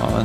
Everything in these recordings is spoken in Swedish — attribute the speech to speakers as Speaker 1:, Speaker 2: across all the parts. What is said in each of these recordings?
Speaker 1: Ja,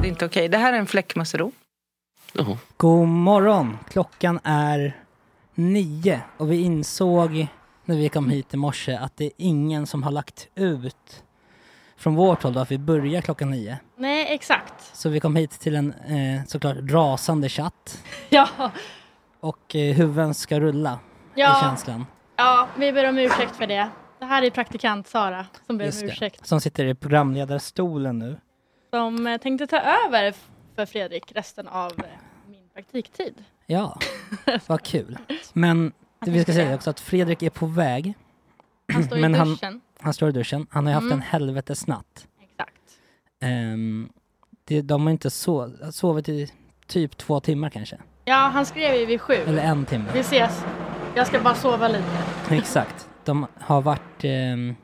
Speaker 2: Det är inte okej. Det här är en fläckmussero.
Speaker 3: God morgon. Klockan är nio och vi insåg när vi kom hit i morse att det är ingen som har lagt ut från vårt håll då, att vi börjar klockan nio.
Speaker 4: Nej, exakt.
Speaker 3: Så vi kom hit till en eh, såklart rasande chatt
Speaker 4: Ja,
Speaker 3: och eh, huvuden ska rulla i
Speaker 4: ja,
Speaker 3: känslan.
Speaker 4: ja, vi ber om ursäkt för det. Det här är praktikant Sara som ber
Speaker 3: Just
Speaker 4: om
Speaker 3: det.
Speaker 4: ursäkt.
Speaker 3: Som sitter i programledarstolen nu.
Speaker 4: Som eh, tänkte ta över f- för Fredrik resten av eh, min praktiktid.
Speaker 3: Ja, vad kul. Men det vi ska säga också att Fredrik är på väg.
Speaker 4: Han står i
Speaker 3: Mm, Men han-
Speaker 4: duschen.
Speaker 3: Han står i duschen. Han har ju haft
Speaker 4: Mm.
Speaker 3: en helvetesnatt.
Speaker 4: Exakt.
Speaker 3: Um, det, de har inte so- sovit i typ två timmar kanske.
Speaker 4: Ja, han skrev ju vid sju.
Speaker 3: Eller en timme.
Speaker 4: Vi ses. Jag ska bara sova lite.
Speaker 3: Exakt. De har varit... ehm,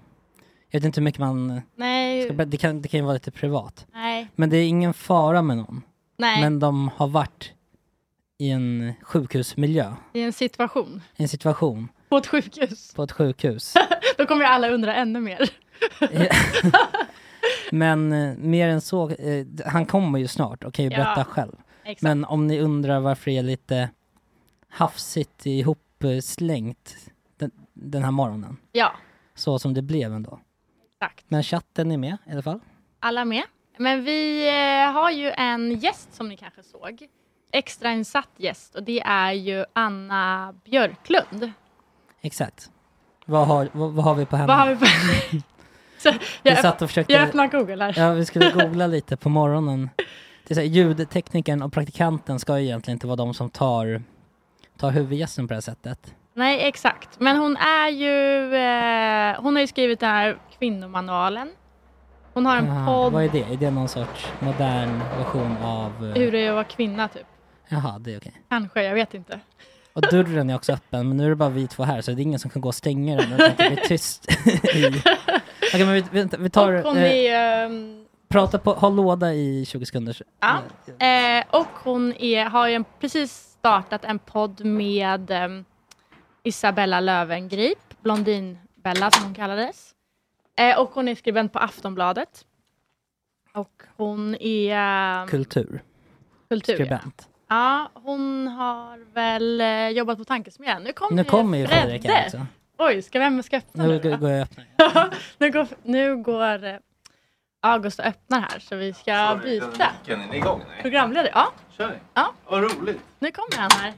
Speaker 3: jag vet inte hur mycket man...
Speaker 4: Nej,
Speaker 3: Ska, det, kan, det kan ju vara lite privat.
Speaker 4: nej,
Speaker 3: Men det är ingen fara med någon.
Speaker 4: nej.
Speaker 3: Men de har varit i en sjukhusmiljö.
Speaker 4: I en situation.
Speaker 3: I en situation
Speaker 4: På ett sjukhus.
Speaker 3: på ett sjukhus.
Speaker 4: Då kommer ju alla undra ännu mer.
Speaker 3: Men eh, mer än så, eh, d- han kommer ju snart och kan ju
Speaker 4: Ja.
Speaker 3: berätta själv.
Speaker 4: Exakt.
Speaker 3: Men om ni undrar varför jag är lite hafsigt ihopslängt den, den här morgonen.
Speaker 4: Ja,
Speaker 3: Så som det blev ändå.
Speaker 4: exakt.
Speaker 3: Men chatten är med i alla fall.
Speaker 4: Alla med. Men vi eh, har ju en gäst som ni kanske såg. Extrainsatt gäst och det är ju Anna Björklund.
Speaker 3: Exakt. Vad har, vad, vad har vi på henne?
Speaker 4: Vad har vi på Så
Speaker 3: Vi
Speaker 4: jag, öpp-
Speaker 3: satt och försökte...
Speaker 4: jag öppnar Google här.
Speaker 3: Ja, vi skulle googla lite på morgonen. Det är så här, ljudteknikern och praktikanten ska ju egentligen inte vara de som tar, tar huvudgästen på det här sättet.
Speaker 4: Nej, exakt. Men hon är ju... Eh, hon har ju skrivit den här kvinnomanualen. Hon har en
Speaker 3: Jaha, Vad
Speaker 4: podd.
Speaker 3: är det? Är det någon sorts modern version av... eh,
Speaker 4: Hur det är att vara kvinna, typ.
Speaker 3: Jaha, det är okej.
Speaker 4: Kanske, jag vet inte.
Speaker 3: Och dörren är också öppen, men nu är det bara vi två här så det är ingen som kan gå och stänga den utan att det blir tyst. i... Okej, men vi, vänta, vi tar...
Speaker 4: och hon
Speaker 3: Eh,
Speaker 4: är... ehm,
Speaker 3: prata på, ha låda i 20 sekunder.
Speaker 4: Ja. Eh, och hon är, har ju en, precis startat en podd med ehm, Isabella Lövengrip, Blondin-Bella som hon kallades. Eh, och hon är skribent på Aftonbladet. Och hon är eh,
Speaker 3: Kultur.
Speaker 4: kultur. ja.
Speaker 3: Skribent.
Speaker 4: Ja, hon har väl eh, jobbat på Tankesmedjan. Nu kommer
Speaker 3: Nu kommer ju
Speaker 4: Fredde.
Speaker 3: Fredrik här också.
Speaker 4: Oj, ska vem ska öppna
Speaker 3: Nu
Speaker 4: nu?
Speaker 3: går
Speaker 4: då?
Speaker 3: går jag och öppnar.
Speaker 4: nu går, nu går eh, August och öppnar här så vi ska byta
Speaker 1: Är ni igång? Nej.
Speaker 4: programledare. Ja,
Speaker 1: Kör ni?
Speaker 4: Ja.
Speaker 1: Vad roligt.
Speaker 4: nu kommer han här.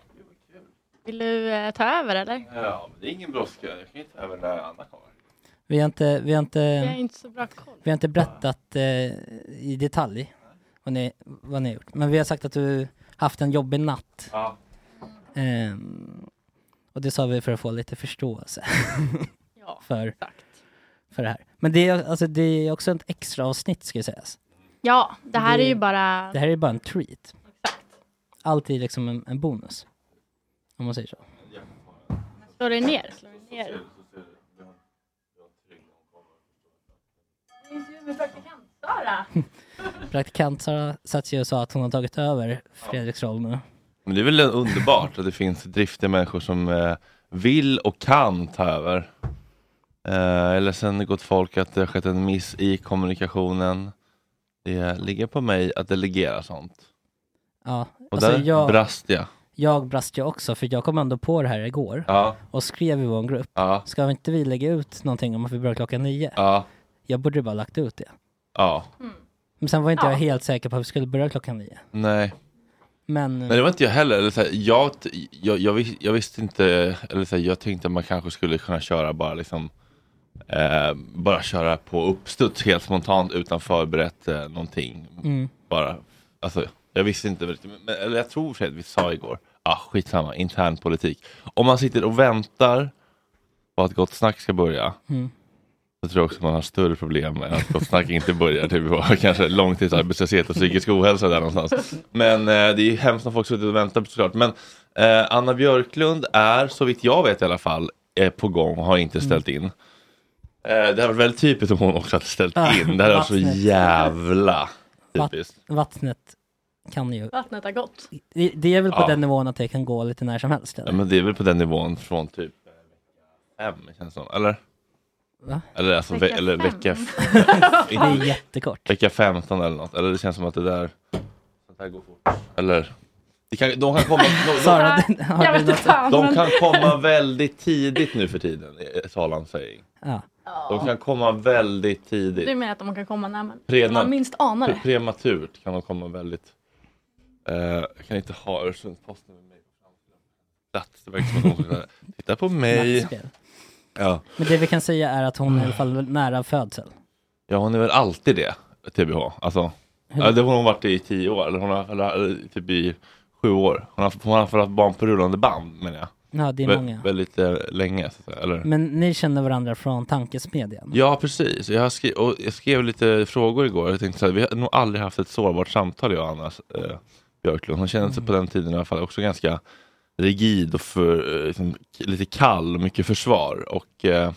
Speaker 4: Vill du eh, ta över eller?
Speaker 1: Ja, men det är ingen brådska. Jag kan ju ta över när Anna kommer.
Speaker 3: Vi har inte, vi har
Speaker 4: Jag
Speaker 3: inte,
Speaker 4: har inte så bra koll.
Speaker 3: vi har inte berättat eh, i detalj vad ni, vad ni har gjort. Men vi har sagt att du haft en jobbig natt.
Speaker 1: Ja.
Speaker 3: Ehm, och det sa vi för att få lite förståelse
Speaker 4: Ja,
Speaker 3: för,
Speaker 4: exakt.
Speaker 3: för det här. Men det är, alltså, det är också ett extra avsnitt ska sägas.
Speaker 4: Ja, det här
Speaker 3: Det-
Speaker 4: är ju bara...
Speaker 3: Det här är bara en treat.
Speaker 4: Exakt.
Speaker 3: Alltid liksom en, en bonus. Om man säger så.
Speaker 4: Slå dig ner. Slå dig ner. Sara.
Speaker 3: Praktikant Sara satt sig och sa att hon har tagit över Fredriks roll nu.
Speaker 1: Men det är väl underbart att det finns driftiga människor som eh, vill och kan ta över. Eh, eller sen gott folk att det har skett en miss i kommunikationen. Det ligger på mig att delegera sånt.
Speaker 3: Ja,
Speaker 1: Och
Speaker 3: alltså
Speaker 1: där
Speaker 3: jag,
Speaker 1: brast jag.
Speaker 3: jag brast ju också för jag kom ändå på det här igår
Speaker 1: Ja,
Speaker 3: och skrev i vår grupp.
Speaker 1: ja,
Speaker 3: Ska inte vi lägga ut någonting om att vi börjar klockan nio?
Speaker 1: ja,
Speaker 3: Jag borde ju bara lagt ut det.
Speaker 1: ja.
Speaker 3: Men sen var inte jag
Speaker 4: Ja.
Speaker 3: helt säker på att vi skulle börja klockan nio.
Speaker 1: Nej.
Speaker 3: Men,
Speaker 1: Nej, det var inte jag heller. Eller så här, jag, t- jag, jag, vis, jag visste inte, eller så här, jag tänkte att man kanske skulle kunna köra bara liksom eh, bara köra på uppstuds helt spontant utan förberett eh, någonting.
Speaker 3: Mm.
Speaker 1: Bara, alltså, jag visste inte riktigt, men- men, eller jag tror för att vi sa igår, ah, skitsamma, intern politik. Om man sitter och väntar på att Gott Snack ska börja,
Speaker 3: Mm.
Speaker 1: så tror jag också man har större problem med att Gott Snack inte börjar. Typ, och kanske långtidsarbetslöshet och psykisk ohälsa där någonstans. Men eh, det är ju hemskt när folk sitter och väntar såklart. Men eh, Anna Björklund är, så vitt jag vet i alla fall, eh, på gång och har inte
Speaker 3: Mm.
Speaker 1: ställt in. Eh, det hade varit väldigt typiskt om hon också hade ställt
Speaker 3: Ah,
Speaker 1: in. Det hade varit så
Speaker 3: vattnet.
Speaker 1: jävla typiskt.
Speaker 3: vattnet kan ju...
Speaker 4: Vattnet har gått.
Speaker 3: Det, det är väl på
Speaker 1: Ja.
Speaker 3: den nivån att det kan gå lite när som helst?
Speaker 1: Ja,
Speaker 3: Eller?
Speaker 1: men det är väl på den nivån från typ eh, vecka fem, känns det som. Eller?
Speaker 3: Va?
Speaker 1: Eller alltså
Speaker 4: Vecka
Speaker 1: ve- eller
Speaker 4: fem.
Speaker 1: vecka, f-
Speaker 3: Det är jättekort.
Speaker 1: vecka 15 eller något. Eller det känns som att det där, sånt där går fort. Eller? Det kan, de, kan komma, de, de,
Speaker 3: Sara,
Speaker 4: Ja,
Speaker 3: har
Speaker 4: jag
Speaker 3: du
Speaker 4: vet inte
Speaker 3: något-
Speaker 4: fan.
Speaker 1: de
Speaker 4: Men,
Speaker 1: kan komma väldigt tidigt nu för tiden, är Salan säger.
Speaker 3: Ja.
Speaker 1: De kan komma väldigt
Speaker 4: du
Speaker 1: tidigt.
Speaker 4: menar att de kan komma när man, när
Speaker 1: Redan.
Speaker 4: man minst anar det?
Speaker 1: Prematurt kan de komma väldigt... Eh, jag kan inte ha Öresundsposten med mig på framsidan. Plats, det verkar som att de ska- Titta på mig.
Speaker 3: Nattspel.
Speaker 1: Ja.
Speaker 3: Men det vi kan säga är att hon är i alla fall nära födsel.
Speaker 1: Ja, hon är väl alltid det, TBH. Alltså,
Speaker 3: Hur-
Speaker 1: ja, det har hon varit i tio år, eller, hon har, eller, eller typ i sju år. Hon har, hon har haft barn på rullande band, menar jag.
Speaker 3: Ja, det är
Speaker 1: Vä-
Speaker 3: många.
Speaker 1: Väldigt eh, länge, så att säga. Eller?
Speaker 3: Men ni känner varandra från tankesmedjan?
Speaker 1: Ja, precis. Jag, har skri- och jag skrev lite frågor igår. Jag tänkte så här, vi har nog aldrig haft ett sårbart samtal, jag och Anna eh, Björklund. Hon kände sig på den tiden i alla fall också ganska rigid och för, eh, liksom, k- lite kall och mycket försvar. Och eh,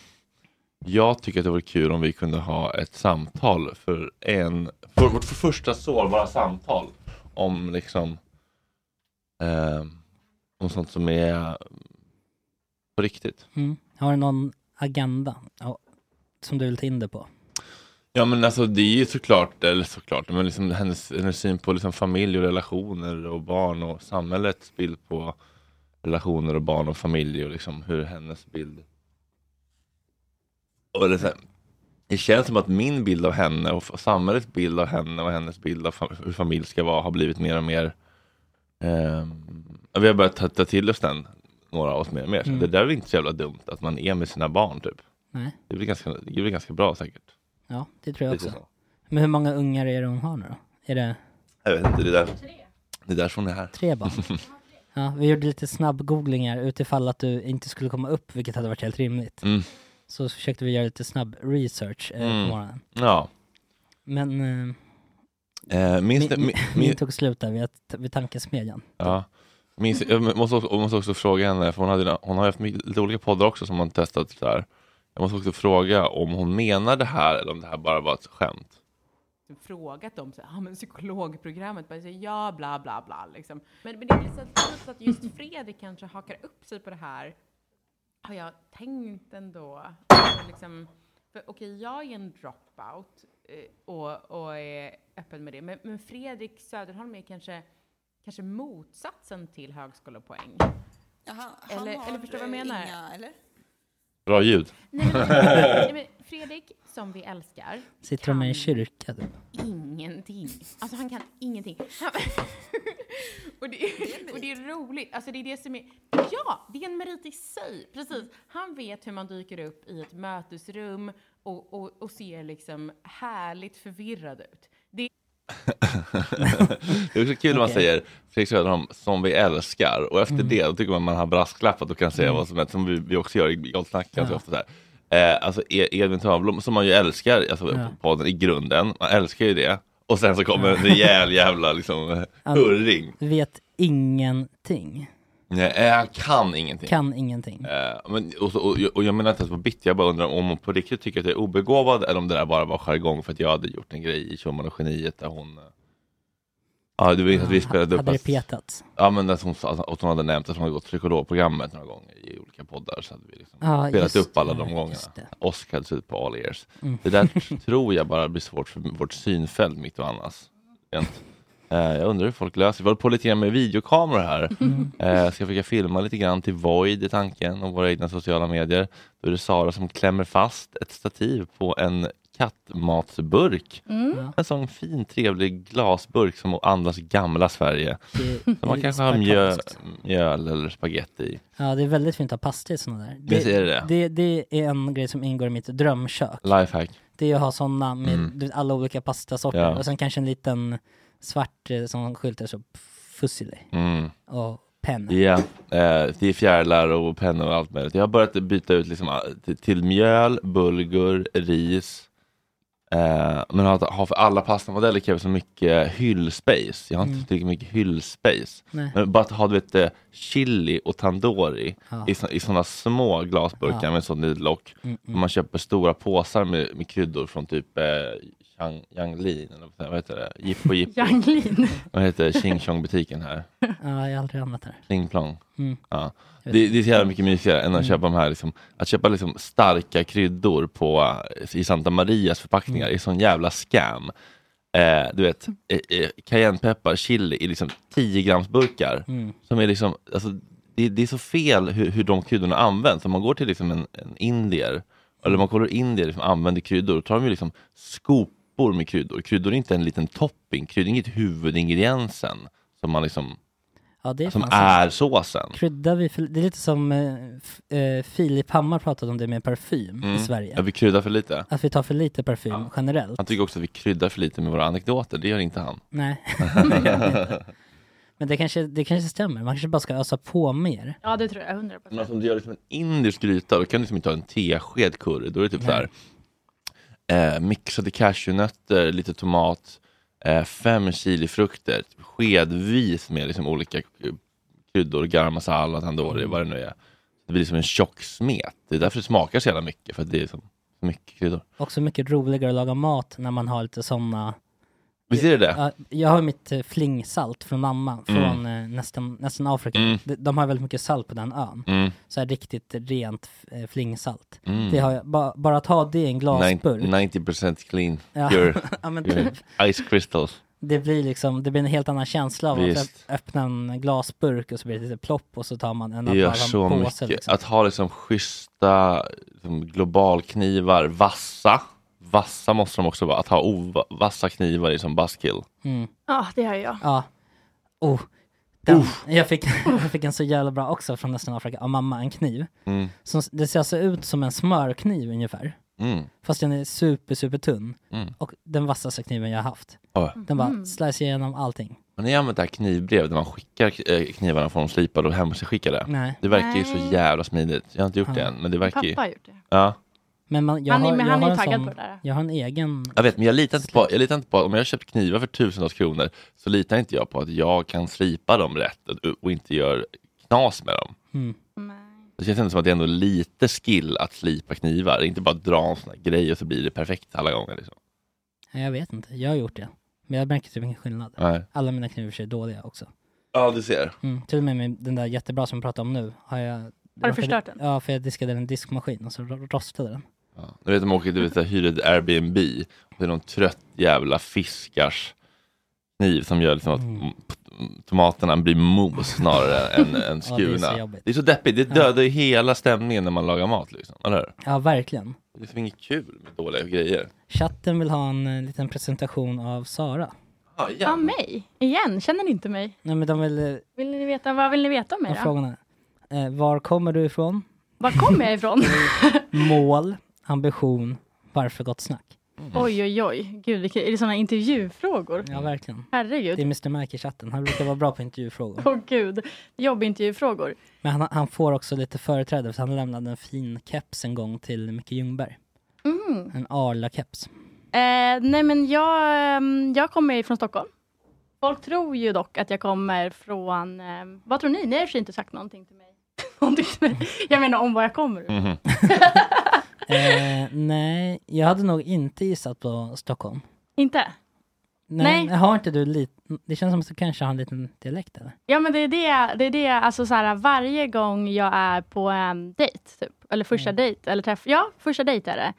Speaker 1: jag tycker att det vore kul om vi kunde ha ett samtal för en, för vårt första sårbara samtal om liksom eh, om sånt som är mm, på riktigt.
Speaker 3: Mm. Har du någon agenda ja, som du vill ta in det på?
Speaker 1: Ja men alltså det är ju såklart, eller såklart, men liksom hennes, hennes syn på liksom familj och relationer och barn och samhällets bild på relationer och barn och familj och liksom hur hennes bild och det, så här, det känns som att min bild av henne och f- samhällets bild av henne och hennes bild av fa- hur familj ska vara har blivit mer och mer ehm, ja, Vi har börjat ta, ta till oss den några av oss mer och mer. Så
Speaker 3: Mm.
Speaker 1: Det där är väl inte så jävla dumt att man är med sina barn typ.
Speaker 3: Nej.
Speaker 1: Det blir ganska, det blir ganska bra säkert.
Speaker 3: Ja, det tror jag
Speaker 1: Lite
Speaker 3: också.
Speaker 1: så.
Speaker 3: Men hur många ungar är det hon har nu då? Är det
Speaker 1: Jag vet inte, det är därför, det är därför hon är här.
Speaker 3: tre barn? Ja, vi gjorde lite snabbgooglingar utifall att du inte skulle komma upp, vilket hade varit helt rimligt.
Speaker 1: Mm.
Speaker 3: Så försökte vi göra lite snabb research eh,
Speaker 1: Mm.
Speaker 3: på morgonen.
Speaker 1: Ja.
Speaker 3: Men eh,
Speaker 1: Eh, minns,
Speaker 3: min, min,
Speaker 1: ni- min,
Speaker 3: min
Speaker 1: min,
Speaker 3: tog slut där vid, att- vid tankesmedjan.
Speaker 1: ja. minns, jag måste också, jag måste också fråga henne, för hon, hade, hon har ju haft mycket- lite olika poddar också som hon testat så här. Jag måste också fråga om hon menar det här eller om det här bara var ett skämt.
Speaker 5: frågat dem, så, här, ah, men psykologprogrammet, bara, så, här, ja bla bla bla. Liksom. Men, men det är väl så att, så att just Fredrik kanske hakar upp sig på det här, har jag tänkt ändå. Alltså, liksom, för, Okej, jag är en dropout eh, och, och är öppen med det, men, men Fredrik Söderholm är kanske, kanske motsatsen till högskolepoäng. Eller- eller förstår vad jag menar?
Speaker 6: Inga, eller?
Speaker 1: Bra ljud.
Speaker 5: Nej, men, nej, men Fredrik, som vi älskar,
Speaker 3: Sitter de i
Speaker 5: Kan.
Speaker 3: en kyrka? typ?
Speaker 5: ingenting. Alltså han kan ingenting. Han- och, det är, och det är roligt. Alltså det är det som är... Ja, det är en merit i sig. Precis. Han vet hur man dyker upp i ett mötesrum och, och, och ser liksom härligt förvirrad ut. Det
Speaker 1: Det är också kul när man
Speaker 3: Okej.
Speaker 1: säger Fredrik Söderholm, som vi älskar. Och efter det då tycker man man har brasklappat och kan säga
Speaker 3: Mm.
Speaker 1: vad som helst, som vi, vi också gör i Goldsnack ganska ofta. Så här. Eh, alltså E- Edvin Törnblom, som man ju älskar, alltså
Speaker 3: Ja.
Speaker 1: podden i grunden, man älskar ju det. Och sen så kommer en rejäl jävla liksom, eh, hurring.
Speaker 3: Vet ingenting.
Speaker 1: Nej, eh, han kan ingenting.
Speaker 3: Kan ingenting.
Speaker 1: Eh, men, och, så, och, och jag menar inte att vara bitter, jag bara undrar om hon på riktigt tycker att jag är obegåvad eller om det där bara var jargong för att jag hade gjort en grej i Tjomman och geniet där hon... eh, Ja, du vet att vi spelade upp
Speaker 3: Hade det
Speaker 1: att-
Speaker 3: petats?
Speaker 1: Ja men att hon, sa- alltså, att hon hade nämnt att hon hade gått psykologprogrammet några gånger i olika poddar så hade vi liksom
Speaker 3: Ja,
Speaker 1: spelat
Speaker 3: just
Speaker 1: upp alla
Speaker 3: det,
Speaker 1: de gångerna. Typ.
Speaker 3: just det. Mm.
Speaker 1: Oscar hade suttit på all ears. Det där t- tror jag bara blir svårt för vårt synfält mitt och Annas. Rent. Eh, Jag undrar hur folk löser det. Vi håller på lite grann med videokameror här.
Speaker 3: Mm.
Speaker 1: Eh, Ska försöka filma lite grann till Void i tanken och våra egna sociala medier. Då är det Sara som klämmer fast ett stativ på en kattmatsburk.
Speaker 5: Mm.
Speaker 1: En sån fin trevlig glasburk som andas gamla Spartanskt.
Speaker 3: Det-
Speaker 1: Så man
Speaker 3: det är
Speaker 1: kanske har mjöl,
Speaker 3: spartanskt.
Speaker 1: mjöl eller spagetti i.
Speaker 3: Ja, det är väldigt fint att ha pasta i sådana där.
Speaker 1: Visst är det
Speaker 3: det? Det är en grej som ingår i mitt drömkök.
Speaker 1: Lifehack.
Speaker 3: Det är att ha sådana med du vet, alla olika pastasorter
Speaker 1: Mm. Ja.
Speaker 3: och sen kanske en liten svart eh, sån skylt där så fusilli
Speaker 1: Mm.
Speaker 3: och penne.
Speaker 1: Ja, eh, det är fjärilar och pennor och allt möjligt. Jag har börjat byta ut liksom, eh, till, till mjöl, bulgur, ris. Eh, men har, har för alla pastamodeller kräver så mycket hyllspace. Jag har inte tillräckligt mycket hyllspace.
Speaker 3: Mm. Nej.
Speaker 1: Men bara att ha du vet, eh, chili och tandoori
Speaker 3: Ja.
Speaker 1: i, så, i sådana små glasburkar
Speaker 3: Ja.
Speaker 1: med sånt litet lock.
Speaker 3: Mm,
Speaker 1: Om Man köper stora påsar med, med kryddor från typ eh, Yang, Yanglin, eller vad heter det? Jippo Jippo.
Speaker 4: Janglin.
Speaker 1: Vad heter Ching Chong butiken här?
Speaker 3: Ja, jag har aldrig använt det. här.
Speaker 1: Pling plong.
Speaker 3: Mm.
Speaker 1: Ja.
Speaker 3: Jag
Speaker 1: Det, det är så jävla mycket mysigare än att köpa de här, liksom, att köpa liksom starka kryddor på, i Santa Marias förpackningar
Speaker 3: Mm.
Speaker 1: är sån jävla scam. Eh, du vet, eh, eh, cayennepeppar, chili i liksom 10 grams burkar
Speaker 3: Mm.
Speaker 1: som är liksom, alltså, det, det är så fel hur, hur de kryddorna används. Om man går till liksom en, en indier, eller man kollar hur indier liksom använder kryddor, då tar de ju liksom skopor med kryddor. Kryddor är inte en liten topping, kryddor är inte huvudingrediensen som man liksom
Speaker 3: Ja, det är
Speaker 1: som
Speaker 3: fan så-
Speaker 1: är såsen.
Speaker 3: Kryddar vi för, det är lite som eh, f- eh, Filip Hammar pratade om det med parfym i
Speaker 1: Mm. Ja,
Speaker 3: Sverige.
Speaker 1: vi kryddar för lite.
Speaker 3: Att vi tar för lite parfym generellt.
Speaker 1: Han tycker också att vi kryddar för lite med våra anekdoter. Det gör inte han.
Speaker 3: Nej. Men det kanske, det kanske stämmer. Man kanske bara ska ösa på mer.
Speaker 4: Ja, det tror jag. 100
Speaker 1: Men alltså, om du gör liksom en indisk gryta, då kan du liksom inte ha en tesked curry. Då är det typ så här, eh, mixade cashewnötter, lite tomat, eh, fem chilifrukter, typ skedvis med liksom olika k- kryddor, garam masala, tandoori, vad det nu är. Det blir som en tjock smet. Det är därför det smakar så jävla mycket, för att det är liksom så mycket kryddor.
Speaker 3: Också mycket roligare att laga mat när man har lite sådana.
Speaker 1: Visst är det det?
Speaker 3: Ja, jag har mitt eh, flingsalt från mamma från eh, nästan, nästan Afrika.
Speaker 1: Mm.
Speaker 3: De, de har väldigt mycket salt på den ön.
Speaker 1: Mm.
Speaker 3: Så här riktigt rent eh, flingsalt.
Speaker 1: Mm.
Speaker 3: Det har jag, ba, bara ta det i en glasburk.
Speaker 1: 90% clean,
Speaker 3: Ja.
Speaker 1: pure,
Speaker 3: ja, men
Speaker 1: pure
Speaker 3: typ,
Speaker 1: ice crystals.
Speaker 3: det blir liksom, det blir en helt annan känsla av att
Speaker 1: Visst.
Speaker 3: ö- öppna en glasburk och så blir det lite plopp och så tar man en
Speaker 1: Det
Speaker 3: av
Speaker 1: gör
Speaker 3: bara en
Speaker 1: så mycket. Att ha liksom schyssta liksom globalknivar, vassa. Vassa måste de också vara. Att ha ovassa knivar är som buzzkill.
Speaker 3: Mm.
Speaker 4: Ja, det har jag.
Speaker 3: Ja. Oh. Den, jag, fick, jag fick en så jävla bra också från nästan Afrika av mamma, en kniv.
Speaker 1: Mm.
Speaker 3: Som, det ser alltså ut som en smörkniv ungefär.
Speaker 1: Mm.
Speaker 3: Fast den är super, super tunn.
Speaker 1: Mm.
Speaker 3: Och den vassaste kniven jag har haft.
Speaker 1: Ja.
Speaker 3: Den bara
Speaker 4: Mm.
Speaker 3: slicear igenom allting.
Speaker 1: Har ni använt det här knivbrev där man skickar eh, knivarna från de slipade och hemskickade?
Speaker 3: Nej.
Speaker 1: Det verkar ju så jävla smidigt. Jag har inte gjort det
Speaker 3: Ja.
Speaker 1: än, men det verkar ju...
Speaker 4: Pappa har gjort det.
Speaker 1: Ja.
Speaker 3: Men man, jag
Speaker 4: Han är-
Speaker 3: har,
Speaker 4: men
Speaker 3: jag
Speaker 4: han är
Speaker 3: har
Speaker 4: ju
Speaker 3: en
Speaker 4: taggad
Speaker 3: sån,
Speaker 4: på det där.
Speaker 3: Jag har en egen.
Speaker 1: Jag vet, men jag litar inte på, jag litar inte på om jag har köpt knivar för tusentals kronor så litar inte jag på att jag kan slipa dem rätt och, och inte gör knas med dem.
Speaker 3: Mm.
Speaker 1: Det känns ändå som att det är ändå lite skill att slipa knivar, inte bara dra en sån här grej och så blir det perfekt alla gånger. Liksom.
Speaker 3: Nej, jag vet inte. Jag har gjort det. Men jag märker typ ingen skillnad.
Speaker 1: Nej.
Speaker 3: Alla mina knivar i och för sig är dåliga också.
Speaker 1: Ja, du ser.
Speaker 3: Mm. Till och med min- den där jättebra som vi pratade om nu har jag... Har
Speaker 4: förstört den?
Speaker 3: Ja, för jag diskade den i en diskmaskin och så ro- rostade den.
Speaker 1: Ja. Du vet, de åker, du vet, så här, hyr ett Airbnb och det är någon trött jävla fiskars kniv som gör liksom att
Speaker 3: Mm.
Speaker 1: p- tomaterna blir mos snarare än, än
Speaker 3: Ja, det är så
Speaker 1: skurna.
Speaker 3: jobbigt.
Speaker 1: det är så deppigt, det dödar ju hela stämningen när man lagar mat. Liksom. Eller hur?
Speaker 3: Ja, verkligen.
Speaker 1: Det är liksom inget kul med dåliga grejer.
Speaker 3: Chatten vill ha en eh, liten presentation av Sara.
Speaker 1: Ah, Ja,
Speaker 4: Av mig? Igen? Känner ni inte mig?
Speaker 3: Nej, men de vill... eh,
Speaker 4: Vill ni veta, vad vill ni veta om
Speaker 3: De
Speaker 4: mig då?
Speaker 3: frågorna. Eh, var kommer du ifrån?
Speaker 4: Var kommer jag ifrån?
Speaker 3: Mål, ambition, varför gott snack?
Speaker 4: Oj, oj, oj. Gud, vilka, är det sådana intervjufrågor?
Speaker 3: Ja, verkligen. Det är
Speaker 4: Herregud.
Speaker 3: Mr Mac i chatten. Han brukar vara bra på intervjufrågor.
Speaker 4: Åh gud, jobbintervjufrågor.
Speaker 3: Men han, han får också lite företräde för han lämnade en fin keps en gång till Micke Ljungberg.
Speaker 4: Mm.
Speaker 3: En Arla-keps.
Speaker 4: Eh, nej men jag, ehm, jag kommer från Stockholm. Folk tror ju dock att jag kommer från, ehm, vad tror ni? Ni har i och för sig inte sagt någonting till mig. någonting till mig. Jag menar om var jag kommer ifrån.
Speaker 1: Mhm.
Speaker 3: Eh, nej, jag hade nog inte gissat på Stockholm.
Speaker 4: Inte?
Speaker 3: Nej,
Speaker 4: Nej.
Speaker 3: Har inte du lite... Det känns som att du kanske har en liten dialekt eller?
Speaker 4: Ja men det är det, det, är det alltså så här, varje gång jag är på en dejt, typ, eller första
Speaker 3: Mm.
Speaker 4: dejt, eller träff, ja första dejt är det.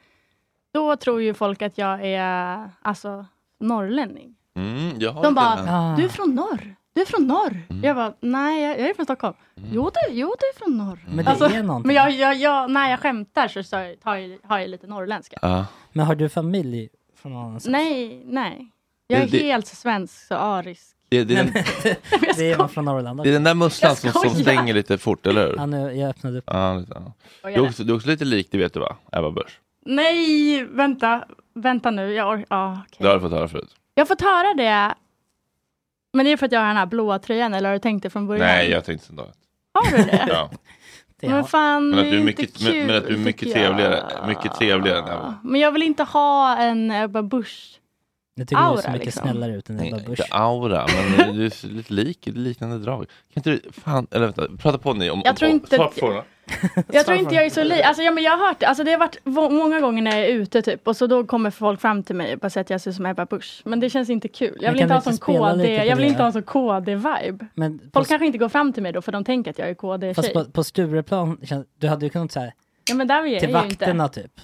Speaker 4: Då tror ju folk att jag är alltså norrlänning.
Speaker 1: Mm, jag har
Speaker 4: De
Speaker 1: inte
Speaker 4: bara,
Speaker 1: den.
Speaker 3: Ah. Mm.
Speaker 4: Du är från norr. Du är från norr. Jag bara, nej jag, jag är från Stockholm. Jo, du, jo, du är från norr.
Speaker 3: Men det
Speaker 4: Alltså,
Speaker 3: är någonting.
Speaker 4: Men jag, jag, jag, när jag skämtar så sa jag- tar jag, har jag lite norrländska.
Speaker 1: Ja.
Speaker 3: Men har du familj från någon annanstans?
Speaker 4: Nej, nej. Jag är
Speaker 1: Det- det-
Speaker 4: helt svensk så arisk.
Speaker 1: Det, det, är den,
Speaker 3: Det är man från Norrland
Speaker 1: det är
Speaker 3: också.
Speaker 1: den där musslan
Speaker 4: Jag
Speaker 1: som,
Speaker 4: skojar.
Speaker 1: som stänger lite fort, eller hur?
Speaker 3: Ja, nu, jag öppnade upp.
Speaker 1: Ja, lite, ja.
Speaker 4: Och
Speaker 1: Du, är
Speaker 4: jag-
Speaker 1: också, du är också lite lik, det vet du va? Ebba Busch.
Speaker 4: Nej, vänta. Vänta nu. Jag, or- ja, okej.
Speaker 1: Det har du fått höra förut.
Speaker 4: jag får höra det. Men det är för att jag har den här blåa tröjan eller har du tänkt det från början?
Speaker 1: Nej, jag tänkte inte
Speaker 4: Har du det?
Speaker 1: ja.
Speaker 3: Det
Speaker 4: Men fan,
Speaker 1: Men att du är
Speaker 4: det
Speaker 1: mycket-
Speaker 4: inte kul,
Speaker 1: men att du är
Speaker 4: tycker
Speaker 1: mycket
Speaker 4: jag.
Speaker 1: trevligare- mycket trevligare än Ebba.
Speaker 4: Men jag vill inte ha en Ebba Busch.
Speaker 3: Jag tycker du
Speaker 4: Aura,
Speaker 3: ser mycket
Speaker 4: liksom.
Speaker 3: snällare ut än Ebba Busch.
Speaker 1: Inte aura, men du är lite lik, liknande drag. Kan inte du, fan, eller vänta, prata på ni om...
Speaker 4: Jag tror
Speaker 1: om,
Speaker 4: inte
Speaker 1: Svara
Speaker 4: att-
Speaker 1: på frågorna.
Speaker 4: Jag tror inte jag är så lik. Alltså, ja, men jag har hört det. Alltså, det har varit må- många gånger när jag är ute typ och så då kommer folk fram till mig och bara säger att jag ser ut som Ebba Busch. Men det känns inte kul. Jag
Speaker 3: Men
Speaker 4: vill
Speaker 3: kan
Speaker 4: inte
Speaker 3: du
Speaker 4: ha
Speaker 3: inte
Speaker 4: sån
Speaker 3: spela lite
Speaker 4: KD.
Speaker 3: på
Speaker 4: Jag vill
Speaker 3: det?
Speaker 4: inte ha sån KD-vibe.
Speaker 3: Men på,
Speaker 4: Folk kanske inte går fram till mig då för de tänker att jag är
Speaker 3: fast
Speaker 4: KD-tjej.
Speaker 3: på, på Stureplan, känns- du hade ju kunnat säga
Speaker 4: Ja, men där är jag
Speaker 3: till
Speaker 4: ju inte.
Speaker 3: vakterna typ.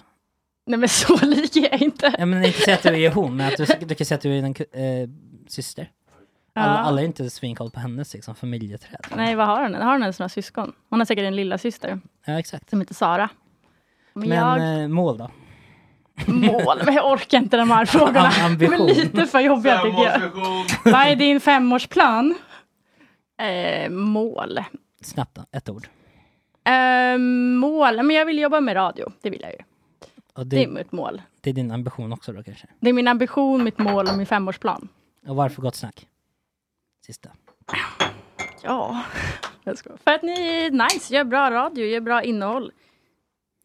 Speaker 4: Nej men så lik är jag inte.
Speaker 3: Ja, men inte säga att du är hon, men att du, du kan säga att du är en ku- eh, syster. Alla,
Speaker 4: Ja.
Speaker 3: alla är inte svinkoll på hennes liksom, familjeträd.
Speaker 4: Nej vad har hon? Har hon ens några syskon? Hon har säkert en lilla syster
Speaker 3: Ja, exakt.
Speaker 4: som heter Sara. Men,
Speaker 3: Men
Speaker 4: jag
Speaker 3: eh, mål då?
Speaker 4: mål, men jag orkar inte de här frågorna.
Speaker 3: Am-
Speaker 4: De
Speaker 3: ambition.
Speaker 4: är lite för jobbiga tycker jag. Vad är din femårsplan? Eh, mål.
Speaker 3: Snabbt då, ett ord.
Speaker 4: Eh, mål, men jag vill jobba med radio, det vill jag ju.
Speaker 3: Och
Speaker 4: Det är
Speaker 3: det,
Speaker 4: mitt mål.
Speaker 3: det är din ambition också då kanske?
Speaker 4: Det är min ambition, mitt mål och min femårsplan.
Speaker 3: Och varför Gott Snack? Sista.
Speaker 4: Ja, jag skojar. För att ni är nice, gör bra radio, gör bra innehåll.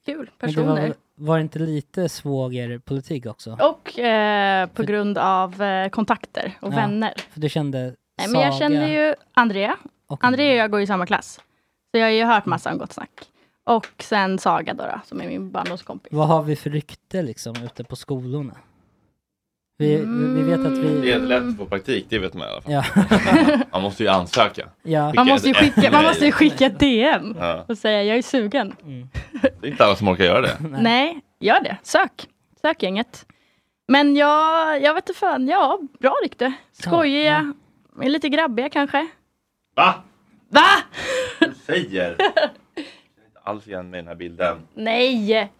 Speaker 4: Kul
Speaker 3: Men det var,
Speaker 4: personer.
Speaker 3: väl- var det inte lite svågerpolitik också?
Speaker 4: Och eh, på grund av eh, kontakter och
Speaker 3: Ja.
Speaker 4: vänner.
Speaker 3: För du kände
Speaker 4: Nej, men jag
Speaker 3: Saga
Speaker 4: kände ju Andrea.
Speaker 3: och
Speaker 4: Andrea och jag går i samma klass. Så jag har ju hört massa om Gott Snack. Och sen Saga då, då som är min barndomskompis.
Speaker 3: Vad har vi för rykte liksom ute på skolorna? Vi, vi vet att
Speaker 1: Det
Speaker 4: Mm.
Speaker 3: vi...
Speaker 1: är lätt att få praktik, det vet man i alla fall.
Speaker 3: Ja,
Speaker 1: Man måste ju ansöka.
Speaker 3: ja.
Speaker 4: Man
Speaker 1: Skicka
Speaker 4: måste ju
Speaker 1: ett
Speaker 4: skicka, man
Speaker 1: mejl.
Speaker 4: måste ju skicka ett DM
Speaker 1: Ja.
Speaker 4: och säga jag är sugen.
Speaker 1: Det är inte alla som orkar göra det.
Speaker 4: Nej, gör det. Sök. Sök gänget. Men jag, jag vet inte fan, ja, bra rykte. Skojiga, är lite grabbiga kanske.
Speaker 1: Va?
Speaker 4: Va?
Speaker 1: Du säger? Jag känner inte alls igen mig i den här bilden.
Speaker 4: Nej!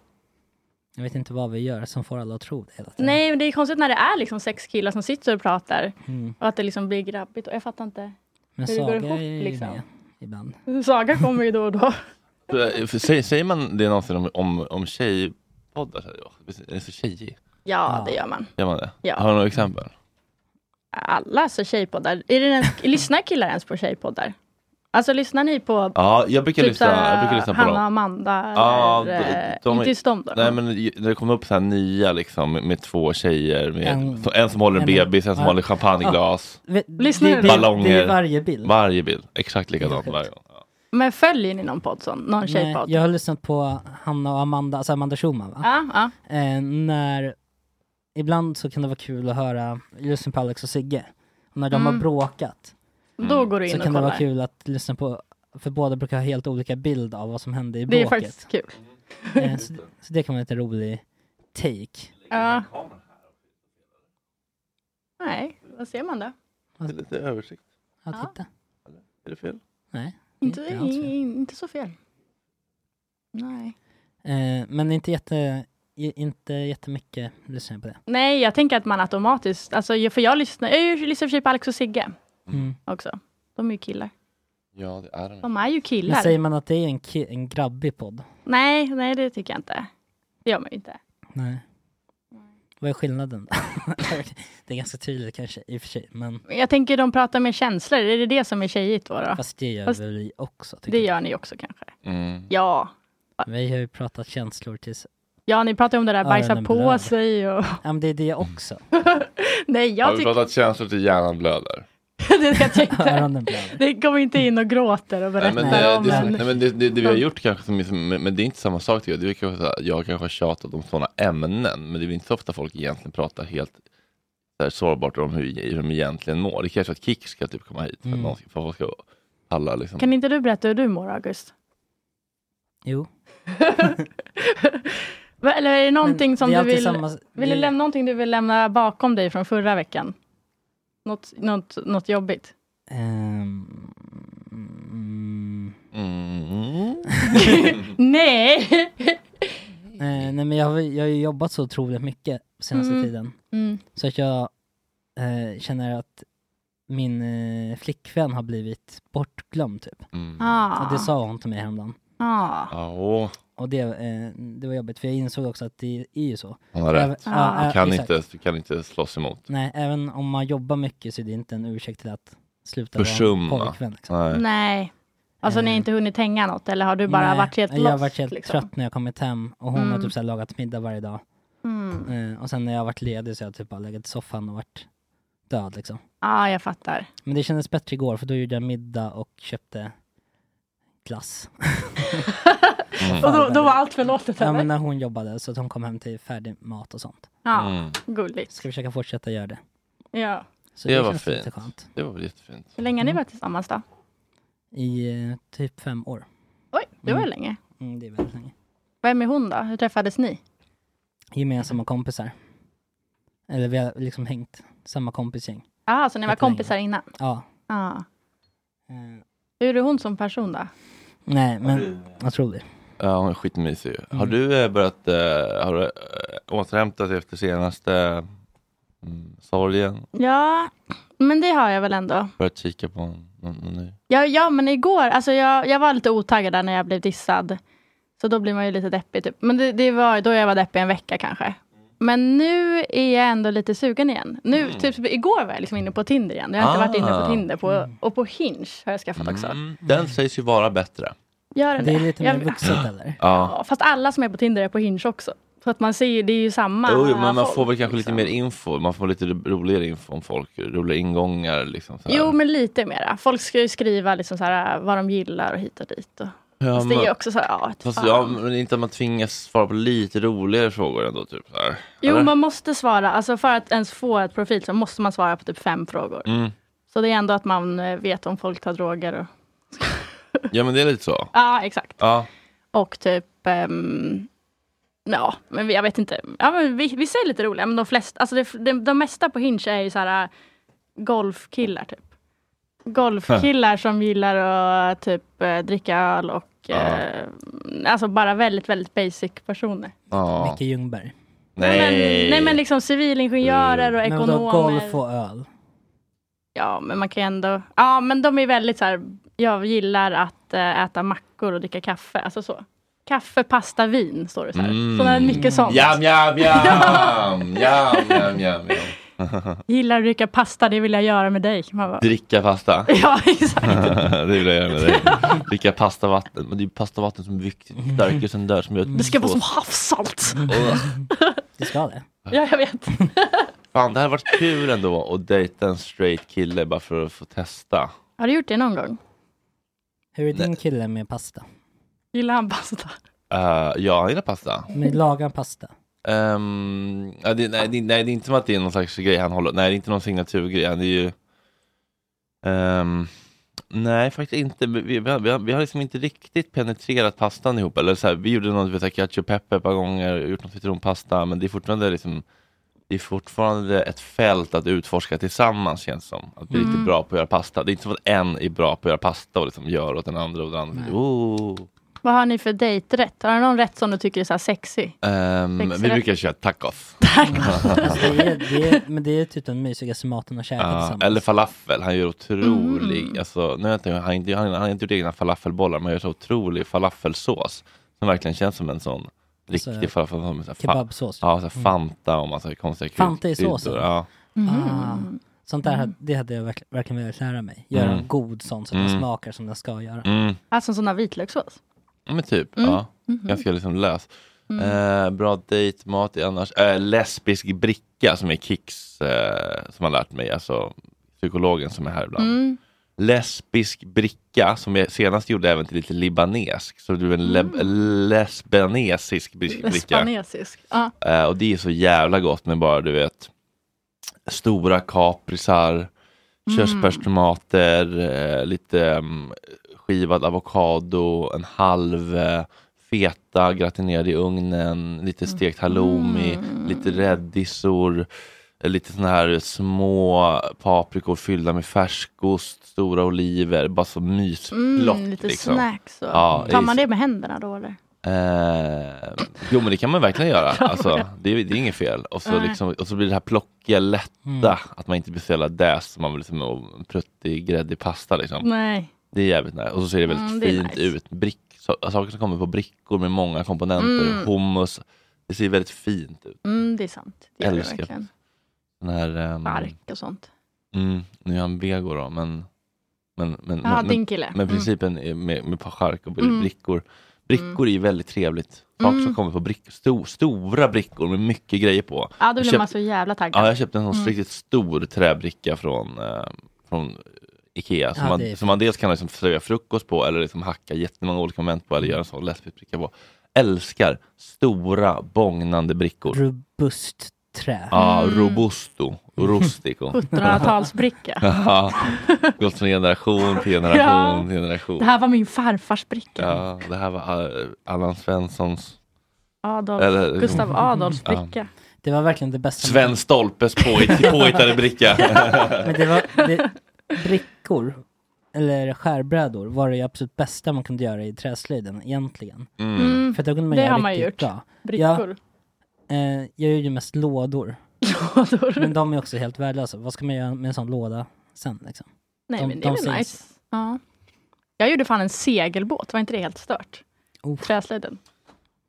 Speaker 3: Jag vet inte vad vi gör som får alla att tro det hela tiden.
Speaker 4: Nej, men det är konstigt när det är liksom sex killar som sitter och pratar. Och att det liksom blir grabbigt. Och jag fattar inte.
Speaker 3: men
Speaker 4: hur det
Speaker 3: Saga
Speaker 4: går ihop,
Speaker 3: är ju
Speaker 4: liksom.
Speaker 3: med ibland.
Speaker 4: Saga kommer ju då och då.
Speaker 1: Eh, för- Säger, säger man det någonsin om, om, om tjejpoddar? Så här, "Åh, Är det så tjejig?
Speaker 4: Ja, det gör man.
Speaker 1: Gör man det?
Speaker 4: Ja.
Speaker 1: Har du några exempel?
Speaker 4: Alla alltså tjejpoddar. Är det ens, lyssnar killar ens på tjejpoddar? Alltså lyssnar ni på
Speaker 1: Ja, jag brukar,
Speaker 4: typ så
Speaker 1: lyssna, jag brukar
Speaker 4: här,
Speaker 1: lyssna på
Speaker 4: Hanna och
Speaker 1: dem.
Speaker 4: Amanda?
Speaker 1: Ja,
Speaker 4: eller, eh,
Speaker 1: de- de-
Speaker 4: inte just dem då?
Speaker 1: Nej men ju- när det kommer upp så här nya liksom med två tjejer, med,
Speaker 3: En-
Speaker 1: en, en som håller en
Speaker 3: en-
Speaker 1: bebis, en som
Speaker 3: ja.
Speaker 1: håller champagneglas.
Speaker 3: Vi-
Speaker 4: Lyssna
Speaker 3: det,
Speaker 4: nu.
Speaker 3: det, det är
Speaker 1: Ballonger.
Speaker 3: varje bild.
Speaker 1: Varje bild, exakt
Speaker 3: Det är
Speaker 1: likadant
Speaker 3: sjukt.
Speaker 1: varje gång. Ja.
Speaker 4: Men följer ni någon podd sån? Någon
Speaker 3: Nej,
Speaker 4: tjejpodd?
Speaker 3: jag har lyssnat på Hanna och Amanda, alltså Amanda Schulman va?
Speaker 4: Ja, ja.
Speaker 3: Eh, när, ibland så kan det vara kul att höra, lyssna på Alex och Sigge. Och när de har
Speaker 4: Mm.
Speaker 3: bråkat
Speaker 4: Då
Speaker 1: Mm.
Speaker 4: går du in
Speaker 3: så
Speaker 4: och
Speaker 3: kan det vara
Speaker 4: kollar.
Speaker 3: kul att lyssna på, för båda brukar ha helt olika bild av vad som hände i
Speaker 4: det är
Speaker 3: bråket.
Speaker 4: faktiskt kul.
Speaker 3: Eh, så, så det kan vara en lite rolig take.
Speaker 4: Ja. Nej, vad ser man då?
Speaker 1: Det är lite översikt,
Speaker 3: Att
Speaker 4: Ja.
Speaker 3: hitta.
Speaker 1: är det fel?
Speaker 3: Nej. det är
Speaker 4: Inte,
Speaker 3: inte alls fel.
Speaker 4: in- inte så fel. Nej.
Speaker 3: Eh, men inte, jätte, i- inte jättemycket lyssnar jag på det.
Speaker 4: Nej, jag tänker att man automatiskt, alltså, jag- för jag lyssnar, jag lyssnar i och för sig på Alex och Sigge
Speaker 3: Mm.
Speaker 4: också. De är ju killar.
Speaker 1: Ja, det är det.
Speaker 4: De är ju killar.
Speaker 3: Men säger man att det är en, ki- en grabbig podd?
Speaker 4: Nej, nej det tycker jag inte. Det gör man ju inte.
Speaker 3: Nej.
Speaker 4: Mm.
Speaker 3: Vad är skillnaden? det är ganska tydligt kanske i och för sig, men
Speaker 4: Men Jag tänker de pratar med känslor, är det det som är tjejigt då? då?
Speaker 3: fast det gör
Speaker 4: Fast-
Speaker 3: väl vi också? tycker
Speaker 4: Det
Speaker 3: jag.
Speaker 4: gör ni också kanske?
Speaker 1: Mm.
Speaker 4: Ja.
Speaker 3: Vi har ju pratat känslor tills...
Speaker 4: Ja, ni pratar ju om det där bajsa
Speaker 3: Öronen
Speaker 4: på
Speaker 3: blöder.
Speaker 4: sig och...
Speaker 3: Ja men det är det också.
Speaker 4: Nej,
Speaker 1: Har
Speaker 4: jag
Speaker 1: vi
Speaker 4: tycker
Speaker 1: pratat känslor till hjärnan blöder?
Speaker 4: det ska jag tänkte.
Speaker 3: Öronen blöder.
Speaker 4: Ni kommer inte in och gråter och
Speaker 1: Nej
Speaker 4: berättar
Speaker 1: men, det,
Speaker 4: om
Speaker 1: det,
Speaker 4: en...
Speaker 1: nej, men det, det, det vi har gjort kanske, som, som- men, men det är inte samma sak tycker jag. Det är kanske, så här, jag kanske har tjatat om sådana ämnen, men det är väl inte så ofta folk egentligen pratar helt så här, sårbart om hur, hur de egentligen mår. Det krävs att Kik ska typ komma hit för att
Speaker 3: Mm.
Speaker 1: någon ska, för att folk ska palla liksom.
Speaker 4: Kan inte du berätta hur du mår, August?
Speaker 3: Jo.
Speaker 4: Va- Eller är det någonting
Speaker 3: Men
Speaker 4: som
Speaker 3: det är
Speaker 4: du
Speaker 3: alltid
Speaker 4: vill...
Speaker 3: samma-
Speaker 4: Vill du
Speaker 3: det-
Speaker 4: lämna någonting du vill lämna bakom dig från förra veckan? Något, något, något jobbigt?
Speaker 3: Ehm, mm,
Speaker 1: Mm.
Speaker 4: Nej!
Speaker 3: eh, nej men jag har, väl- jag har ju jobbat så otroligt mycket senaste
Speaker 4: Mm.
Speaker 3: tiden.
Speaker 4: Mm.
Speaker 3: Så att jag eh, känner att min eh, flickvän har blivit bortglömd typ.
Speaker 1: Mm.
Speaker 4: Ah.
Speaker 3: Och det sa hon till mig häromdagen.
Speaker 4: ah.
Speaker 1: Ja, åh,
Speaker 3: Och det, eh, det var jobbigt, för jag insåg också att det är ju så.
Speaker 1: hon har rätt.
Speaker 3: Även- ja,
Speaker 4: Ah.
Speaker 3: eh,
Speaker 1: Du kan,
Speaker 3: exakt.
Speaker 1: inte, du kan inte slåss emot.
Speaker 3: Nej, även om man jobbar mycket så är det inte en ursäkt till att sluta
Speaker 1: Försumma.
Speaker 3: vara pojkvän. Liksom.
Speaker 1: Nej.
Speaker 4: Nej. Alltså ni har
Speaker 3: Eh.
Speaker 4: inte hunnit hänga något eller har du bara
Speaker 3: Nej,
Speaker 4: varit helt lost?
Speaker 3: Jag har varit helt
Speaker 4: liksom?
Speaker 3: trött när jag kommit hem och hon har
Speaker 4: Mm.
Speaker 3: typ så här lagat middag varje dag.
Speaker 4: Mm.
Speaker 3: Eh, och sen när jag har varit ledig så har jag typ bara legat i soffan och varit död liksom.
Speaker 4: Ja, jag fattar.
Speaker 3: Men det kändes bättre igår för då gjorde jag middag och köpte glass.
Speaker 1: Mm.
Speaker 4: Och då, då var allt förlåtet
Speaker 3: Mm. Ja
Speaker 4: eller?
Speaker 3: men när hon jobbade så att hon kom hem till färdig mat och sånt.
Speaker 4: Ja,
Speaker 1: Mm.
Speaker 4: gulligt.
Speaker 3: Ska försöka fortsätta göra det.
Speaker 4: Ja.
Speaker 3: Så
Speaker 1: Det
Speaker 3: det,
Speaker 1: var
Speaker 3: känns
Speaker 1: fint.
Speaker 3: lite skönt.
Speaker 1: Det var väl jättefint.
Speaker 4: Hur länge har ni
Speaker 3: Mm.
Speaker 4: varit tillsammans då?
Speaker 3: I eh, typ fem år.
Speaker 4: Oj, det var
Speaker 3: Mm.
Speaker 4: länge.
Speaker 3: Mm, det är väldigt länge.
Speaker 4: Vem är hon då? Hur träffades ni?
Speaker 3: Gemensamma kompisar. Eller vi har liksom hängt, samma kompisgäng.
Speaker 4: Ja, Ah, så ni var
Speaker 3: Jättelänge.
Speaker 4: kompisar innan?
Speaker 3: Ja.
Speaker 4: Ja.
Speaker 3: Eh,
Speaker 4: Hur är hon som person då?
Speaker 3: nej men, otroligt.
Speaker 1: Ja, hon är skitmysig. ju. Har
Speaker 3: Mm.
Speaker 1: du eh, börjat eh, har du, eh, återhämta dig efter senaste mm, sorgen?
Speaker 4: Ja, Men det har jag väl ändå.
Speaker 1: Börjat kika på någon, någon, någon ny.
Speaker 4: Ja, ja men igår, alltså jag, jag var lite otaggad där när jag blev dissad. Så då blir man ju lite deppig. Typ. Men det, det var då jag var deppig en vecka kanske. Men nu är jag ändå lite sugen igen. Nu, typ, igår var jag liksom inne på Tinder igen. Jag har inte varit inne
Speaker 1: Mm. Ah.
Speaker 4: på Tinder. På, och på Hinge har jag skaffat också.
Speaker 1: Mm, den sägs ju vara bättre.
Speaker 4: Gör den
Speaker 3: Det är lite
Speaker 4: Jag-
Speaker 3: mer vuxet eller?
Speaker 1: Ja.
Speaker 4: Ja, fast alla som är på Tinder är på Hinge också. Så att man ser ju, det är ju samma
Speaker 1: Jo, jo, men man
Speaker 4: Ah, folk,
Speaker 1: får väl kanske
Speaker 4: liksom.
Speaker 1: lite mer info. Man får lite ro- roligare info om folk. Roliga ingångar. Liksom, så här.
Speaker 4: Jo, men lite mera. Folk ska ju skriva liksom så här, vad de gillar och hit och dit. Och.
Speaker 1: ja,
Speaker 4: Fast det är ju
Speaker 1: men,
Speaker 4: också så här, ja, vet
Speaker 1: fast,
Speaker 4: fan.
Speaker 1: ja, men inte att man tvingas svara på lite roligare frågor ändå. Typ, så här.
Speaker 4: Jo,
Speaker 1: Eller?
Speaker 4: man måste svara. Alltså för att ens få ett profil så måste man svara på typ fem frågor.
Speaker 1: Mm.
Speaker 4: Så det är ändå att man eh, vet om folk tar droger. Och...
Speaker 1: Ja, men det är lite så.
Speaker 4: Ja, exakt.
Speaker 1: Ja.
Speaker 4: Och typ... ehm, Ja, men vi- jag vet inte. Ja, men vi, vi säger lite roliga, men de flesta, alltså det, de, de mesta på Hinge är ju så här äh, golfkillar typ. Golfkillar som gillar att typ eh, dricka öl och eh, alltså bara väldigt, väldigt basic personer.
Speaker 1: ja.
Speaker 3: Micke Ljungberg.
Speaker 4: Men, nej men liksom
Speaker 1: Mm.
Speaker 4: civilingenjörer och
Speaker 3: Men vadå
Speaker 4: ekonomer.
Speaker 3: golf och öl?
Speaker 4: Ja, men man kan ju ändå... Ja, men de är väldigt så här... Jag gillar att eh, äta mackor och dricka kaffe. Alltså så. Kaffe, pasta, vin, står det så här.
Speaker 1: Mm.
Speaker 4: Så det är mycket sånt.
Speaker 1: Jam, jam, jam! jam, jam, jam, jam.
Speaker 4: Gillar att dricka pasta, det vill jag göra med dig. Man bara,
Speaker 1: Dricka pasta.
Speaker 4: ja, exakt.
Speaker 1: det vill jag göra med dig. Dricka pastavatten. Men det är ju pastavatten som är viktigt. Starkelsen där som gör att
Speaker 4: Det ska vara som havssalt.
Speaker 1: Åh,
Speaker 3: Du ska det?
Speaker 4: Ja, jag vet.
Speaker 1: Fan, det hade varit kul ändå att dejta en straight kille bara för att få testa.
Speaker 4: Har du gjort det någon gång?
Speaker 3: Hur är din kille med pasta?
Speaker 4: Gillar han pasta?
Speaker 1: Eh, ja, han gillar pasta.
Speaker 3: Med lagad pasta?
Speaker 1: Ehm, ja, det, nej, det, nej, det är inte som att det är någon slags grej han håller. Nej, det är inte någon signaturgrej. Han är ju... Ehm, nej, faktiskt inte. Vi, vi, vi, har, vi har liksom inte riktigt penetrerat pastan ihop. Eller så här, vi gjorde något, vi vet, cacio e pepe ett par gånger, gjort någon citronpasta, men det är fortfarande liksom det är fortfarande ett fält att utforska tillsammans känns som. Att bli riktigt bra på att göra pasta. Det är inte som att en är bra på att göra pasta och liksom gör åt den andra och den andra. Oh.
Speaker 4: Vad har ni för dejträtt? Har du någon rätt som du tycker är så här sexy?
Speaker 1: Ehm,
Speaker 4: Fixar
Speaker 1: vi
Speaker 4: det.
Speaker 1: brukar köra tacos.
Speaker 3: Alltså, det är, det är, men det är typ den mysigaste maten att käka
Speaker 1: Ja,
Speaker 3: tillsammans.
Speaker 1: eller falafel, han gör otrolig,
Speaker 3: Mm.
Speaker 1: alltså, nu vet jag, han, har inte- han, han har inte gjort egna falafelbollar, men han gör så otrolig falafelsås som verkligen känns som en sån riktig
Speaker 3: Alltså,
Speaker 1: falafel. Som, så här, fa-
Speaker 3: Kebabsås.
Speaker 1: ja, så här, Fanta och massa konstiga krydd-
Speaker 3: Fanta i
Speaker 1: kryddor.
Speaker 3: såsen.
Speaker 1: Ja.
Speaker 4: Mhm.
Speaker 3: Ah, sånt där hade- det hade jag verkl- verkligen velat lära mig. Göra en god sån så att den smakar som den ska göra.
Speaker 1: Mm.
Speaker 4: Alltså en sån där vitlökssås.
Speaker 1: Ja, Men typ,
Speaker 3: Mm.
Speaker 1: ja. ganska liksom lös. Eh, bra dejtmat är annars. Eh, lesbisk bricka som är Kicks, eh, som har lärt mig, alltså psykologen som är här
Speaker 3: Mm.
Speaker 1: ibland.
Speaker 4: Mm.
Speaker 1: Lesbisk bricka som jag senast gjorde även till lite libanesisk. Så det blev en leb-
Speaker 3: Mm.
Speaker 1: lesbanesisk bri- bricka.
Speaker 4: Spanesisk. Ja.
Speaker 1: Eh, och det är så jävla gott med bara du vet stora kaprisar,
Speaker 4: Mm.
Speaker 1: körsbärstomater, eh, lite mm, skivad avokado, en halv eh, feta gratinerad i ugnen, lite stekt halloumi,
Speaker 4: Mm.
Speaker 1: lite räddisor, eh, lite såna här små paprikor fyllda med färskost, stora oliver, bara så mysplock.
Speaker 4: Mm, lite
Speaker 1: liksom.
Speaker 4: snacks. Och...
Speaker 1: Ja, det
Speaker 4: Tar
Speaker 1: är
Speaker 4: man
Speaker 1: så-
Speaker 4: det med händerna då eller?
Speaker 1: Eh, jo men det kan man verkligen göra, alltså, det, är, det är inget fel. Och så,
Speaker 4: Nej. Mm.
Speaker 1: liksom, och så blir det här plockiga, lätta,
Speaker 3: Mm.
Speaker 1: att man inte blir så jävla däst som man vill liksom, och pruttig, gräddig pasta liksom.
Speaker 4: Nej.
Speaker 1: Det är jävligt nice. Och så ser det väldigt
Speaker 4: Mm, det är
Speaker 1: fint
Speaker 4: nice.
Speaker 1: ut. Brick, så, saker som kommer på brickor med många komponenter, hummus. Det ser väldigt fint ut.
Speaker 4: Mm, det är sant. Det gör det
Speaker 1: Älskar.
Speaker 4: verkligen.
Speaker 1: Den här, ehm,
Speaker 4: Bark och sånt.
Speaker 1: mm, nu är han vego då, men, men, men,
Speaker 4: Ja,
Speaker 1: men,
Speaker 4: din kille.
Speaker 1: Men
Speaker 4: mm.
Speaker 1: principen är med, med chark och
Speaker 4: Mm.
Speaker 1: brickor. Brickor är ju väldigt trevligt. Saker som
Speaker 4: Mm.
Speaker 1: kommer på brickor. Sto, stora brickor med mycket grejer på.
Speaker 4: Ja, då
Speaker 1: jag
Speaker 4: blir man
Speaker 1: köpt-
Speaker 4: så jävla taggad.
Speaker 1: Ja, jag köpte en
Speaker 3: Mm.
Speaker 1: sån riktigt stor träbricka från, eh, från Ikea. Som,
Speaker 3: Ja, det är
Speaker 1: man, som man dels kan liksom servera frukost på eller liksom hacka jättemånga olika moment på eller
Speaker 3: Mm.
Speaker 1: göra en sån lesbisk bricka på. Älskar stora bångnande brickor.
Speaker 3: Robust trä.
Speaker 1: Ja, Ah, robusto, rustico.
Speaker 4: 1700-talsbricka.
Speaker 1: Ja, Gått från generation till generation till generation.
Speaker 4: Det här var min farfars bricka.
Speaker 1: Ja, det här var eh, Allan Svenssons...
Speaker 4: Adolf.
Speaker 1: Eller-
Speaker 4: Gustav Adolfs
Speaker 1: Ja.
Speaker 4: bricka.
Speaker 3: Det var verkligen det bästa. med-
Speaker 1: Sven Stolpes påhitt, påhittade bricka.
Speaker 3: Men det var, det, brickor, eller skärbrädor, var det absolut bästa man kunde göra i träslöjden egentligen.
Speaker 4: Mm.
Speaker 3: För då kunde man
Speaker 4: Det
Speaker 3: göra
Speaker 4: har man
Speaker 3: riktigt
Speaker 4: gjort.
Speaker 3: bra.
Speaker 4: Brickor.
Speaker 3: Eh, jag gör ju mest lådor.
Speaker 4: lådor.
Speaker 3: Men de är också helt värdelösa. Vad ska man göra med en sån låda sen liksom?
Speaker 4: Nej,
Speaker 3: de-
Speaker 4: men det
Speaker 3: de
Speaker 4: är väl
Speaker 3: finns.
Speaker 4: nice. Ja. Jag gjorde fan en segelbåt, var inte det helt stört? Träslöjden.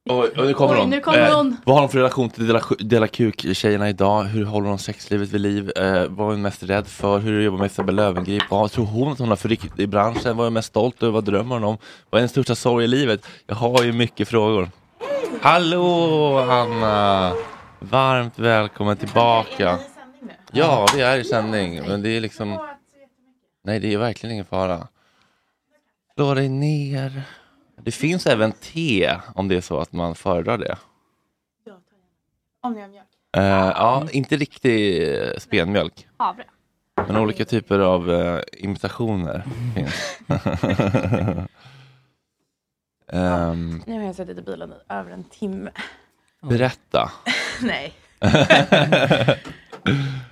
Speaker 1: Oj, och nu kommer
Speaker 4: Oj,
Speaker 1: hon.
Speaker 4: nu kommer
Speaker 1: Eh,
Speaker 4: hon.
Speaker 1: Vad har de för relation till Dela, Dela Kuk-tjejerna idag? Hur håller de sexlivet vid liv? Eh, vad är hon mest rädd för? Hur jobbar med Isabella Löwengrip? Vad tror hon att hon har för rikt i branschen? Vad är hon mest stolt över? Vad drömmer hon om? Vad är hennes största sorg i livet? Jag har ju mycket frågor. Hallå Anna! Varmt välkommen tillbaka. Ja, vi är i sändning. Men det är liksom... Nej, det är verkligen ingen fara. Slå dig ner. Det finns även te om det är så att man föredrar det.
Speaker 6: Om ni har mjölk.
Speaker 1: Eh, ja, inte riktig eh, spenmjölk.
Speaker 4: Havre.
Speaker 1: Men olika typer av eh, imitationer finns. Ehm,
Speaker 6: Nu har jag suttit i bilen i över en timme.
Speaker 1: berätta.
Speaker 6: Nej.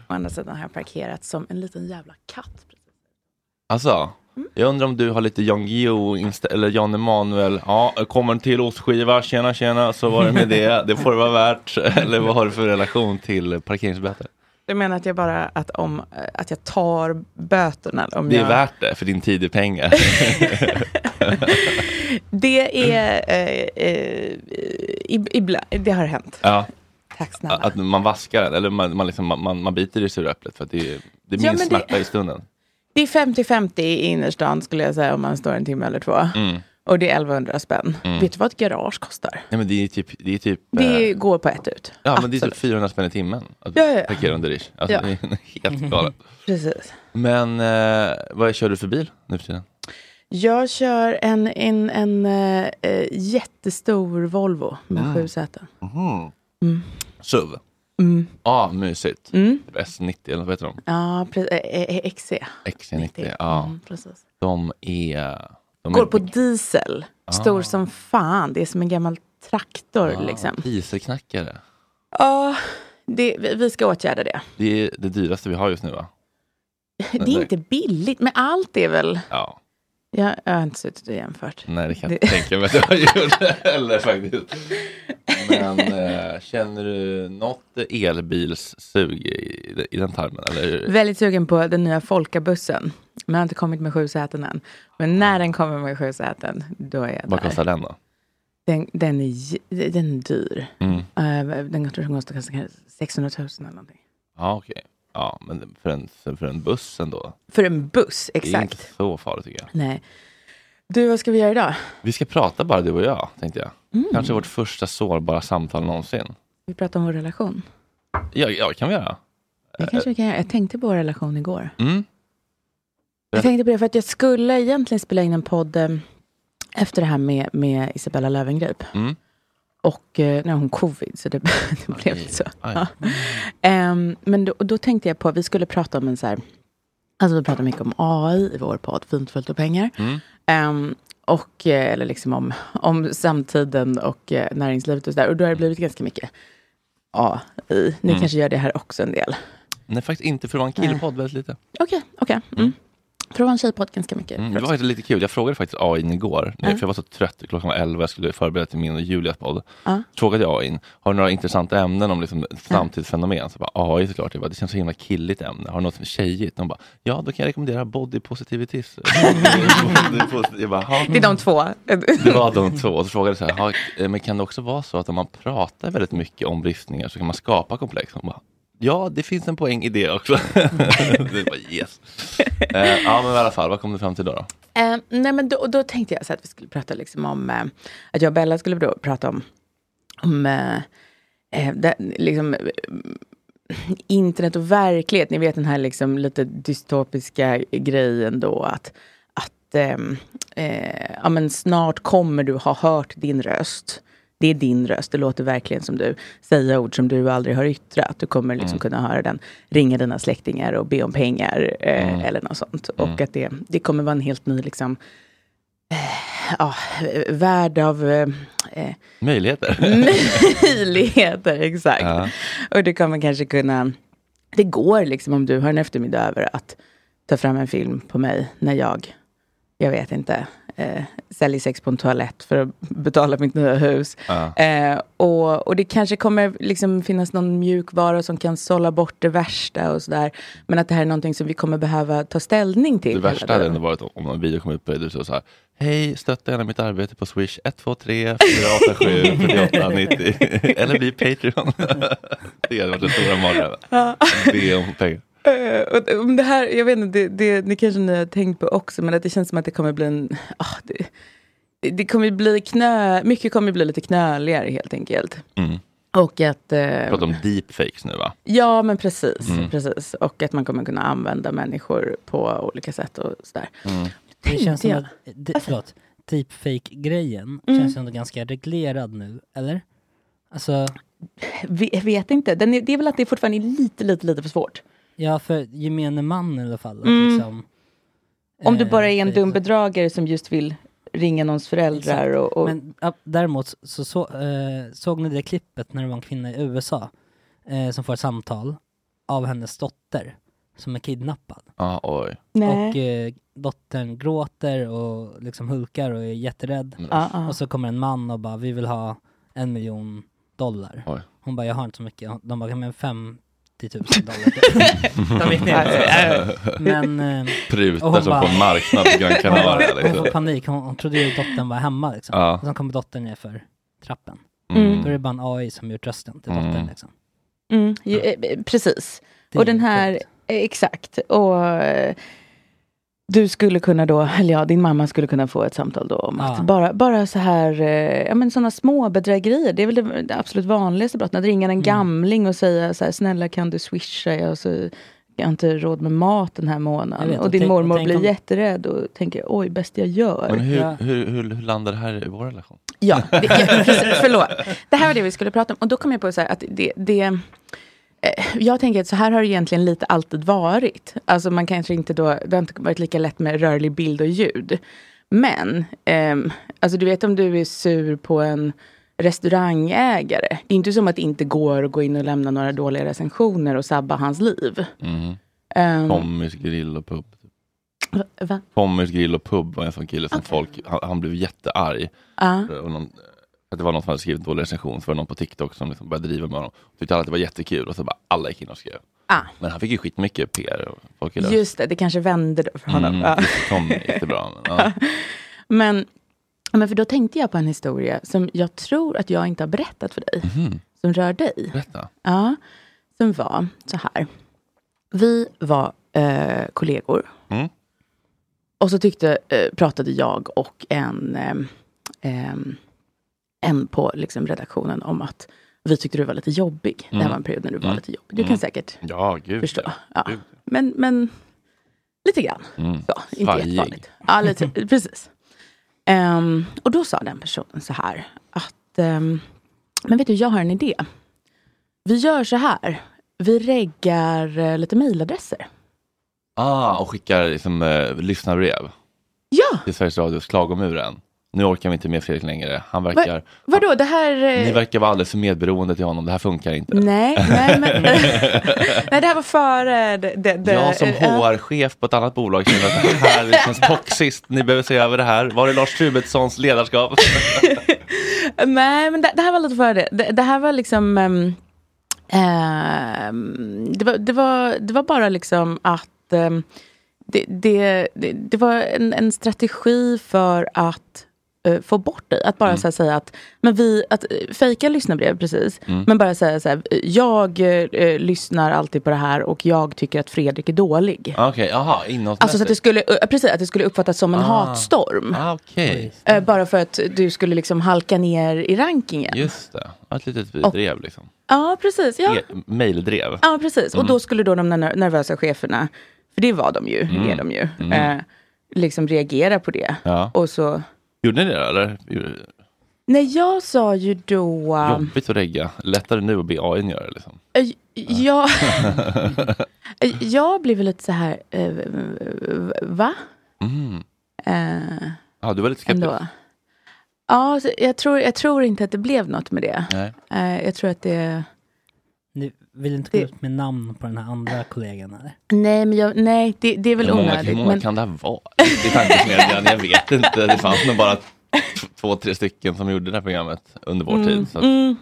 Speaker 6: Å andra sidan har jag parkerat som en liten jävla katt.
Speaker 1: Alltså, jag undrar om du har lite Jan Guillou inst- eller Jan Emanuel. Ja, kommer en till ostskiva, tjena tjena, så var det med det. Det får det vara värt. Eller vad har du för relation till parkeringsböter?
Speaker 6: Du menar att jag bara att, om, att jag tar böterna? Om
Speaker 1: Det är
Speaker 6: jag...
Speaker 1: värt det, för din tid är pengar.
Speaker 6: Det är... Eh, eh, ib- ibland, det har hänt.
Speaker 1: ja.
Speaker 6: Tack snälla.
Speaker 1: Att man vaskar den, eller man, man, liksom, man- man, man biter i det sura äpplet för att det är, det är minst
Speaker 6: Ja, men det-
Speaker 1: smärta i stunden.
Speaker 6: Det är 50-50 i innerstan skulle jag säga om man står en timme eller två.
Speaker 1: Mm.
Speaker 6: Och det är 1100 spänn. Vet du vad ett garage kostar?
Speaker 1: Nej men det är typ, det är typ,
Speaker 6: Det
Speaker 1: eh,
Speaker 6: går på ett ut.
Speaker 1: ja, men det är typ
Speaker 6: Absolut.
Speaker 1: 400 spänn i timmen att
Speaker 6: Ja, ja, ja.
Speaker 1: parkera under ish. Alltså,
Speaker 6: Ja.
Speaker 1: Det är helt galet.
Speaker 6: Precis.
Speaker 1: Men eh, vad kör du för bil nu för tiden?
Speaker 6: Jag kör en, en, en eh, eh, jättestor Volvo med
Speaker 1: Ah.
Speaker 6: sju säten.
Speaker 1: SUV?
Speaker 6: Mm.
Speaker 1: Ja, mysigt.
Speaker 6: Mm.
Speaker 1: Typ S90 eller vad heter de?
Speaker 6: Ja, precis. XC.
Speaker 1: XC90. E, Ja,
Speaker 6: E. Mm, precis.
Speaker 1: de är... De
Speaker 6: Går
Speaker 1: är Ah.
Speaker 6: på diesel. Stor som fan. Det är som en gammal traktor liksom.
Speaker 1: dieselknackare.
Speaker 6: Ja, det, vi vi ska åtgärda det.
Speaker 1: Det är det dyraste vi har just nu va?
Speaker 6: Det är inte billigt, men allt är väl...
Speaker 1: Ja,
Speaker 6: Jag, jag har inte suttit och jämfört.
Speaker 1: nej det kan jag
Speaker 6: Det-
Speaker 1: inte tänka mig att jag har gjort heller faktiskt. Men eh, känner du något elbilssug i, i den tarmen?
Speaker 7: Typ.
Speaker 1: Eller?
Speaker 6: Väldigt sugen på den nya folkabussen. Men jag har inte kommit med sju säten än. Men när den kommer med sju säten, då är jag
Speaker 1: Vad
Speaker 6: där.
Speaker 1: kostar den då?
Speaker 6: Den, den, är, j- den är dyr.
Speaker 1: Mm.
Speaker 6: Eh, den jag tror den kostar kanske 600 000 eller någonting.
Speaker 1: Ja, okej. Ja, men för en, för en buss ändå.
Speaker 6: För en buss,
Speaker 1: Det är inte
Speaker 6: exakt.
Speaker 1: så farligt tycker jag.
Speaker 6: Nej. Du, vad ska vi göra idag? Mm.
Speaker 1: Vi ska prata bara du och jag, tänkte jag. Kanske vårt första sårbara samtal någonsin.
Speaker 6: Vi pratar om vår relation.
Speaker 1: Ja, ja kan vi göra.
Speaker 6: Det kanske vi kan göra. Jag tänkte på vår relation igår.
Speaker 1: Mm.
Speaker 6: Jag tänkte på det för att jag skulle egentligen spela in en podd eh, efter det här med, med Isabella Löwengrip.
Speaker 1: Mm.
Speaker 6: Och eh, nu har hon covid, så det, det blev
Speaker 1: Aj,
Speaker 6: så.
Speaker 1: aj.
Speaker 6: Ja. Ehm, men då, och då tänkte jag på, vi skulle prata om en så här, alltså vi pratar mycket om AI i vår podd, Fint, fullt och pengar.
Speaker 1: Mm.
Speaker 6: Ehm, och, eh, eller liksom om, om samtiden och eh, näringslivet och så där. Och då har det blivit ganska mycket AI. Ni kanske gör det här också en del.
Speaker 1: Mm. Nej, faktiskt inte, för det var en killpodd väldigt lite.
Speaker 6: Okej, okej. Mm. För det var en tjejpodd ganska mycket.
Speaker 1: Mm, det
Speaker 6: för
Speaker 1: var
Speaker 6: oss.
Speaker 1: faktiskt lite kul. Jag frågade faktiskt AIn igår, nej, för jag var så trött. Klockan var 11 jag skulle förbereda till min och Julias podd. Frågade jag AIn, har du några intressanta ämnen om liksom framtidsfenomen? Så bara, AI såklart. Jag bara, det känns så himla killigt ämne. Har du något som är tjejigt? De bara, ja, då kan jag rekommendera body positivities. Body posit- jag bara, "Ha."
Speaker 6: Det är de två.
Speaker 1: Det var de två. Och så frågade jag så här, "Ha, eh, men kan det också vara så att om man pratar väldigt mycket om bristningar så kan man skapa komplex? Hon bara, ja, det finns en poäng i det också. det bara, yes. Eh, ja, men i alla fall, vad kom du fram till då? då?
Speaker 6: Eh, nej, men då, då tänkte jag så att vi skulle prata liksom om, eh, att jag och Bella skulle då prata om, om eh, eh, det, liksom, eh, internet och verklighet. Ni vet den här liksom lite dystopiska grejen då att, att ehm, eh, ja, men snart kommer du ha hört din röst. Det är din röst, det låter verkligen som du. Säga ord som du aldrig har yttrat. Du kommer liksom kunna höra den. Ringa dina släktingar och be om pengar eh, eller något sånt. Och att det, det kommer vara en helt ny liksom, eh, ja, eh, värld av eh, eh,
Speaker 1: Möjligheter.
Speaker 6: möjligheter, exakt. Och du kommer kanske kunna... Det går liksom om du har en eftermiddag över att ta fram en film på mig när jag jag vet inte, eh, säljer sex på en toalett för att betala mitt nya hus.
Speaker 1: Ja.
Speaker 6: Eh, och, och det kanske kommer liksom finnas någon mjukvara som kan sålla bort det värsta och sådär. Men att det här är någonting som vi kommer behöva ta ställning till.
Speaker 1: Det
Speaker 6: hela
Speaker 1: värsta hade
Speaker 6: tiden.
Speaker 1: ändå varit om en video kom ut på Idus och så här Hej, stötta gärna mitt arbete på Swish 123 487 48 90 eller bli Patreon. det hade varit den stora mardrömmen. Be om pengar.
Speaker 6: Eh, och om det här, jag vet inte, det, det, det kanske ni har tänkt på också, men att det känns som att det kommer bli en... ah, det, det- det kommer bli knö... Mycket kommer bli lite knöligare helt enkelt.
Speaker 1: Mm.
Speaker 6: Och att... eh,
Speaker 1: Prata om deepfakes nu va?
Speaker 6: Ja, men precis,
Speaker 1: Mm.
Speaker 6: precis. Och att man kommer kunna använda människor på olika sätt och sådär.
Speaker 1: Mm.
Speaker 3: Det känns som
Speaker 6: jag.
Speaker 3: att, det, förlåt, deepfake-grejen
Speaker 6: Alltså- Mm.
Speaker 3: känns ändå ganska reglerad nu, eller? Alltså,
Speaker 6: Eh, Vi- vet inte. Den är, det är väl att det fortfarande är lite, lite, lite för svårt.
Speaker 3: ja för gemene man i alla fall. Att
Speaker 6: Mm.
Speaker 3: liksom,
Speaker 6: Om du
Speaker 3: eh,
Speaker 6: bara är en
Speaker 3: det-
Speaker 6: dum bedragare som just vill ringa någons föräldrar och... och
Speaker 3: Men ja, däremot så, så eh, såg ni det klippet när det var en kvinna i USA eh, som får ett samtal av hennes dotter som är kidnappad.
Speaker 1: Ah, oj.
Speaker 6: nej.
Speaker 3: Och eh, dottern gråter och liksom hulkar och är jätterädd.
Speaker 6: Ja, ja.
Speaker 3: Och så kommer en man och bara, vi vill ha en miljon dollar.
Speaker 1: Oj.
Speaker 3: Hon bara, jag har inte så mycket. De bara, men 50 000 dollar. De gick ner. Men eh, Och
Speaker 1: Prutar
Speaker 3: hon
Speaker 1: som
Speaker 3: bara-
Speaker 1: på en marknad på Gran
Speaker 3: hon,
Speaker 1: Canaria.
Speaker 3: bara, hon
Speaker 1: Liksom.
Speaker 3: får panik. Hon, hon trodde ju dottern var hemma liksom.
Speaker 1: Ja.
Speaker 3: Och sen kommer dottern ner för trappen. Då är det
Speaker 1: Mm.
Speaker 3: bara en AI som gjort rösten till
Speaker 1: Mm.
Speaker 3: dottern liksom.
Speaker 6: Mm, ju, eh, precis.
Speaker 3: Det är
Speaker 6: Och den
Speaker 3: ju
Speaker 6: här,
Speaker 3: sjukt.
Speaker 6: eh, exakt. Och eh, du skulle kunna då, eller ja, din mamma skulle kunna få ett samtal då om
Speaker 3: Ja.
Speaker 6: att bara, bara så här, eh, ja men sådana små bedrägerier, det är väl det, det absolut vanligaste brottet. Att ringa en
Speaker 3: Mm.
Speaker 6: gamling och säga så här, snälla kan du swisha, jag, har så, jag har inte råd med mat den här
Speaker 3: Jag
Speaker 6: månaden.
Speaker 3: vet,
Speaker 6: och
Speaker 3: och
Speaker 6: din
Speaker 3: tänk- och
Speaker 6: mormor
Speaker 3: tänk
Speaker 6: blir
Speaker 3: om-
Speaker 6: jätterädd och tänker, oj, bäst jag gör.
Speaker 1: Men hur,
Speaker 3: Ja.
Speaker 1: hur, hur, hur landar det här i vår relation?
Speaker 6: Ja, det, ja precis, förlåt. Det här var det vi skulle prata om. Och då kom jag på så här att det... det eh, jag tänker att så här har det egentligen lite alltid varit. Alltså man kanske inte då, det har inte varit lika lätt med rörlig bild och ljud. Men, ehm, alltså du vet om du är sur på en restaurangägare. Det är inte som att det inte går att gå in och lämna några dåliga recensioner och sabba hans liv.
Speaker 1: Mm.
Speaker 6: Ehm,
Speaker 1: Tommys grill och pub.
Speaker 6: va- va?
Speaker 1: Tommys grill och pub var en sån kille som folk, han, han blev jättearg.
Speaker 6: Ja.
Speaker 1: eh, Och någon, att det var någon som hade skrivit en dålig recension, så var det någon på TikTok som liksom började driva med honom. Tyckte alla att det var jättekul och så bara alla gick in och skrev.
Speaker 6: Ah.
Speaker 1: Men han fick ju skitmycket PR och folk gillade
Speaker 6: Just det, det kanske vänder då för honom.
Speaker 1: Mm,
Speaker 6: Ja.
Speaker 1: just Tommy gick det bra. Men, ja.
Speaker 6: Men, men för då tänkte jag på en historia som jag tror att jag inte har berättat för dig,
Speaker 1: Mhm,
Speaker 6: som rör dig.
Speaker 1: berätta.
Speaker 6: Ja, som var så här. Vi var eh, kollegor.
Speaker 1: Mm.
Speaker 6: Och så tyckte, eh, pratade jag och en, ehm, ehm, en på liksom, redaktionen om att vi tyckte du var lite jobbig. Det här
Speaker 1: Mm.
Speaker 6: var en period när du var
Speaker 1: Mm.
Speaker 6: lite jobbig. Du kan
Speaker 1: Mm.
Speaker 6: säkert
Speaker 1: Ja, gud.
Speaker 6: förstå.
Speaker 1: ja.
Speaker 6: Ja.
Speaker 1: Gud.
Speaker 6: Men, men lite grann.
Speaker 1: Mm.
Speaker 6: Så, inte
Speaker 1: Svajig.
Speaker 6: jättevanligt. Ja, lite, precis. Ehm, och då sa den personen så här att, ehm, men vet du, jag har en idé. Vi gör så här, vi reggar eh, lite mejladresser.
Speaker 1: Ah, och skickar liksom, eh, lyssnarbrev
Speaker 6: Ja,
Speaker 1: till Sveriges Radios klagomuren. Nu orkar vi inte med Fredrik längre. Han verkar,
Speaker 6: vadå, det här... eh,
Speaker 1: ni verkar vara alldeles för medberoende till honom. Det här funkar inte.
Speaker 6: Nej, nej, men, nej, det här var före... Det, det, det-
Speaker 1: Jag som
Speaker 6: eh,
Speaker 1: HR-chef på ett annat bolag känner att det här känns toxiskt. Ni behöver se över det här. Var är Lars Trubetssons ledarskap?
Speaker 6: Nej, men det, det här var lite före det. det. Det här var liksom... ehm, ehm, det, var, det, var, det var bara liksom att... ehm, det, det, det, det var en, en strategi för att eh, få bort dig. Att
Speaker 1: Mm.
Speaker 6: bara så här, säga att... Men vi, att eh, fejka lyssnarbrev, precis.
Speaker 1: Mm.
Speaker 6: Men bara säga så här, jag eh, lyssnar alltid på det här och jag tycker att Fredrik är dålig.
Speaker 1: Okej, jaha, innehållsmässigt.
Speaker 6: Alltså så att det skulle, eh, precis, att det skulle uppfattas som en
Speaker 1: Ah.
Speaker 6: hatstorm.
Speaker 1: ah, Okej,
Speaker 6: Eh, bara för att du skulle liksom halka ner i rankingen.
Speaker 1: just det. Ja, Ett litet
Speaker 6: Och-
Speaker 1: drev liksom.
Speaker 6: Ja, precis. Ja,
Speaker 1: E- Mejldrev.
Speaker 6: ja precis. Och då skulle då de ner- nervösa cheferna, för det var de ju, är de ju, eh, liksom reagera på det.
Speaker 1: Ja.
Speaker 6: Och så...
Speaker 1: Gjorde ni det eller? Gjorde-
Speaker 6: Nej, jag sa ju då...
Speaker 1: Jobbigt att regga. Lättare nu att be AI göra det liksom.
Speaker 6: Eh, jag, Eh, jag blev väl lite så här, eh, va?
Speaker 1: Mm.
Speaker 6: Eh,
Speaker 1: Ja, du var lite skeptisk.
Speaker 6: ändå. Ja, så jag tror, jag tror inte att det blev något med det.
Speaker 1: Nej.
Speaker 6: Eh, jag tror att det...
Speaker 3: Ni vill inte gå ut med namn på den här andra kollegan eller?
Speaker 6: Nej, men jag, nej det, det är väl
Speaker 1: Hur många, hur
Speaker 6: onödigt.
Speaker 1: många
Speaker 6: Men,
Speaker 1: kan det här vara? I tankesmedjan, jag vet inte. Det fanns nog bara t- två, tre stycken som gjorde det här programmet under vår tid. Så att,
Speaker 6: mm,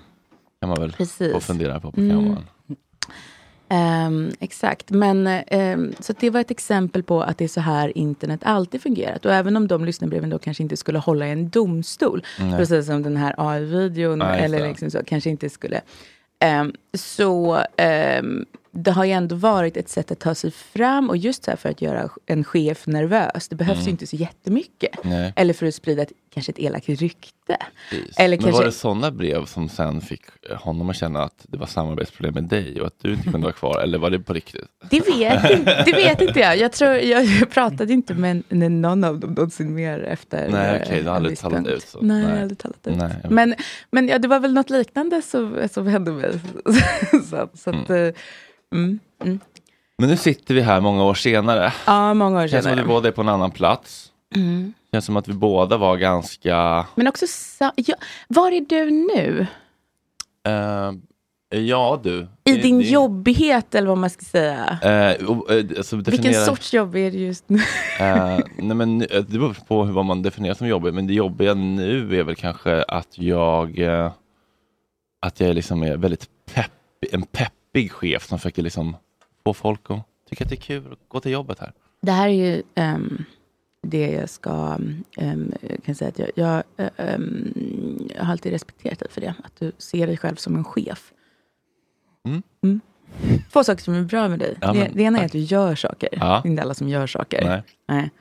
Speaker 1: kan man väl
Speaker 6: Precis.
Speaker 1: få fundera på på
Speaker 6: Mm.
Speaker 1: kammaren.
Speaker 6: ehm, exakt, men ehm, så att det var ett exempel på att det är så här internet alltid fungerat. Och även om de lyssnarbreven då kanske inte skulle hålla i en domstol,
Speaker 1: Nej.
Speaker 6: precis som den här AI-videon
Speaker 1: Nej, just
Speaker 6: eller
Speaker 1: det.
Speaker 6: liksom så, kanske inte skulle. Ehm, så ehm, det har ju ändå varit ett sätt att ta sig fram och just så här för att göra en chef nervös. Det behövs
Speaker 1: Mm.
Speaker 6: ju inte så jättemycket.
Speaker 1: Nej,
Speaker 6: Eller för att sprida ett, kanske ett elakt rykte.
Speaker 1: precis.
Speaker 6: Eller
Speaker 1: Men
Speaker 6: kanske-
Speaker 1: var det sådana brev som sen fick eh, honom att känna att det var samarbetsproblem med dig och att du inte kunde vara kvar? Eller var det på riktigt?
Speaker 6: Det vet, inte, det vet inte jag. Jag, tror, jag pratade inte med n- någon av dem någonsin mer efter
Speaker 1: Nej,
Speaker 6: eh,
Speaker 1: okej, du har
Speaker 6: en
Speaker 1: aldrig
Speaker 6: viss
Speaker 1: talat
Speaker 6: punkt.
Speaker 1: ut så.
Speaker 6: Nej, jag har
Speaker 1: Nej.
Speaker 6: aldrig talat ut.
Speaker 1: Nej, jag-
Speaker 6: Men, men ja, det var väl något liknande som, som hände mig. så, så att, eh, mm. Mm.
Speaker 1: Men nu sitter vi här många år senare.
Speaker 6: Ja, många år
Speaker 1: Det känns som att vi
Speaker 6: senare.
Speaker 1: båda är på en annan plats.
Speaker 6: Mm.
Speaker 1: Det känns som att vi båda var ganska...
Speaker 6: Men också, sa, ja, var är du nu?
Speaker 1: eh, ja, du.
Speaker 6: I
Speaker 1: Det-
Speaker 6: din
Speaker 1: det-
Speaker 6: jobbighet eller vad man ska säga.
Speaker 1: Eh, och, eh, alltså definiera-
Speaker 6: Vilken sorts jobb är det just nu?
Speaker 1: Eh, nej men, eh, det beror på hur- vad man definierar som jobbigt, men det jobbiga nu är väl kanske att jag eh, att jag liksom är väldigt pepp, en peppig chef som försöker liksom få folk att tycka att det är kul att gå till jobbet här.
Speaker 6: Det här är ju ehm, det jag ska... ehm, jag kan säga att jag, jag, eh, ehm, jag har alltid respekterat dig för det. Att du ser dig själv som en chef.
Speaker 1: Mm.
Speaker 6: Två saker som är bra med dig.
Speaker 1: Ja,
Speaker 6: det,
Speaker 1: men
Speaker 6: det ena är
Speaker 1: tack.
Speaker 6: att du gör saker.
Speaker 1: Ja.
Speaker 6: Det är inte alla som gör saker.
Speaker 1: Nej.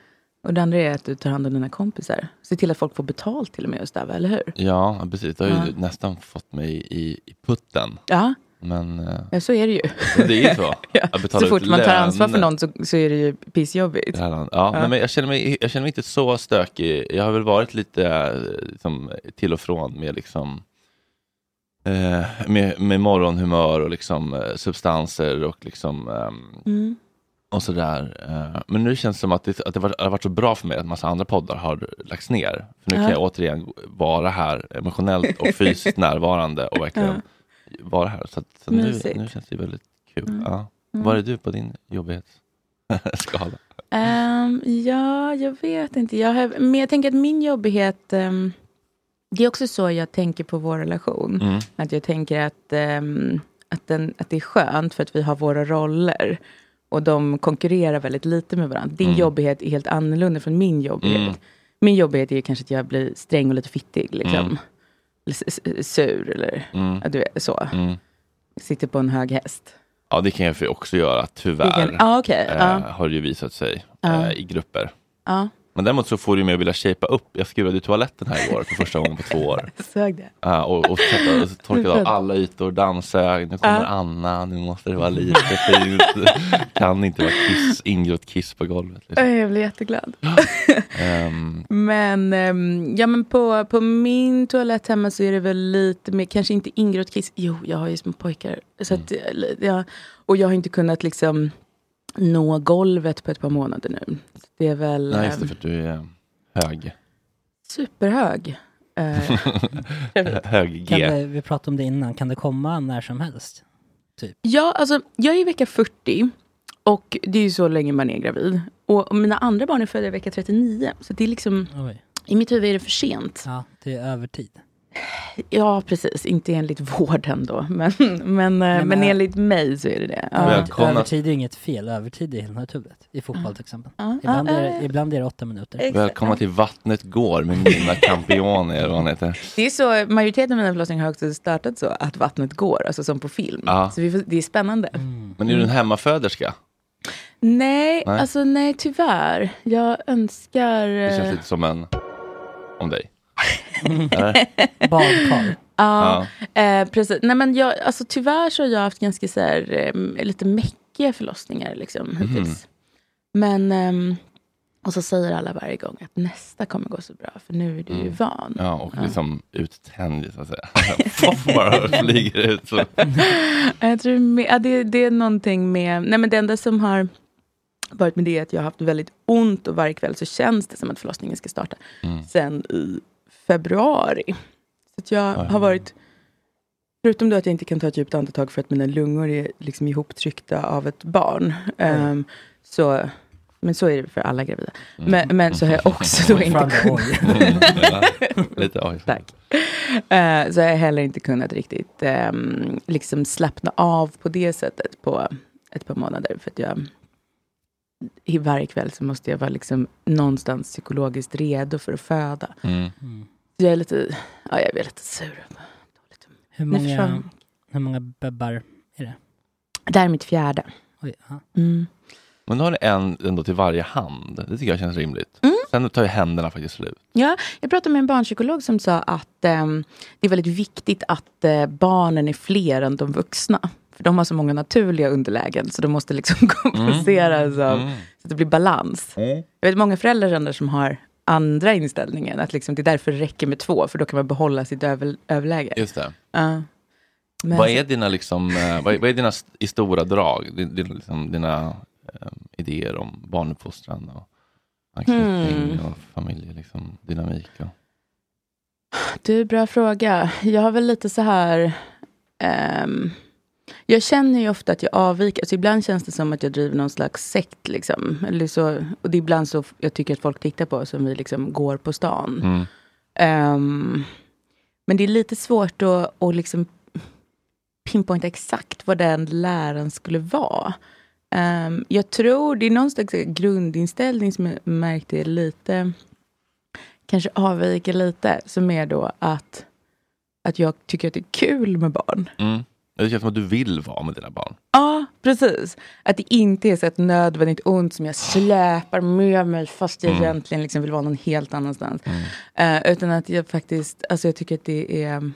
Speaker 6: Och det andra är att du tar hand om dina kompisar. Se till att folk får betalt till och med och stäva, eller hur?
Speaker 1: Ja, precis. Det har ju
Speaker 6: Ja.
Speaker 1: nästan fått mig i, i putten.
Speaker 6: Ja,
Speaker 1: Men eh,
Speaker 6: ja, så är det ju.
Speaker 1: det är ju så.
Speaker 6: Ja,
Speaker 1: Att betala
Speaker 6: Så
Speaker 1: ut
Speaker 6: fort man tar ansvar för
Speaker 1: löner.
Speaker 6: någon så, så är det ju pissjobbigt.
Speaker 1: Det här land- ja,
Speaker 6: Ja.
Speaker 1: Nej, men jag, känner mig, jag känner mig inte så stökig. Jag har väl varit lite eh, liksom, till och från med, liksom, eh, med, med morgonhumör och liksom, eh, substanser och, liksom, ehm,
Speaker 6: Mm.
Speaker 1: och sådär. Eh, men nu känns det som att det, att det var- har varit så bra för mig att massa andra poddar har lagts ner. För nu
Speaker 6: Ja.
Speaker 1: kan jag återigen vara här emotionellt och fysiskt närvarande och verkligen vara här. Så, att, så nu,
Speaker 6: Mysigt.
Speaker 1: nu känns det väldigt kul.
Speaker 6: Mm.
Speaker 1: Ja.
Speaker 6: Mm.
Speaker 1: Var är du på din jobbighetsskala?
Speaker 6: Ehm, ja, jag vet inte. Jag har, men jag tänker att min jobbighet... ehm, det är också så jag tänker på vår relation.
Speaker 1: Mm.
Speaker 6: Att jag tänker att, ehm, att, den, att det är skönt för att vi har våra roller. Och de konkurrerar väldigt lite med varandra. Din
Speaker 1: Mm.
Speaker 6: jobbighet är helt annorlunda från min jobbighet.
Speaker 1: Mm.
Speaker 6: Min jobbighet är kanske att jag blir sträng och lite fittig. Liksom.
Speaker 1: Mm.
Speaker 6: Eller s- s- sur eller
Speaker 1: Mm.
Speaker 6: ja, du vet, så.
Speaker 1: Mm.
Speaker 6: Sitter på en hög häst.
Speaker 1: Ja, det kan jag för- också göra,
Speaker 6: Det
Speaker 1: tyvärr.
Speaker 6: kan- Ja, okej.
Speaker 1: Eh,
Speaker 6: Ja,
Speaker 1: har det ju visat sig
Speaker 6: Ja.
Speaker 1: eh, i grupper.
Speaker 6: ja.
Speaker 1: Men däremot så får du mig att vilja shapea upp. Jag skurade i toaletten här igår för första gången på två år.
Speaker 6: Sög det.
Speaker 1: Ja, och, och, tvättade- och torkade av
Speaker 6: Fint.
Speaker 1: alla ytor, dansög. Nu kommer
Speaker 6: Ja.
Speaker 1: Anna, nu måste det vara lite fint. kan inte vara kiss, ingrott kiss på golvet. Liksom.
Speaker 6: Jag blir jätteglad.
Speaker 1: Ehm,
Speaker 6: Men, ehm, ja, men på, på min toalett hemma så är det väl lite mer, kanske inte ingrott kiss. Jo, jag har ju små pojkar. Så att,
Speaker 1: Mm.
Speaker 6: eh, jag, och jag har inte kunnat liksom nå golvet på ett par månader nu. Så det är väl
Speaker 1: nej, just det,
Speaker 6: ehm,
Speaker 1: för att du är hög.
Speaker 6: superhög. Eh,
Speaker 1: hög
Speaker 3: Kan
Speaker 1: G.
Speaker 3: det, vi pratade om det innan, kan det komma när som helst?
Speaker 6: ja, alltså jag är i vecka 40 och det är ju så länge man är gravid. Och mina andra barn är födda i vecka 39. Så det är liksom,
Speaker 3: Oj.
Speaker 6: i mitt huvud är det för sent.
Speaker 3: Ja, det är övertid.
Speaker 6: Ja, precis. Inte enligt vården då, men, men, eh, men
Speaker 3: men-
Speaker 6: enligt mig så är det det. Ja.
Speaker 1: Men- Välkomna.
Speaker 3: Övertid är ju inget fel, övertid är helt naturligt. I fotboll till exempel.
Speaker 6: Ja,
Speaker 3: Ibland
Speaker 6: ja,
Speaker 3: är,
Speaker 6: ja,
Speaker 3: det-
Speaker 6: ja.
Speaker 3: ibland är det åtta minuter.
Speaker 6: Exakt.
Speaker 1: Välkomna till Vattnet går med Nina Campione, eller vad hon heter.
Speaker 6: Det är så, majoriteten av mina förlossningar har också startat så, att vattnet går, alltså som på film.
Speaker 1: Ja.
Speaker 6: Så vi får, det är spännande.
Speaker 3: Mm.
Speaker 1: Men är du en
Speaker 6: Mm.
Speaker 1: hemmaföderska?
Speaker 6: Nej,
Speaker 1: Nej.
Speaker 6: alltså nej tyvärr. Jag önskar...
Speaker 1: Det
Speaker 6: eh,
Speaker 1: känns lite som en... Om dig.
Speaker 3: Badkar.
Speaker 6: ja,
Speaker 1: Ja.
Speaker 6: eh, precis. Nej men jag, alltså tyvärr så har jag haft ganska så här, eh, lite mäckiga förlossningar
Speaker 1: Mhm.
Speaker 6: liksom hittills. Men, ehm, och så säger alla varje gång att nästa kommer gå så bra, för nu är du ju
Speaker 1: Mm.
Speaker 6: van.
Speaker 1: Ja, och liksom uttänd så att säga. Poff, bara flyger ut. Så.
Speaker 6: Ja, Jag tror med, ja, det, det är någonting med... Nej, men det enda som har varit med det är att jag har haft väldigt ont och varje kväll så känns det som att förlossningen ska starta
Speaker 1: Mm.
Speaker 6: sen i februari. Så att jag
Speaker 1: Oj.
Speaker 6: har varit Förutom då att jag inte kan ta ett djupt andetag för att mina lungor är liksom ihoptryckta av ett barn. Ehm, så, men så är det för alla gravida. Men, men så har jag också då inte kunnat...
Speaker 1: Lite oj.
Speaker 6: Tack. Eh, så har jag heller inte kunnat riktigt ehm, liksom slappna av på det sättet på ett par månader. För att jag, i varje kväll så måste jag vara liksom någonstans psykologiskt redo för att föda.
Speaker 1: Mm.
Speaker 6: Så jag är lite, ja, jag är lite sur.
Speaker 3: Hur
Speaker 6: Nej,
Speaker 3: många,
Speaker 6: försvann.
Speaker 3: hur många bebbar är det?
Speaker 6: Det här är mitt fjärde.
Speaker 3: Oj, ja.
Speaker 6: Mm.
Speaker 1: Men nu har ni en ändå till varje hand. Det tycker jag känns rimligt. Sen tar ju händerna faktiskt slut.
Speaker 6: Ja, jag pratade med en barnpsykolog som sa att ehm, det är väldigt viktigt att eh, barnen är fler än de vuxna. För de har så många naturliga underlägen, så de måste liksom kompenseras
Speaker 1: Mm.
Speaker 6: av, så att det blir balans. Jag vet många föräldrar ändå som har andra inställningen, att liksom, det är därför det räcker med två, för då kan man behålla sitt över, överläge.
Speaker 1: Just det.
Speaker 6: Ja. Men-
Speaker 1: Vad är dina, liksom, eh, vad är, vad är dina st- i stora drag, din, din, liksom, dina eh, idéer om barnuppfostran och anknytning och familjedynamik? Liksom, dynamik och...
Speaker 6: Du, bra fråga. Jag har väl lite så här... ehm, jag känner ju ofta att jag avviker. Alltså ibland känns det som att jag driver någon slags sekt. Liksom. Eller så, och det är ibland så jag tycker att folk tittar på oss som vi liksom går på stan.
Speaker 1: Mm.
Speaker 6: Ehm, men det är lite svårt att, att liksom pinpointa exakt vad den läran skulle vara. Ehm, jag tror det är någon slags grundinställning som jag märkte är lite, kanske avviker lite, som är då att, att jag tycker att det är kul med barn.
Speaker 1: Mm. Det känns som att du vill vara med dina barn.
Speaker 6: Ja, precis. Att det inte är så ett nödvändigt ont som jag släpar med mig fast
Speaker 1: Mm.
Speaker 6: jag egentligen liksom vill vara någon helt annanstans. Eh, utan att jag faktiskt, alltså jag tycker att det är,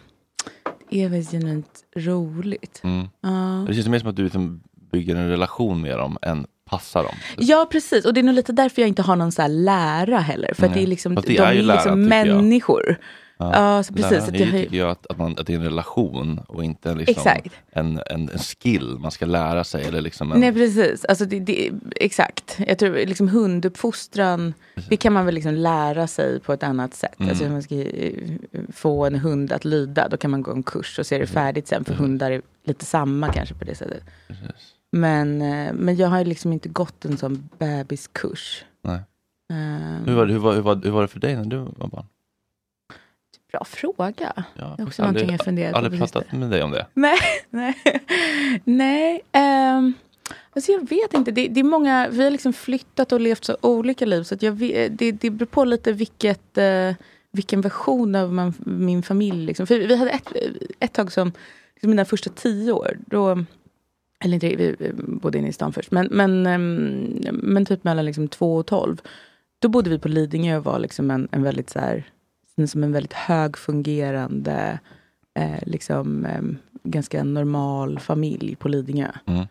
Speaker 6: det är väldigt genuint roligt.
Speaker 1: Mm.
Speaker 6: Ja.
Speaker 1: Det känns mer som att du liksom bygger en relation med dem än passar dem.
Speaker 6: Ja, precis. Och det är nog lite därför jag inte har någon så här lära heller. För att det är
Speaker 1: Nej.
Speaker 6: liksom,
Speaker 1: Fast
Speaker 6: de
Speaker 1: det
Speaker 6: är,
Speaker 1: är ju
Speaker 6: ju
Speaker 1: lära,
Speaker 6: liksom
Speaker 1: tycker jag.
Speaker 6: människor. Ja, så precis.
Speaker 1: Läraren
Speaker 6: att
Speaker 1: är
Speaker 6: jag
Speaker 1: ju,
Speaker 6: har ju-
Speaker 1: tycker jag att, att, man, att det är en relation och inte liksom
Speaker 6: Exakt.
Speaker 1: en, en, en skill man ska lära sig. Eller liksom en,
Speaker 6: Nej precis, alltså det, det, exakt. Jag tror liksom hunduppfostran, det kan man väl liksom lära sig på ett annat sätt.
Speaker 1: Mm.
Speaker 6: Alltså om man ska eh, få en hund att lyda, då kan man gå en kurs och se det färdigt sen. För hundar är lite samma kanske på det sättet. Men, eh, men jag har ju liksom inte gått en sån bebiskurs.
Speaker 1: Nej.
Speaker 6: Eh,
Speaker 1: hur, var, det- hur, var, hur, var, hur var det för dig när du var barn?
Speaker 6: Bra fråga.
Speaker 1: Ja,
Speaker 6: Det är
Speaker 1: faktiskt
Speaker 6: också någonting jag funderat på
Speaker 1: aldrig
Speaker 6: på
Speaker 1: pratat med dig om det.
Speaker 6: Nej, nej. nej ehm, alltså jag vet inte. Det, det är många, vi har liksom flyttat och levt så olika liv. Så att jag vet, det, det beror på lite vilket, eh, vilken version av man, min familj. Liksom. För vi hade ett, ett tag som, liksom mina första tio år. Då, eller inte, vi bodde inne i stan först. Men, men, ehm, men typ mellan liksom två och tolv. Då bodde vi på Lidingö och var liksom en, en väldigt så här, som en väldigt högfungerande eh, liksom, ehm, ganska normal familj på Lidingö.
Speaker 1: Mm.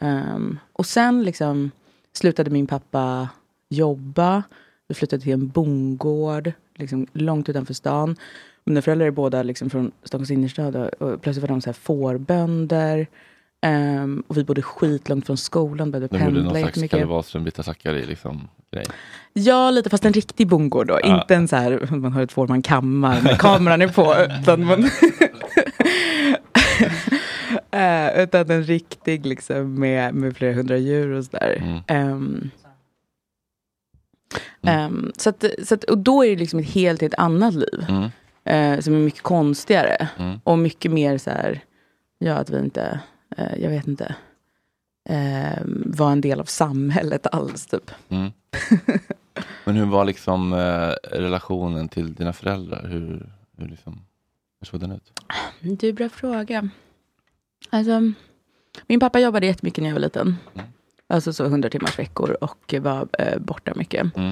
Speaker 6: Ehm, och sen liksom, slutade min pappa jobba. Vi flyttade till en bondgård, liksom, långt utanför stan. Mina föräldrar är båda liksom, från Stockholms innerstad och, och plötsligt var de så här fårbönder. Ehm, och vi bodde skitlångt från skolan, behövde
Speaker 1: De gjorde någon
Speaker 6: pendla
Speaker 1: slags
Speaker 6: jättemycket.
Speaker 1: Kalle Wahlström, Brita Zackari liksom, grej.
Speaker 6: Ja, lite, fast en riktig bondgård då.
Speaker 1: Ja.
Speaker 6: Inte en så här, man har ett får man kammar när kameran är på. utan, man Eh, utan en riktig liksom med, med flera hundra djur och sådär.
Speaker 1: Mm.
Speaker 6: Ehm, ehm, så att, så att, och då är det liksom ett helt, helt annat liv.
Speaker 1: Mm.
Speaker 6: eh, som är mycket konstigare.
Speaker 1: Mm.
Speaker 6: Och mycket mer så här, ja att vi inte, eh, jag vet inte, eh, var en del av samhället alls typ.
Speaker 1: Mm. Men hur var liksom eh, relationen till dina föräldrar? Hur, hur, liksom, hur såg den ut?
Speaker 6: Du, bra fråga. Alltså, min pappa jobbade jättemycket när jag var liten.
Speaker 1: Mm.
Speaker 6: Alltså så 100 timmars veckor och var eh, borta mycket.
Speaker 1: Mm.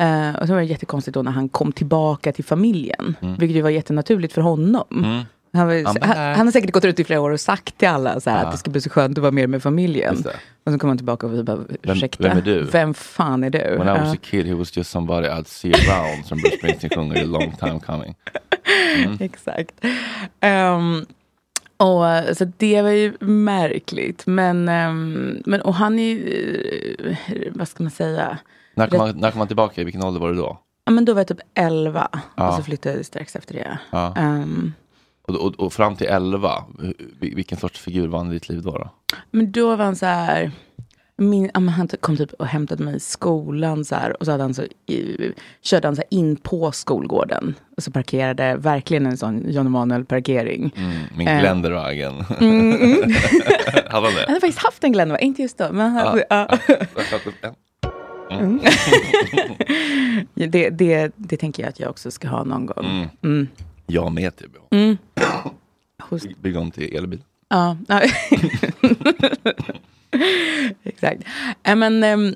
Speaker 6: Eh, och så var det jättekonstigt då när han kom tillbaka till familjen.
Speaker 1: Mm.
Speaker 6: vilket ju var jättenaturligt för honom.
Speaker 1: Mm.
Speaker 6: Han, var, ju-
Speaker 1: I'm
Speaker 6: han,
Speaker 1: back.
Speaker 6: han har säkert gått ut i flera år och sagt till alla så här,
Speaker 1: Ja.
Speaker 6: att det ska bli så skönt att vara mer med familjen.
Speaker 1: Just det.
Speaker 6: Och så kom han tillbaka och vi bara, ursäkta,
Speaker 1: vem är du?"
Speaker 6: Vem fan är du?
Speaker 1: When I was
Speaker 6: Mm. Ja.
Speaker 1: a kid he was just somebody I'd see around som Bruce Springsteen sjunger A long time coming.
Speaker 6: Exakt. Ehm, och, så det var ju märkligt. Men, ehm, men och han är ju, eh, vad ska man säga?
Speaker 1: När kom, han, när kom han tillbaka? I vilken ålder var du då?
Speaker 6: Ja, men då var jag typ 11
Speaker 1: Ja.
Speaker 6: och så flyttade jag strax efter det.
Speaker 1: Ja.
Speaker 6: Ehm,
Speaker 1: Och, och, och fram till 11, hur- vilken sorts figur vann i ditt liv då? då?
Speaker 6: Men då var han så här, min, ja, men han kom typ och hämtade mig i skolan så här, och så, hade han så i, körde han så här in på skolgården. Och så parkerade, verkligen en sån John Emanuel-parkering.
Speaker 1: Mm, min
Speaker 6: Eh.
Speaker 1: Glenderwagen.
Speaker 6: Mm, mm.
Speaker 1: Hade han
Speaker 6: han
Speaker 1: det?
Speaker 6: hade faktiskt haft en Glenn, inte just då. Men han,
Speaker 1: Ja,
Speaker 6: ja.
Speaker 1: Jag satte upp en.
Speaker 6: Mm. det, det, det tänker jag att jag också ska ha någon gång.
Speaker 1: Mm.
Speaker 6: Mm.
Speaker 1: Jag med TBH.
Speaker 6: Mm. Just.
Speaker 1: Bygga om till elbil.
Speaker 6: Ja. ja. Exakt. Äh, men, ehm,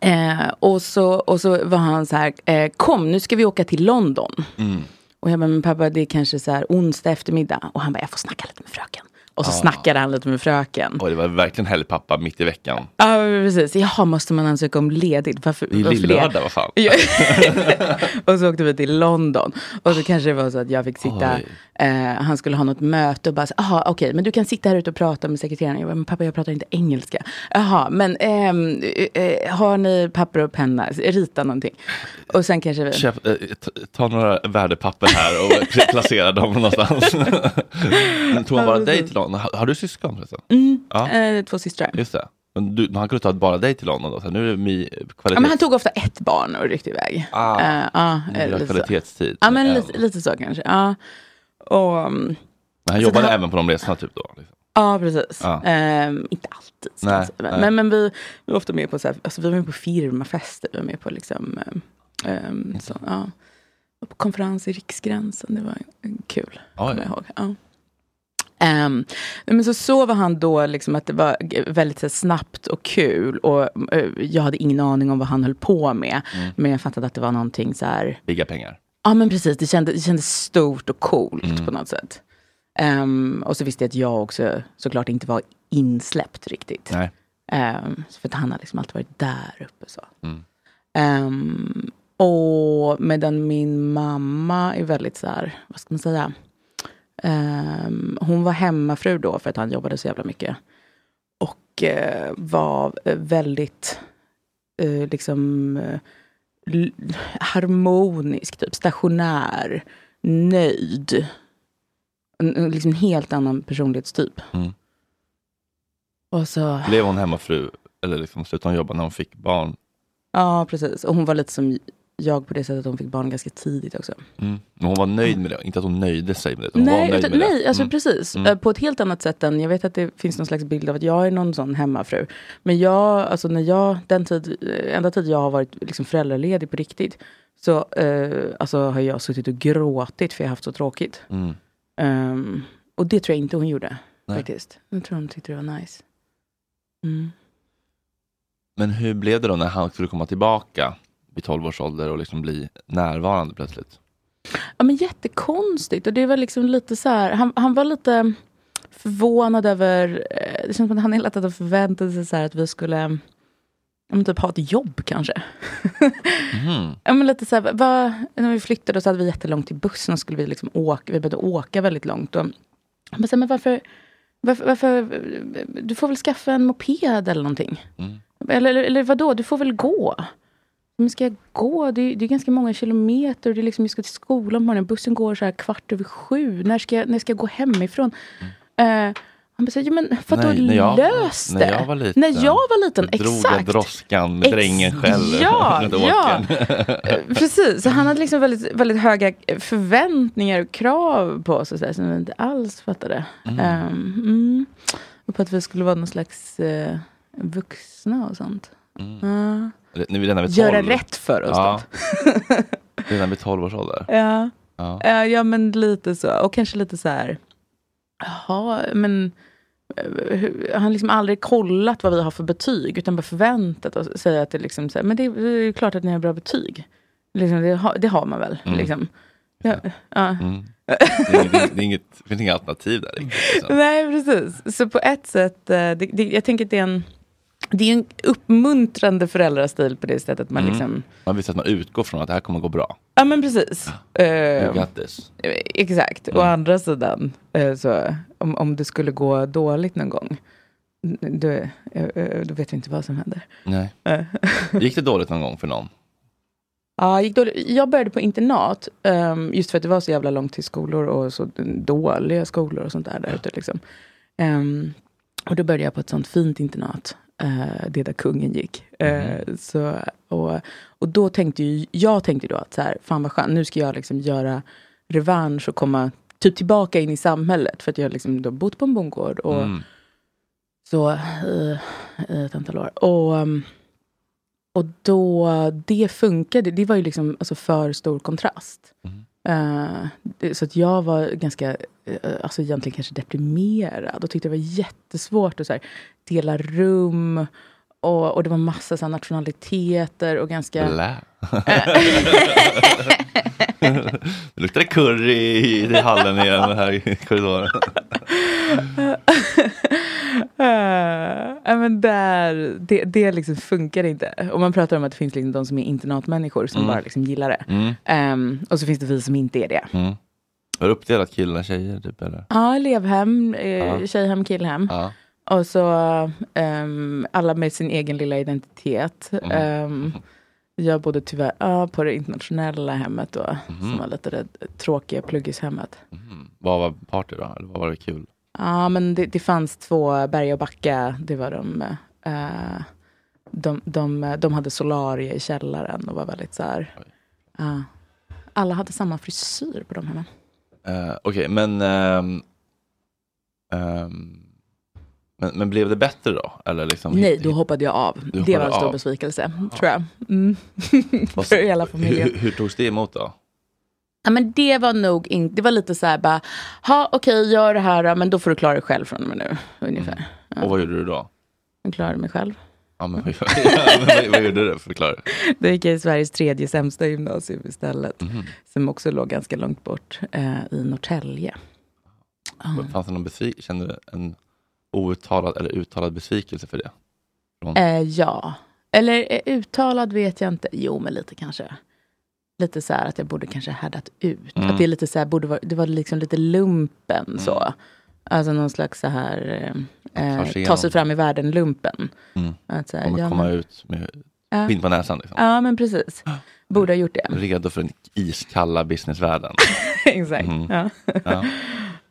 Speaker 6: eh, och, så, och så var han så här, eh, kom nu ska vi åka till London.
Speaker 1: Mm.
Speaker 6: Och jag bara, men pappa det är kanske så här onsdag eftermiddag. Och han bara, jag får snacka lite med fröken. Och så
Speaker 1: Ah.
Speaker 6: snackade han lite med fröken.
Speaker 1: Oj, det var verkligen helgpappa mitt i veckan.
Speaker 6: Ja, precis. Jaha, måste man ansöka om ledigt? Varför,
Speaker 1: Det är ju
Speaker 6: varför
Speaker 1: lillördag, vad fan.
Speaker 6: Ja. och så åkte vi till London. Och så kanske det var så att jag fick sitta,
Speaker 1: Ah. Oj.
Speaker 6: eh, han skulle ha något möte och bara, så, jaha okej, men du kan sitta här ute och prata med sekreteraren. Jag bara, men pappa jag pratar inte engelska. Jaha, men ehm, eh, eh, har ni papper och penna? Rita någonting. Och sen kanske vi...
Speaker 1: Köp, eh, ta- ta några värdepapper här och pl- placera dem någonstans. Men Tog han
Speaker 6: Alltså-
Speaker 1: bara dig till London? Har, har du syskon förresten?
Speaker 6: Mm,
Speaker 1: Ja.
Speaker 6: eh, två systrar.
Speaker 1: Just det. Men du, men han kunde ta bara dig till London då? Så här, nu är det mi, kvalitet.
Speaker 6: Ja, men han tog ofta ett barn och ryckte iväg.
Speaker 1: Ah,
Speaker 6: Eh, ja,
Speaker 1: nu
Speaker 6: eh,
Speaker 1: vill jag ha
Speaker 6: lite så.
Speaker 1: kvalitetstid.
Speaker 6: Ja, men
Speaker 1: med
Speaker 6: lite,
Speaker 1: en.
Speaker 6: lite så kanske. Ja. Och, mm,
Speaker 1: Men han
Speaker 6: så
Speaker 1: jobbade
Speaker 6: det här-
Speaker 1: även på de resorna typ då? Liksom.
Speaker 6: ja, precis.
Speaker 1: Ja.
Speaker 6: Ehm, inte alltid. ska
Speaker 1: Nej,
Speaker 6: jag säga.
Speaker 1: nej.
Speaker 6: men, men, men vi, vi var ofta med på, så här, alltså, vi var med på firmafester, vi var med på, liksom, ehm, ehm, så, ja. Vi var på konferens i Riksgränsen, det var eh, kul.
Speaker 1: Oj.
Speaker 6: kommer jag ihåg. Ja. Ehm, nej, men så, så var han då, liksom, att det var g- väldigt så här, snabbt och kul. Och eh, Jag hade ingen aning om vad han höll på med.
Speaker 1: Mm.
Speaker 6: Men jag fattade att det var någonting så här...
Speaker 1: Bigga pengar.
Speaker 6: Ja men precis, det kändes, det kändes stort och coolt
Speaker 1: Mm.
Speaker 6: på något sätt. Ehm, och så visste jag att jag också såklart inte var insläppt riktigt.
Speaker 1: Nej.
Speaker 6: Ehm, så för att han har liksom alltid varit där uppe så.
Speaker 1: Mm.
Speaker 6: Ehm, och medan min mamma är väldigt så här, vad ska man säga? Ehm, hon var hemmafru då för att han jobbade så jävla mycket. Och eh, var eh, väldigt eh, liksom eh, l- harmonisk, typ stationär, nöjd. En, en liksom helt annan personlighetstyp.
Speaker 1: Mm.
Speaker 6: Och så,
Speaker 1: Blev hon hemmafru eller liksom slutade hon jobba när hon fick barn?
Speaker 6: ja precis. Och hon var lite som jag på det sättet att hon fick barn ganska tidigt också.
Speaker 1: Mm. Men hon var nöjd med det, inte att hon nöjde sig med det. Hon var
Speaker 6: Nej,
Speaker 1: nöjd
Speaker 6: utan,
Speaker 1: med
Speaker 6: nej
Speaker 1: det.
Speaker 6: alltså
Speaker 1: Mm.
Speaker 6: precis.
Speaker 1: Mm.
Speaker 6: Eh, På ett helt annat sätt än, jag vet att det finns någon slags bild av att jag är någon sån hemmafru. Men jag, alltså när jag, den tid, eh, enda tid jag har varit liksom föräldraledig på riktigt, så eh, alltså, har jag suttit och gråtit för jag har haft så tråkigt.
Speaker 1: Mm.
Speaker 6: Ehm, och det tror jag inte hon gjorde
Speaker 1: Nej.
Speaker 6: faktiskt. Jag tror hon tyckte det var nice. Mm.
Speaker 1: Men hur blev det då när han skulle komma tillbaka vid 12 års ålder och liksom bli närvarande plötsligt?
Speaker 6: Ja, men jättekonstigt. Och det var liksom lite så här, han, han var lite förvånad över... eh, Det känns som att han hela tiden förväntade sig så här att vi skulle ja, men typ ha ett jobb kanske.
Speaker 1: Mhm.
Speaker 6: ja, men lite så här, vad, när vi flyttade så hade vi jättelångt till bussen och skulle vi, liksom åka, vi behövde åka väldigt långt. Och, han bara så här, men varför, varför, varför... Du får väl skaffa en moped eller någonting.
Speaker 1: Mm.
Speaker 6: Eller, eller, eller vadå, du får väl gå? Men ska jag gå? Det är, det är ganska många kilometer. Och det är liksom, jag ska till skolan på morgonen. Bussen går så här kvart över sju. När ska jag, när ska jag gå hemifrån? Eh, han bara, så här, jo men vadå,
Speaker 1: Mm. Nej, när jag-
Speaker 6: lös det!
Speaker 1: när jag var liten.
Speaker 6: När jag var liten,
Speaker 1: Då Drog jag
Speaker 6: exakt!
Speaker 1: droskan med
Speaker 6: Ex-
Speaker 1: drängen själv.
Speaker 6: Ja,
Speaker 1: runt åkern.
Speaker 6: Eh, Precis, så han hade liksom väldigt, väldigt höga förväntningar och krav på oss och så där, som vi inte alls fattade. Eh, mm. Och på att vi skulle vara någon slags eh, vuxna och sånt.
Speaker 1: Mm.
Speaker 6: Ja.
Speaker 1: Nu är vi redan vid 12.
Speaker 6: Göra rätt för oss.
Speaker 1: Ja.
Speaker 6: Ja.
Speaker 1: Redan vid 12 års ålder.
Speaker 6: Ja.
Speaker 1: Ja.
Speaker 6: Eh, ja, men lite så. Och kanske lite så här, jaha, men eh, hur- han har liksom aldrig kollat vad vi har för betyg, utan bara förväntat oss säga att det liksom, så här, men det är, det är ju klart att ni har bra betyg. Liksom, det, har, det har man väl,
Speaker 1: Mm.
Speaker 6: liksom. Ja, ja.
Speaker 1: Mm. Det, är, inget- det, är inget, det finns inga alternativ där. riktigt, liksom.
Speaker 6: Nej, precis. Så på ett sätt, eh, det, det, jag tänker att det är en, det är en uppmuntrande föräldrastil på det sättet. Man
Speaker 1: Mm.
Speaker 6: liksom,
Speaker 1: Man visste att man utgår från att det här kommer gå bra.
Speaker 6: ja, men precis. Eh,
Speaker 1: Du, Grattis.
Speaker 6: Eh, Exakt. Å
Speaker 1: Mm.
Speaker 6: andra sidan, eh, så, om, om det skulle gå dåligt någon gång, n- då, eh, eh, då vet vi inte vad som händer.
Speaker 1: Nej.
Speaker 6: Eh,
Speaker 1: Gick det dåligt någon gång för någon?
Speaker 6: Ja, gick dåligt. Jag började på internat, ehm, just för att det var så jävla långt till skolor och så dåliga skolor och sånt där. där ute, liksom. Ehm, och då började jag på ett sånt fint internat, eh, det där kungen gick. Eh, så, och, och då tänkte ju, jag tänkte då att så här, fan vad skönt, nu ska jag liksom göra revansch och komma typ tillbaka in i samhället. För att jag liksom då bott på en bondgård och
Speaker 1: Mm.
Speaker 6: så i, i ett antal år. Och, ehm, och då, det funkade. Det var ju liksom alltså, för stor kontrast. Eh, det, så att jag var ganska, eh, alltså egentligen kanske deprimerad och tyckte det var jättesvårt att så här, dela rum. Och, och det var massa så här, nationaliteter och ganska...
Speaker 1: Blä. det luktar curry i- i hallen igen här i korridoren.
Speaker 6: Eh, ja, men där, det, det liksom funkar inte. Och man pratar om att det finns liksom de som är internatmänniskor som
Speaker 1: Mm.
Speaker 6: bara liksom gillar det.
Speaker 1: Mm.
Speaker 6: Ehm, och så finns det vi som inte är det.
Speaker 1: Mm. Var det uppdelat killar tjejer typ eller?
Speaker 6: Ja, elevhem, eh,
Speaker 1: Ja.
Speaker 6: tjejhem, killhem.
Speaker 1: Ja.
Speaker 6: Och så ehm, alla med sin egen lilla identitet.
Speaker 1: Mm.
Speaker 6: Ehm, jag bodde tyvärr ja, på det internationella hemmet då,
Speaker 1: Mm.
Speaker 6: som var lite det tråkiga pluggishemmet.
Speaker 1: Vad var party då? Eller vad var det kul?
Speaker 6: Ja, men det, det fanns två, Berga och Backa, det var de, eh, de, de, de hade solarie i källaren och var väldigt så här. ja. alla hade samma frisyr på de hemmen.
Speaker 1: Eh, Okej, men, ehm, ehm, men Men blev det bättre då? Eller liksom,
Speaker 6: Nej, då hoppade jag av.
Speaker 1: hoppade
Speaker 6: det var en stor
Speaker 1: av.
Speaker 6: besvikelse, tror jag. Mm. För hela familjen.
Speaker 1: Hur, hur togs det emot då?
Speaker 6: Ja, men det var nog inte, det var lite så här bara, ha okej gör det här då, men då får du klara dig själv från och med nu,
Speaker 1: Mm.
Speaker 6: ungefär.
Speaker 1: Och vad gjorde du då?
Speaker 6: Jag klarade mig själv.
Speaker 1: Ja, men, vad, vad, vad gjorde du? Förklara.
Speaker 6: Då gick jag i Sveriges tredje sämsta gymnasium istället, som också låg ganska långt bort, eh, i Norrtälje.
Speaker 1: Fanns det någon besvikelse? Kände du en outtalad eller uttalad besvikelse för det?
Speaker 6: Eh, ja, eller eh, uttalad vet jag inte, jo men lite kanske. Lite så här att jag borde kanske härdat ut.
Speaker 1: Mm.
Speaker 6: Att det är lite så här, borde vara, det var liksom lite lumpen så. Alltså någon slags så här, eh,
Speaker 1: Tar sig
Speaker 6: eh, ta sig
Speaker 1: igenom.
Speaker 6: fram i världen-lumpen.
Speaker 1: Mm.
Speaker 6: Att så här,
Speaker 1: Om
Speaker 6: ja,
Speaker 1: att komma
Speaker 6: men-
Speaker 1: ut med
Speaker 6: Ja.
Speaker 1: skinn på näsan? Liksom.
Speaker 6: Ja, men precis. Borde ha gjort det.
Speaker 1: Redo för den iskalla businessvärlden.
Speaker 6: Exakt.
Speaker 1: Mm.
Speaker 6: Ja.
Speaker 1: Ja.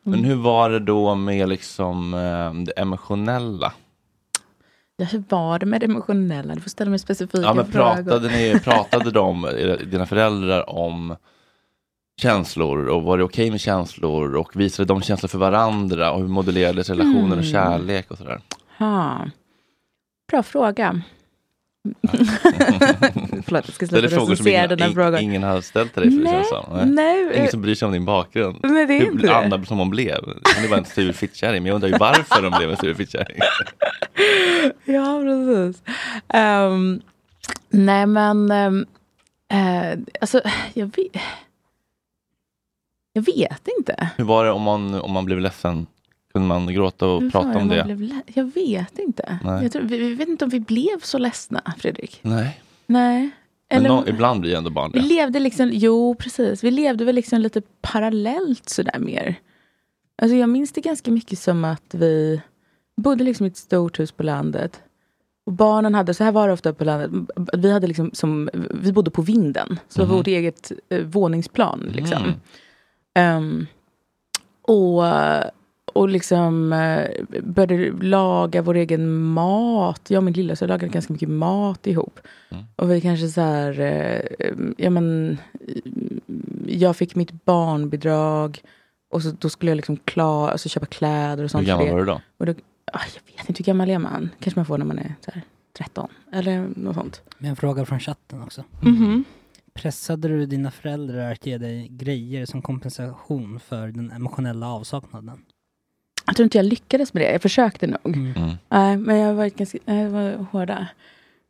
Speaker 1: Men hur var det då med liksom, eh, det emotionella?
Speaker 6: Ja, hur var det med det emotionella? Du får ställa mig specifika
Speaker 1: Ja, men
Speaker 6: frågor.
Speaker 1: pratade, ni, pratade de, era- dina föräldrar om känslor och var det okej med känslor och visade de känslor för varandra och hur modellerades
Speaker 6: Mm.
Speaker 1: relationer och kärlek och sådär?
Speaker 6: Ja. Bra fråga. Förlåt, jag ska
Speaker 1: Det är
Speaker 6: sluta
Speaker 1: frågor som ingen,
Speaker 6: recensera den här frågan.
Speaker 1: in, ingen har ställt till dig för det känns som.
Speaker 6: nej, nej.
Speaker 1: Ingen som bryr sig om din bakgrund.
Speaker 6: Men det är
Speaker 1: hur
Speaker 6: inte
Speaker 1: blev
Speaker 6: det.
Speaker 1: Anna som hon blev? Hon är bara en sur fittkärring, men jag undrar ju varför de blev en sur fittkärring.
Speaker 6: Ja, precis. Ehm, nej, men... ehm, eh, alltså, jag vet... Jag vet inte.
Speaker 1: Hur var det om man, om man blev ledsen? Kunde man gråta och
Speaker 6: Hur
Speaker 1: prata
Speaker 6: fan
Speaker 1: om
Speaker 6: man
Speaker 1: det?
Speaker 6: blev lä- jag vet inte.
Speaker 1: Nej.
Speaker 6: Jag tror, vi, vi vet inte om vi blev så ledsna, Fredrik.
Speaker 1: Nej,
Speaker 6: Nej.
Speaker 1: men
Speaker 6: Eller-
Speaker 1: nå- ibland blir ju ändå barn
Speaker 6: Vi
Speaker 1: det.
Speaker 6: levde liksom, jo precis, vi levde väl liksom lite parallellt sådär mer. Alltså jag minns det ganska mycket som att vi bodde liksom i ett stort hus på landet. Och barnen hade, så här var det ofta på landet, b- vi, hade liksom som, vi bodde på vinden. Så det var vårt eget eh, våningsplan liksom.
Speaker 1: Mm.
Speaker 6: Ehm, och, och liksom eh, började laga vår egen mat. Jag och min lilla så lagade ganska mycket mat ihop.
Speaker 1: Mm.
Speaker 6: Och vi kanske så här, eh, eh, ja men, eh, jag fick mitt barnbidrag. Och så, då skulle jag liksom klar, alltså köpa kläder och
Speaker 1: Hur
Speaker 6: sånt. för
Speaker 1: gammal
Speaker 6: det.
Speaker 1: var du då?
Speaker 6: Och då, ah, jag vet inte, hur gammal är man? Kanske man får när man är så här, 13 eller något sånt.
Speaker 3: Med en fråga från chatten också.
Speaker 6: Mm-hmm.
Speaker 4: Mhm.
Speaker 3: Pressade du dina föräldrar att ge dig grejer som kompensation för den emotionella avsaknaden?
Speaker 6: Jag tror inte jag lyckades med det. Jag försökte nog.
Speaker 3: Mm.
Speaker 1: Mm.
Speaker 6: Nej, men jag har varit ganska nej, jag var hårda.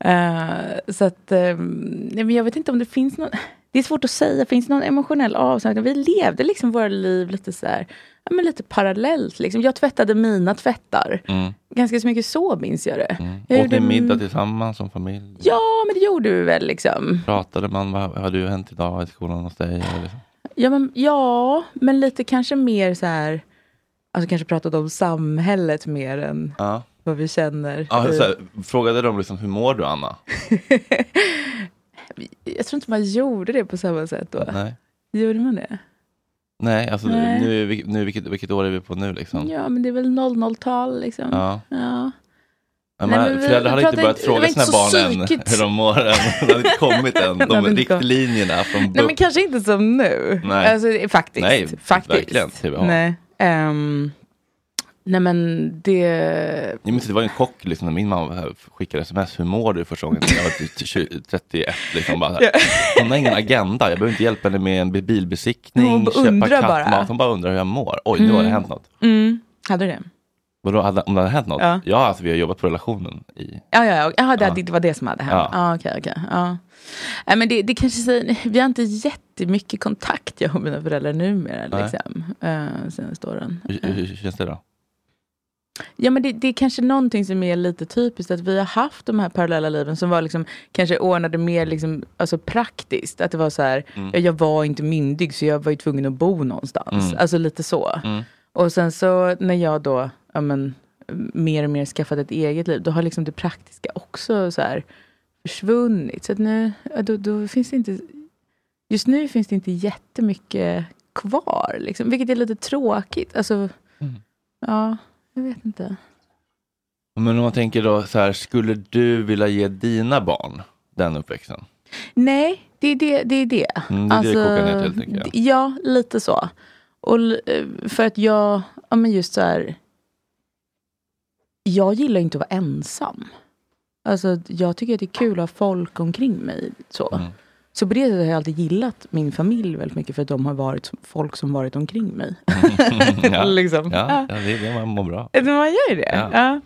Speaker 6: Eh, så att, eh, nej, men jag vet inte om det finns någon... Det är svårt att säga, finns det någon emotionell avsaknad? Vi levde liksom våra liv lite så här, ja, men lite parallellt. Liksom. Jag tvättade mina tvättar.
Speaker 1: Mm.
Speaker 6: Ganska så mycket så minns jag det.
Speaker 1: Mm.
Speaker 6: Jag
Speaker 1: Åt ni
Speaker 6: gjorde-
Speaker 1: middag tillsammans som familj?
Speaker 6: Ja, men det gjorde vi väl liksom.
Speaker 1: Pratade man, vad har du hänt idag i skolan hos dig? Eller liksom?
Speaker 6: Ja, men, ja, men lite kanske mer så här... Alltså kanske pratade om samhället mer än
Speaker 1: Ja.
Speaker 6: vad vi känner. typ.
Speaker 1: Ja,
Speaker 6: i-
Speaker 1: så här, frågade de liksom, hur mår du Anna?
Speaker 6: Jag tror inte man gjorde det på samma sätt då.
Speaker 1: Nej.
Speaker 6: Gjorde man det?
Speaker 1: Nej, alltså
Speaker 6: Nej.
Speaker 1: Nu, är vi- nu, vilket, vilket år är vi på nu liksom?
Speaker 6: Ja, men det är väl 00-tal liksom.
Speaker 1: Ja.
Speaker 6: Ja.
Speaker 1: Ja, men
Speaker 6: Nej, men vi-
Speaker 1: föräldrar har
Speaker 6: vi
Speaker 1: inte
Speaker 6: pratar
Speaker 1: börjat
Speaker 6: inte- det var
Speaker 1: fråga
Speaker 6: inte
Speaker 1: sina
Speaker 6: så
Speaker 1: barn än
Speaker 6: psykiskt.
Speaker 1: hur de mår än. De har inte kommit än.
Speaker 6: De
Speaker 1: De
Speaker 6: har inte kommit.
Speaker 1: riktlinjerna från
Speaker 6: Nej
Speaker 1: BUP.
Speaker 6: men kanske inte som nu.
Speaker 1: Nej.
Speaker 6: Alltså, det- faktiskt.
Speaker 1: Nej,
Speaker 6: faktiskt.
Speaker 1: verkligen, TBH.
Speaker 6: Nej. ehm, nej men det...
Speaker 1: Jag minns att det var en chock liksom, när min mamma skickade sms. Hur mår du första gången? Jag var typ 20 31. Liksom, bara, så här.
Speaker 6: Ja.
Speaker 1: Hon har ingen agenda. Jag behöver inte hjälpa henne med en
Speaker 6: Hon
Speaker 1: bilbesiktning.
Speaker 6: bara
Speaker 1: Köpa
Speaker 6: undrar
Speaker 1: kattmat.
Speaker 6: bara.
Speaker 1: Hon bara undrar hur jag mår. Oj, nu har det
Speaker 6: Mm.
Speaker 1: hänt något.
Speaker 6: Mm, hade du det?
Speaker 1: Vadå, hade- om det hade hänt något?
Speaker 6: Ja.
Speaker 1: Ja, alltså, vi har jobbat på relationen. I...
Speaker 6: Ja, ja, ja. Jaha, det,
Speaker 1: Ja.
Speaker 6: det var det som hade hänt.
Speaker 1: Ja.
Speaker 6: Ja, okej, okej. Ja. Nej, men det, det kanske säger, vi har inte jättemycket kontakt, jag och mina föräldrar numera,
Speaker 1: Nej.
Speaker 6: liksom, uh, senaste åren.
Speaker 1: Hur, hur, hur känns det då?
Speaker 6: Ja, men det, det är kanske någonting som är lite typiskt, att vi har haft de här parallella liven som var liksom, kanske ordnade mer liksom, alltså praktiskt. Att det var så här,
Speaker 1: Mm.
Speaker 6: ja, jag var inte myndig så jag var ju tvungen att bo någonstans.
Speaker 1: Mm.
Speaker 6: Alltså lite så.
Speaker 1: Mm.
Speaker 6: Och sen så när jag då, ja men, mer och mer skaffat ett eget liv, då har liksom det praktiska också så här försvunnit. Så att nu, ja, då, då finns det inte, just nu finns det inte jättemycket kvar, liksom, vilket är lite tråkigt. Alltså,
Speaker 1: Mm.
Speaker 6: ja, jag vet inte.
Speaker 1: Men om man tänker då så här, skulle du vilja ge dina barn den uppväxten?
Speaker 6: Nej, det är det. det, är det.
Speaker 1: Mm, det är det det
Speaker 6: Alltså,
Speaker 1: kokar ner till, helt enkelt, ja.
Speaker 6: d- Ja, lite så. Och l- eh, för att jag, ja men just så här. Jag gillar inte att vara ensam. Alltså jag tycker att det är kul att ha folk omkring mig. Så,
Speaker 1: Mm.
Speaker 6: så på det sättet har jag alltid gillat min familj väldigt mycket för att de har varit som- folk som varit omkring mig.
Speaker 1: ja.
Speaker 6: liksom.
Speaker 1: Ja, ja, det är det man mår bra.
Speaker 6: Men Man gör ju det.
Speaker 1: Ja.
Speaker 6: Ja.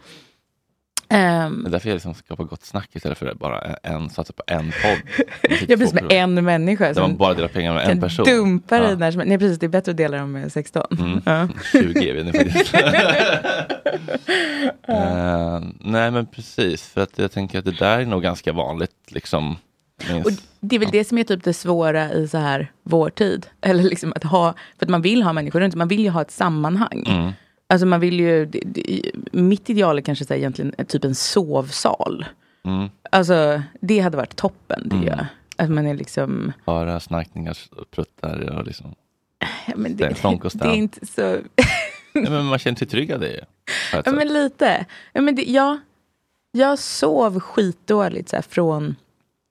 Speaker 6: Ehm,
Speaker 1: Det är därför jag liksom skapar gott snack istället för bara en, satsa på en podd. typ
Speaker 6: jag blir som en människa
Speaker 1: Där man
Speaker 6: som
Speaker 1: bara delar pengar med en
Speaker 6: kan
Speaker 1: person.
Speaker 6: dumpa dig
Speaker 1: Ja.
Speaker 6: när som helst. Nej precis, det är bättre att dela dem med 16.
Speaker 1: Mm.
Speaker 6: Ja.
Speaker 1: 20 är vi nu faktiskt. Eh, nej men precis, för att jag tänker att det där är nog ganska vanligt. Liksom,
Speaker 6: Och
Speaker 1: minst.
Speaker 6: det är väl det som är typ det svåra i så här vår tid. Eller liksom att ha, för att man vill ha människor runt man vill ju ha ett sammanhang.
Speaker 1: Mm.
Speaker 6: Alltså man vill ju, det, det, mitt ideal är kanske så här egentligen eh, typ en sovsal.
Speaker 1: Mm.
Speaker 6: Alltså det hade varit toppen tycker
Speaker 1: Mm.
Speaker 6: jag. Att man är liksom,
Speaker 1: Bara snarkningar och pruttar och liksom.
Speaker 6: ja, men
Speaker 1: Det är
Speaker 6: det,
Speaker 1: en flonk och
Speaker 6: det är
Speaker 1: stan.
Speaker 6: inte så,
Speaker 1: Nej, men man känner sig trygg av det ju. på ett
Speaker 6: ja
Speaker 1: sätt.
Speaker 6: men lite. Ja, men det, jag, jag sov skitdåligt så här från,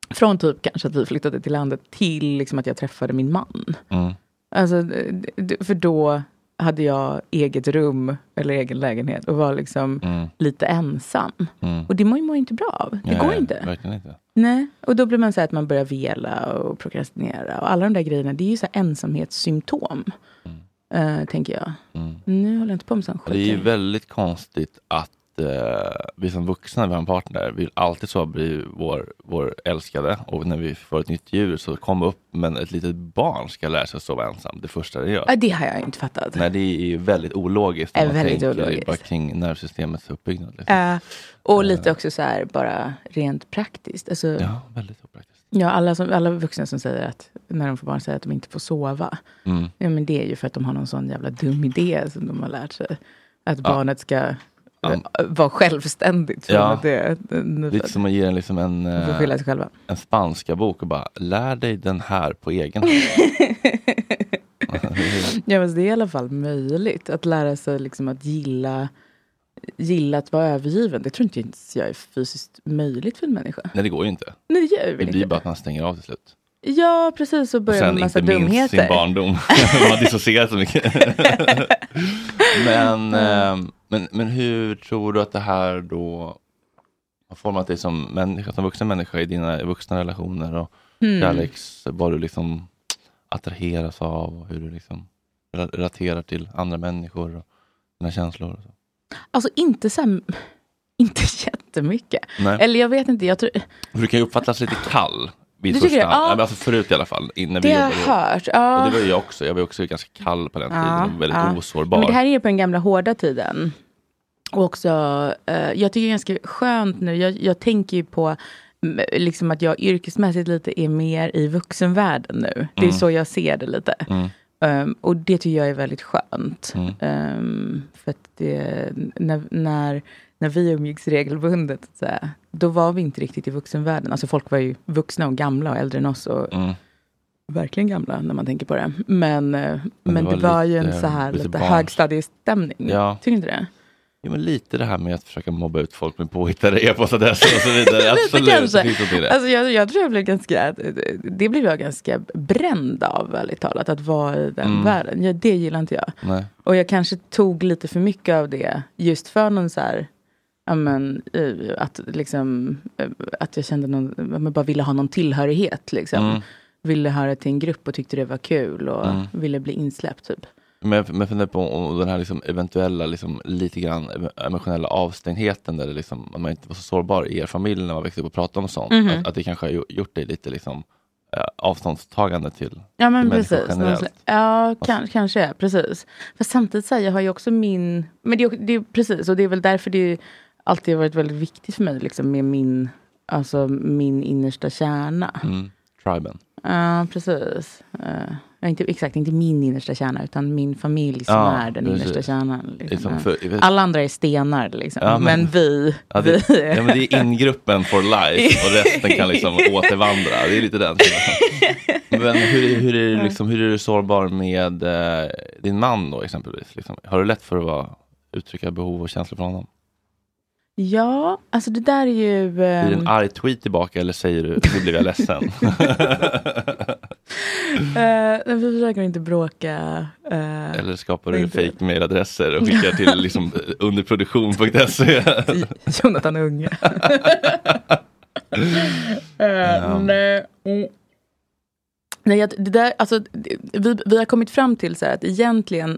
Speaker 6: från typ kanske att vi flyttade till landet till liksom att jag träffade min man.
Speaker 1: Mm.
Speaker 6: Alltså, d- d- för då hade jag eget rum eller egen lägenhet och var liksom
Speaker 1: Mm.
Speaker 6: lite ensam.
Speaker 1: Mm.
Speaker 6: Och det mår ju mår ju inte bra av. Det går
Speaker 1: Nej,
Speaker 6: inte.
Speaker 1: Verkligen inte.
Speaker 6: Nej. Och då blir man så här att man börjar vela och prokrastinera. Och alla de där grejerna, det är ju så här ensamhetssymptom. eh, tänker jag.
Speaker 1: Mm.
Speaker 6: Nu håller jag inte på med sån
Speaker 1: Det är ju
Speaker 6: skit.
Speaker 1: väldigt konstigt att eh, vi som vuxna, vi har en partner, vill alltid så bli vår, vår älskade och när vi får ett nytt djur så kom upp, men ett litet barn ska lära sig att sova ensam det första det gör.
Speaker 6: Ja, det har jag inte fattat.
Speaker 1: Nej, det är ju väldigt ologiskt. när
Speaker 6: Är
Speaker 1: man
Speaker 6: väldigt
Speaker 1: tänker
Speaker 6: ologiskt.
Speaker 1: Bara kring nervsystemets uppbyggnad. Liksom.
Speaker 6: Eh, och lite också så här bara rent praktiskt. Alltså,
Speaker 1: Ja, väldigt opraktiskt.
Speaker 6: ja, alla, som, alla vuxna som säger att när de får barn säger att de inte får sova.
Speaker 1: Mm.
Speaker 6: Ja, men det är ju för att de har någon sån jävla dum idé som de har lärt sig. Att barnet ska eh,
Speaker 1: An-
Speaker 6: vara självständigt. Från
Speaker 1: Ja.
Speaker 6: att det, eh,
Speaker 1: Lite som att ge en, liksom en,
Speaker 6: de får
Speaker 1: eh,
Speaker 6: skylla sig själva.
Speaker 1: en spanska bok och bara lär dig den här på egen hand.
Speaker 6: Ja, men det är i alla fall möjligt att lära sig liksom att gilla, gilla att vara övergiven. Det tror inte ens jag är fysiskt möjligt för en människa.
Speaker 1: Nej, det går ju inte.
Speaker 6: Nej, det gör jag
Speaker 1: Det
Speaker 6: väl
Speaker 1: blir
Speaker 6: inte.
Speaker 1: bara att man stänger av till slut.
Speaker 6: Ja, precis. Och
Speaker 1: Och
Speaker 6: börjar
Speaker 1: sen
Speaker 6: med massa
Speaker 1: inte minst
Speaker 6: dumheter.
Speaker 1: sin barndom. Man har dissocierat så mycket. men, eh, men, men hur tror du att det här då har format dig som människa, som vuxen människa i dina vuxna relationer och
Speaker 6: Hmm. Mm.
Speaker 1: kärlek, vad du liksom attraheras av och hur du liksom rela- relaterar till andra människor och dina känslor. Och så.
Speaker 6: Alltså inte så här, inte jättemycket.
Speaker 1: Nej.
Speaker 6: Eller jag vet inte, jag tror,
Speaker 1: Du kan ju uppfattas lite kall vid
Speaker 6: Du
Speaker 1: första,
Speaker 6: tycker det? Ja.
Speaker 1: ja. men alltså förut i alla fall, innan vi
Speaker 6: det har
Speaker 1: jobbade
Speaker 6: jag
Speaker 1: ihop.
Speaker 6: hört.
Speaker 1: Och
Speaker 6: Ja.
Speaker 1: det var ju jag också, jag var ju också ganska kall på den
Speaker 6: Ja,
Speaker 1: tiden, och väldigt
Speaker 6: ja.
Speaker 1: osårbar.
Speaker 6: Men det här är ju på den gamla hårda tiden. Och också, eh, jag tycker det är ganska skönt nu, jag, jag tänker ju på mm, liksom att jag yrkesmässigt lite är mer i vuxenvärlden nu. Det är så jag ser det lite.
Speaker 1: Mm.
Speaker 6: Ehm, och det tycker jag är väldigt skönt.
Speaker 1: Mm.
Speaker 6: Ehm, för att det, när, när, när vi umgicks regelbundet, så här, då var vi inte riktigt i vuxenvärlden. Alltså folk var ju vuxna och gamla och äldre än oss. Och
Speaker 1: Mm.
Speaker 6: Verkligen gamla när man tänker på det. Men, eh, men,
Speaker 1: det
Speaker 6: det
Speaker 1: var
Speaker 6: var, ju en
Speaker 1: lite-
Speaker 6: så här
Speaker 1: lite
Speaker 6: lite
Speaker 1: barns-
Speaker 6: högstadiestämning.
Speaker 1: Ja.
Speaker 6: Tycker du inte det?
Speaker 1: Jo, men lite det här med att försöka mobba ut folk med påhittade e-postadresser och så vidare. Alltså, Absolut.
Speaker 6: kanske.
Speaker 1: det finns något i det.
Speaker 6: Alltså jag, jag tror jag blev ganska, det blev jag ganska bränd av, ärligt talat, att vara i den
Speaker 1: Mm.
Speaker 6: världen. Ja, det gillar inte jag.
Speaker 1: Nej.
Speaker 6: Och jag kanske tog lite för mycket av det just för någon så här, ja men, eh, att, liksom, eh, att jag kände någon, ja, men bara ville ha någon tillhörighet. Liksom.
Speaker 1: Mm.
Speaker 6: Ville höra till en grupp och tyckte det var kul och
Speaker 1: Mm.
Speaker 6: ville bli insläppt. Typ.
Speaker 1: Men jag men jag funderar på om den här liksom eventuella, liksom, lite grann emotionella avstängdheten där det liksom, att man inte var så sårbar i er familj när man växte upp och pratade om sånt.
Speaker 6: Mhm.
Speaker 1: Att, att det kanske har ju- gjort dig lite liksom, eh, avståndstagande till...
Speaker 6: Ja men
Speaker 1: Till människor
Speaker 6: precis. Någon
Speaker 1: generellt. Alltså.
Speaker 6: slags- Ja, kan, kanske. Precis. För samtidigt så här, jag har ju också min... Men det, är- det är precis, och det är väl därför det alltid har varit väldigt viktigt för mig liksom, med min, alltså, min innersta kärna.
Speaker 1: Mm. Triben.
Speaker 6: Ja, precis. Eh, ja, inte, exakt, inte min innersta kärna, utan min familj som
Speaker 1: Ja,
Speaker 6: är den
Speaker 1: precis.
Speaker 6: innersta kärnan. Liksom.
Speaker 1: Liksom,
Speaker 6: Ja.
Speaker 1: för, jag vet-
Speaker 6: Alla andra är stenar, liksom.
Speaker 1: Ja, men-
Speaker 6: men, vi...
Speaker 1: ja,
Speaker 6: vi
Speaker 1: det, ja, men det är ingruppen for life och resten kan liksom återvandra. Det är lite den. Men hur, hur, är du liksom, hur är du sårbar med eh, din man då exempelvis? Liksom? Har du lätt för att vara, uttrycka behov och känslor från honom?
Speaker 6: ja, alltså det där är ju...
Speaker 1: Blir det
Speaker 6: ehm,
Speaker 1: en arg tweet tillbaka eller säger du nu blev jag ledsen?
Speaker 6: eh, vi försöker inte bråka. eh,
Speaker 1: eller skapar du
Speaker 6: Inte.
Speaker 1: fake mailadresser och skickar till liksom underproduktion.se?
Speaker 6: Jonathan Unge. Eh, nej, mm. Nej, jag- det där, alltså, det- vi, vi har kommit fram till så här att egentligen,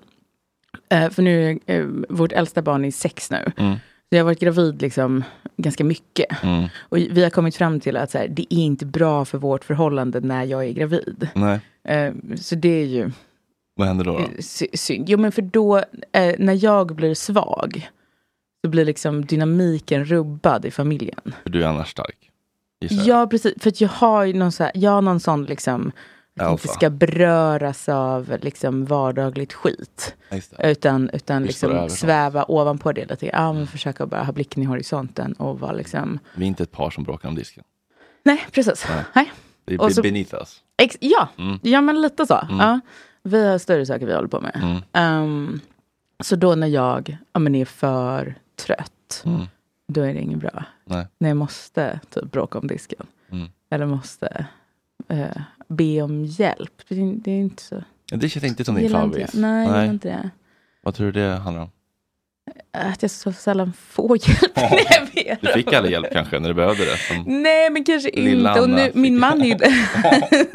Speaker 6: eh, för nu är eh, vårt äldsta barn är sex nu,
Speaker 1: Mm.
Speaker 6: så jag har varit gravid liksom ganska mycket.
Speaker 1: Mm.
Speaker 6: Och vi har kommit fram till att så här, det är inte bra för vårt förhållande när jag är gravid.
Speaker 1: Nej,
Speaker 6: Eh, Så det är ju
Speaker 1: vad händer då? då?
Speaker 6: eh, sy- synd. Jo men för då, eh, när jag blir svag, så blir liksom dynamiken rubbad i familjen.
Speaker 1: För du är annars stark. gissar jag.
Speaker 6: Ja, precis. För att jag har ju någon, så här, jag har någon sån liksom, att
Speaker 1: Alpha.
Speaker 6: inte ska beröras av liksom vardagligt skit.
Speaker 1: Ja, just det.
Speaker 6: Utan, utan
Speaker 1: Vi står över
Speaker 6: liksom
Speaker 1: sånt.
Speaker 6: sväva ovanpå det lite. Ja, men försöka bara ha blicken i horisonten och vara liksom...
Speaker 1: Vi är inte ett par som bråkar om disken.
Speaker 6: Nej, precis.
Speaker 1: Nej.
Speaker 6: Nej.
Speaker 1: Det är
Speaker 6: Och så-
Speaker 1: beneath us.
Speaker 6: Ex- ja.
Speaker 1: Mm.
Speaker 6: ja, men lite så.
Speaker 1: Mm.
Speaker 6: Ja. Vi har större saker vi håller på med.
Speaker 1: Mm.
Speaker 6: Ehm, så då när jag ja, men är för trött,
Speaker 1: Mm.
Speaker 6: då är det inget bra.
Speaker 1: Nej.
Speaker 6: När jag måste typ, bråka om disken.
Speaker 1: Mm.
Speaker 6: Eller måste eh, be om hjälp. Det är, det är inte så...
Speaker 1: Ja, Det känns inte som din
Speaker 6: Gillar inte
Speaker 1: favvis.
Speaker 6: det. Nej,
Speaker 1: Nej.
Speaker 6: gillar inte det.
Speaker 1: Vad tror du det handlar om?
Speaker 6: Att jag så sällan får hjälp när jag ber
Speaker 1: Du fick
Speaker 6: om
Speaker 1: all
Speaker 6: det.
Speaker 1: hjälp kanske när du behövde det. Som...
Speaker 6: Nej, men kanske
Speaker 1: Lilla
Speaker 6: inte. Och
Speaker 1: Anna
Speaker 6: nu,
Speaker 1: fick-
Speaker 6: min man är ju...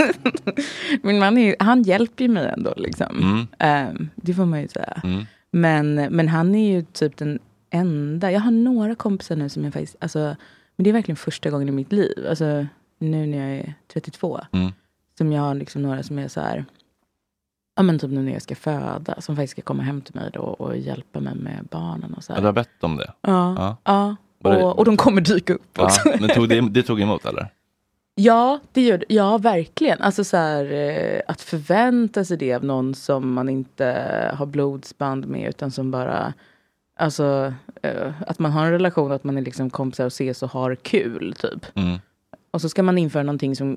Speaker 6: min man är ju, han hjälper ju mig ändå. Liksom.
Speaker 1: Mm.
Speaker 6: Eh, det får man ju säga.
Speaker 1: Mm.
Speaker 6: Men, men han är ju typ den enda. Jag har några kompisar nu som jag faktiskt... Alltså, men det är verkligen första gången i mitt liv. Alltså, nu när jag är 32.
Speaker 1: Mm.
Speaker 6: Som jag har liksom några som är så här... Ja men typ nu när jag ska föda. Som faktiskt ska komma hem till mig då och hjälpa mig med barnen och så
Speaker 1: Ja,
Speaker 6: här.
Speaker 1: du har bett om det.
Speaker 6: Ja.
Speaker 1: Ja.
Speaker 6: ja.
Speaker 1: Var det-
Speaker 6: Och, och de kommer dyka upp
Speaker 1: Ja.
Speaker 6: också.
Speaker 1: Men tog det, det tog emot eller?
Speaker 6: Ja, det gör det. Ja, verkligen. Alltså så här, eh, att förvänta sig det av någon som man inte har blodsband med utan som bara... Alltså, eh, att man har en relation, att man är liksom kompisar och ses och har kul, typ.
Speaker 1: Mm.
Speaker 6: Och så ska man införa någonting som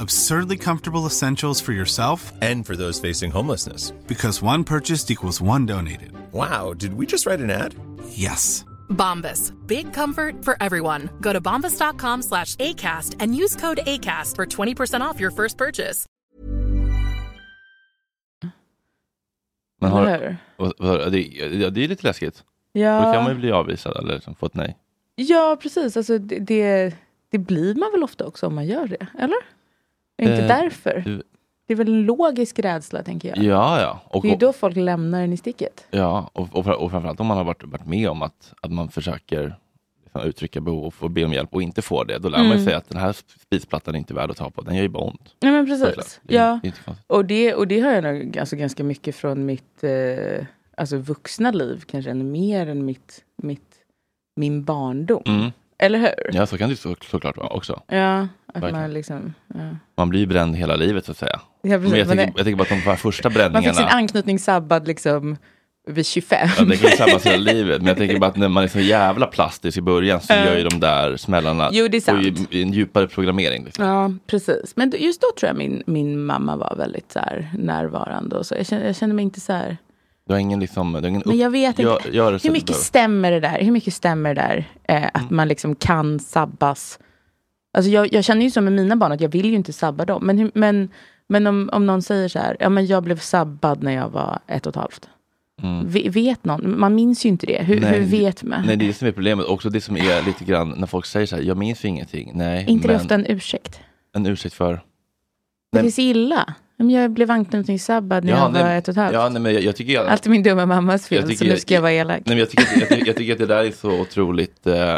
Speaker 8: Absurdly comfortable essentials for yourself and for those facing homelessness. Because one purchased equals one donated. Wow, did we just write an ad? Yes.
Speaker 9: Bombas. Big comfort for everyone. Go to bombas.com slash ACAST and use code ACAST for 20% off your first purchase.
Speaker 1: Men
Speaker 6: Eller hur?
Speaker 1: har, vad, vad, det, ja, det är lite läskigt.
Speaker 6: Ja.
Speaker 1: Då kan man ju bli avvisad eller liksom få ett nej.
Speaker 6: Ja, precis. Alltså, det, det, det blir man väl ofta också om man gör det, eller? Är det inte
Speaker 1: Eh,
Speaker 6: därför?
Speaker 1: du-
Speaker 6: Det är väl en logisk rädsla, tänker jag.
Speaker 1: Ja, ja. Och,
Speaker 6: det är ju
Speaker 1: och,
Speaker 6: då folk lämnar en i sticket.
Speaker 1: ja, och, och, och framförallt om man har varit, varit med om att, att man försöker liksom, uttrycka behov och be om hjälp och inte får det. Då lär man
Speaker 6: Mm.
Speaker 1: ju sig att den här spisplattan är inte värd att ta på. Den gör ju bara ont.
Speaker 6: Nej, men precis.
Speaker 1: Såklart. Mm. Det är-
Speaker 6: Ja.
Speaker 1: det är inte konstigt.
Speaker 6: Och det, och det har jag nog alltså, ganska mycket från mitt eh, alltså, vuxna liv, kanske ännu mer än mitt, mitt, min barndom.
Speaker 1: Mm.
Speaker 6: Eller hur?
Speaker 1: Ja, så kan det ju så, såklart vara också.
Speaker 6: Ja, att man
Speaker 1: Verkligen.
Speaker 6: liksom... Ja.
Speaker 1: Man blir bränd hela livet så att säga.
Speaker 6: Ja, precis.
Speaker 1: Men jag
Speaker 6: Man
Speaker 1: tänker,
Speaker 6: är-
Speaker 1: jag tänker bara att de här första
Speaker 6: Mm, Man fick sin
Speaker 1: bränningarna,
Speaker 6: anknytning sabbad liksom vid 25.
Speaker 1: ja, det kan ju sabba hela livet. Men jag tänker bara att när man är så jävla plastisk i början så
Speaker 6: Ja.
Speaker 1: gör ju de där smällarna,
Speaker 6: Jo, det är
Speaker 1: får ju en djupare programmering. Liksom.
Speaker 6: Ja, precis. Men just då tror jag min, min mamma var väldigt så här, närvarande. Och så. Jag, känner, jag känner mig inte så här...
Speaker 1: Du har ingen, liksom, du har ingen upp-
Speaker 6: Men jag vet inte.
Speaker 1: gör- görelse
Speaker 6: hur
Speaker 1: du
Speaker 6: mycket
Speaker 1: behöver.
Speaker 6: stämmer det där? Hur mycket stämmer det där? Eh, att
Speaker 1: Mm.
Speaker 6: man liksom kan sabbas. Alltså jag, jag känner ju så med mina barn att jag vill ju inte sabba dem. Men, hur- men, men om, om någon säger så här, ja men jag blev sabbad när jag var ett och ett halvt. Ve- vet någon? Man minns ju inte det. Hur, hur vet man?
Speaker 1: Mm. Nej, det är det som är problemet. Också det som är lite grann när folk säger så här, jag minns ju ingenting. Nej,
Speaker 6: inte
Speaker 1: men
Speaker 6: det ofta en ursäkt?
Speaker 1: en ursäkt för?
Speaker 6: Det
Speaker 1: Nej.
Speaker 6: är så illa. Men jag blev anknytningssabbad när jag var
Speaker 1: nej,
Speaker 6: ett och ett halvt.
Speaker 1: Ja, nej, men jag, jag tycker jag,
Speaker 6: Allt är min dumma mammas fel, så
Speaker 1: tycker-
Speaker 6: nu ska jag vara elak.
Speaker 1: Nej, men jag, tycker, jag, tycker, jag tycker att det där är så otroligt eh,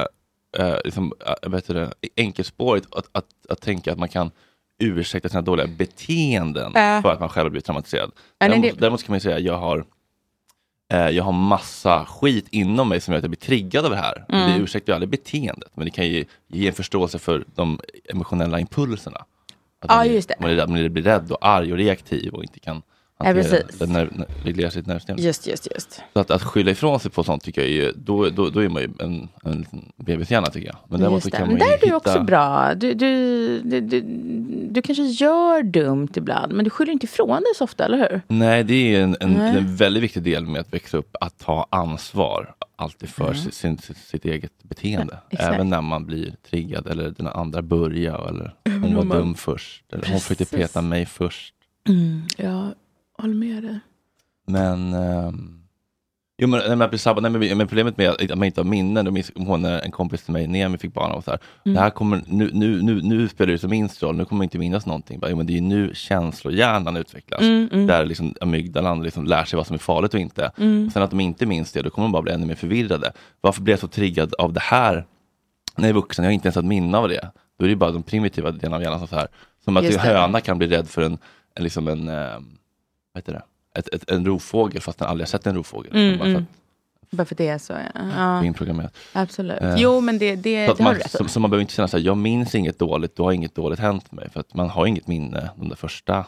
Speaker 1: eh, liksom, eh, vad heter det, enkelspårigt att, att, att tänka att man kan ursäkta sina dåliga beteenden
Speaker 6: Äh.
Speaker 1: för att man själv har blivit traumatiserad.
Speaker 6: nej,
Speaker 1: däremot,
Speaker 6: det-
Speaker 1: däremot kan man ju säga att jag har eh, jag har massa skit inom mig som gör att jag blir triggad av det här. Men
Speaker 6: Mm.
Speaker 1: Det ursäktar ju aldrig beteendet, men det kan ju ge en förståelse för de emotionella impulserna. Att
Speaker 6: Ja,
Speaker 1: man, blir-
Speaker 6: just det.
Speaker 1: Man, blir, man blir rädd och arg och reaktiv och inte kan
Speaker 6: Ja,
Speaker 1: hantera,
Speaker 6: precis.
Speaker 1: den nerv- reglera sitt nervsystem.
Speaker 6: Just, just, just.
Speaker 1: Så att, att skylla ifrån sig på sånt tycker jag är ju, då, då, då är man ju en, en liten bebishjärna tycker jag. Men däremot
Speaker 6: Just
Speaker 1: så
Speaker 6: det.
Speaker 1: kan
Speaker 6: Men
Speaker 1: man ju
Speaker 6: där är du
Speaker 1: hitta-
Speaker 6: också bra. Du, du, du, du, du kanske gör dumt ibland, men du skyller inte ifrån dig så ofta, eller hur?
Speaker 1: Nej, det är en, en,
Speaker 6: Nej.
Speaker 1: en väldigt viktig del med att växa upp, att ta ansvar alltid för
Speaker 6: Mm.
Speaker 1: si- sin, sitt, sitt eget beteende.
Speaker 6: Ja, exakt.
Speaker 1: Även när man blir triggad eller den andra börjar eller hon
Speaker 6: Även
Speaker 1: var
Speaker 6: om man-
Speaker 1: dum först, eller hon försökte
Speaker 6: Precis.
Speaker 1: peta mig först.
Speaker 6: Jag Mm, håller med dig.
Speaker 1: Men... ehm, jo, men, nej, men, att bli sabbad, nej, men, men problemet med att man inte har minnen, då minns hon när en kompis till mig, Nemi, fick barn och så här.
Speaker 6: Mm.
Speaker 1: Det här kommer, nu, nu, nu, nu spelar det som minst roll, nu kommer jag inte minnas någonting. Bara, jo, men det är ju nu känslohjärnan utvecklas.
Speaker 6: Mm, mm.
Speaker 1: Där liksom amygdalan liksom lär sig vad som är farligt och inte.
Speaker 6: Mm.
Speaker 1: Och sen att de inte minns det, då kommer de bara bli ännu mer förvirrade. Varför blir jag så triggad av det här när jag är vuxen? Jag har inte ens ett minne av det. Då är det ju bara de primitiva delarna av hjärnan som så här. Som att
Speaker 6: Just
Speaker 1: en
Speaker 6: det.
Speaker 1: höna kan bli rädd för en, en, liksom en ehm, vad heter det? Ett, ett, en rovfågel fast den aldrig har sett en rovfågel.
Speaker 6: Mm,
Speaker 1: bara för
Speaker 6: mm. Bara för det är så, ja.
Speaker 1: att det är
Speaker 6: ja
Speaker 1: inprogrammerat.
Speaker 6: absolut.
Speaker 1: Eh,
Speaker 6: Jo, men det, det,
Speaker 1: Så, att
Speaker 6: det har
Speaker 1: man,
Speaker 6: du rätt
Speaker 1: så,
Speaker 6: i.
Speaker 1: så man behöver inte känna så här, jag minns inget dåligt, då har inget dåligt hänt mig. För att man har inget minne de där första.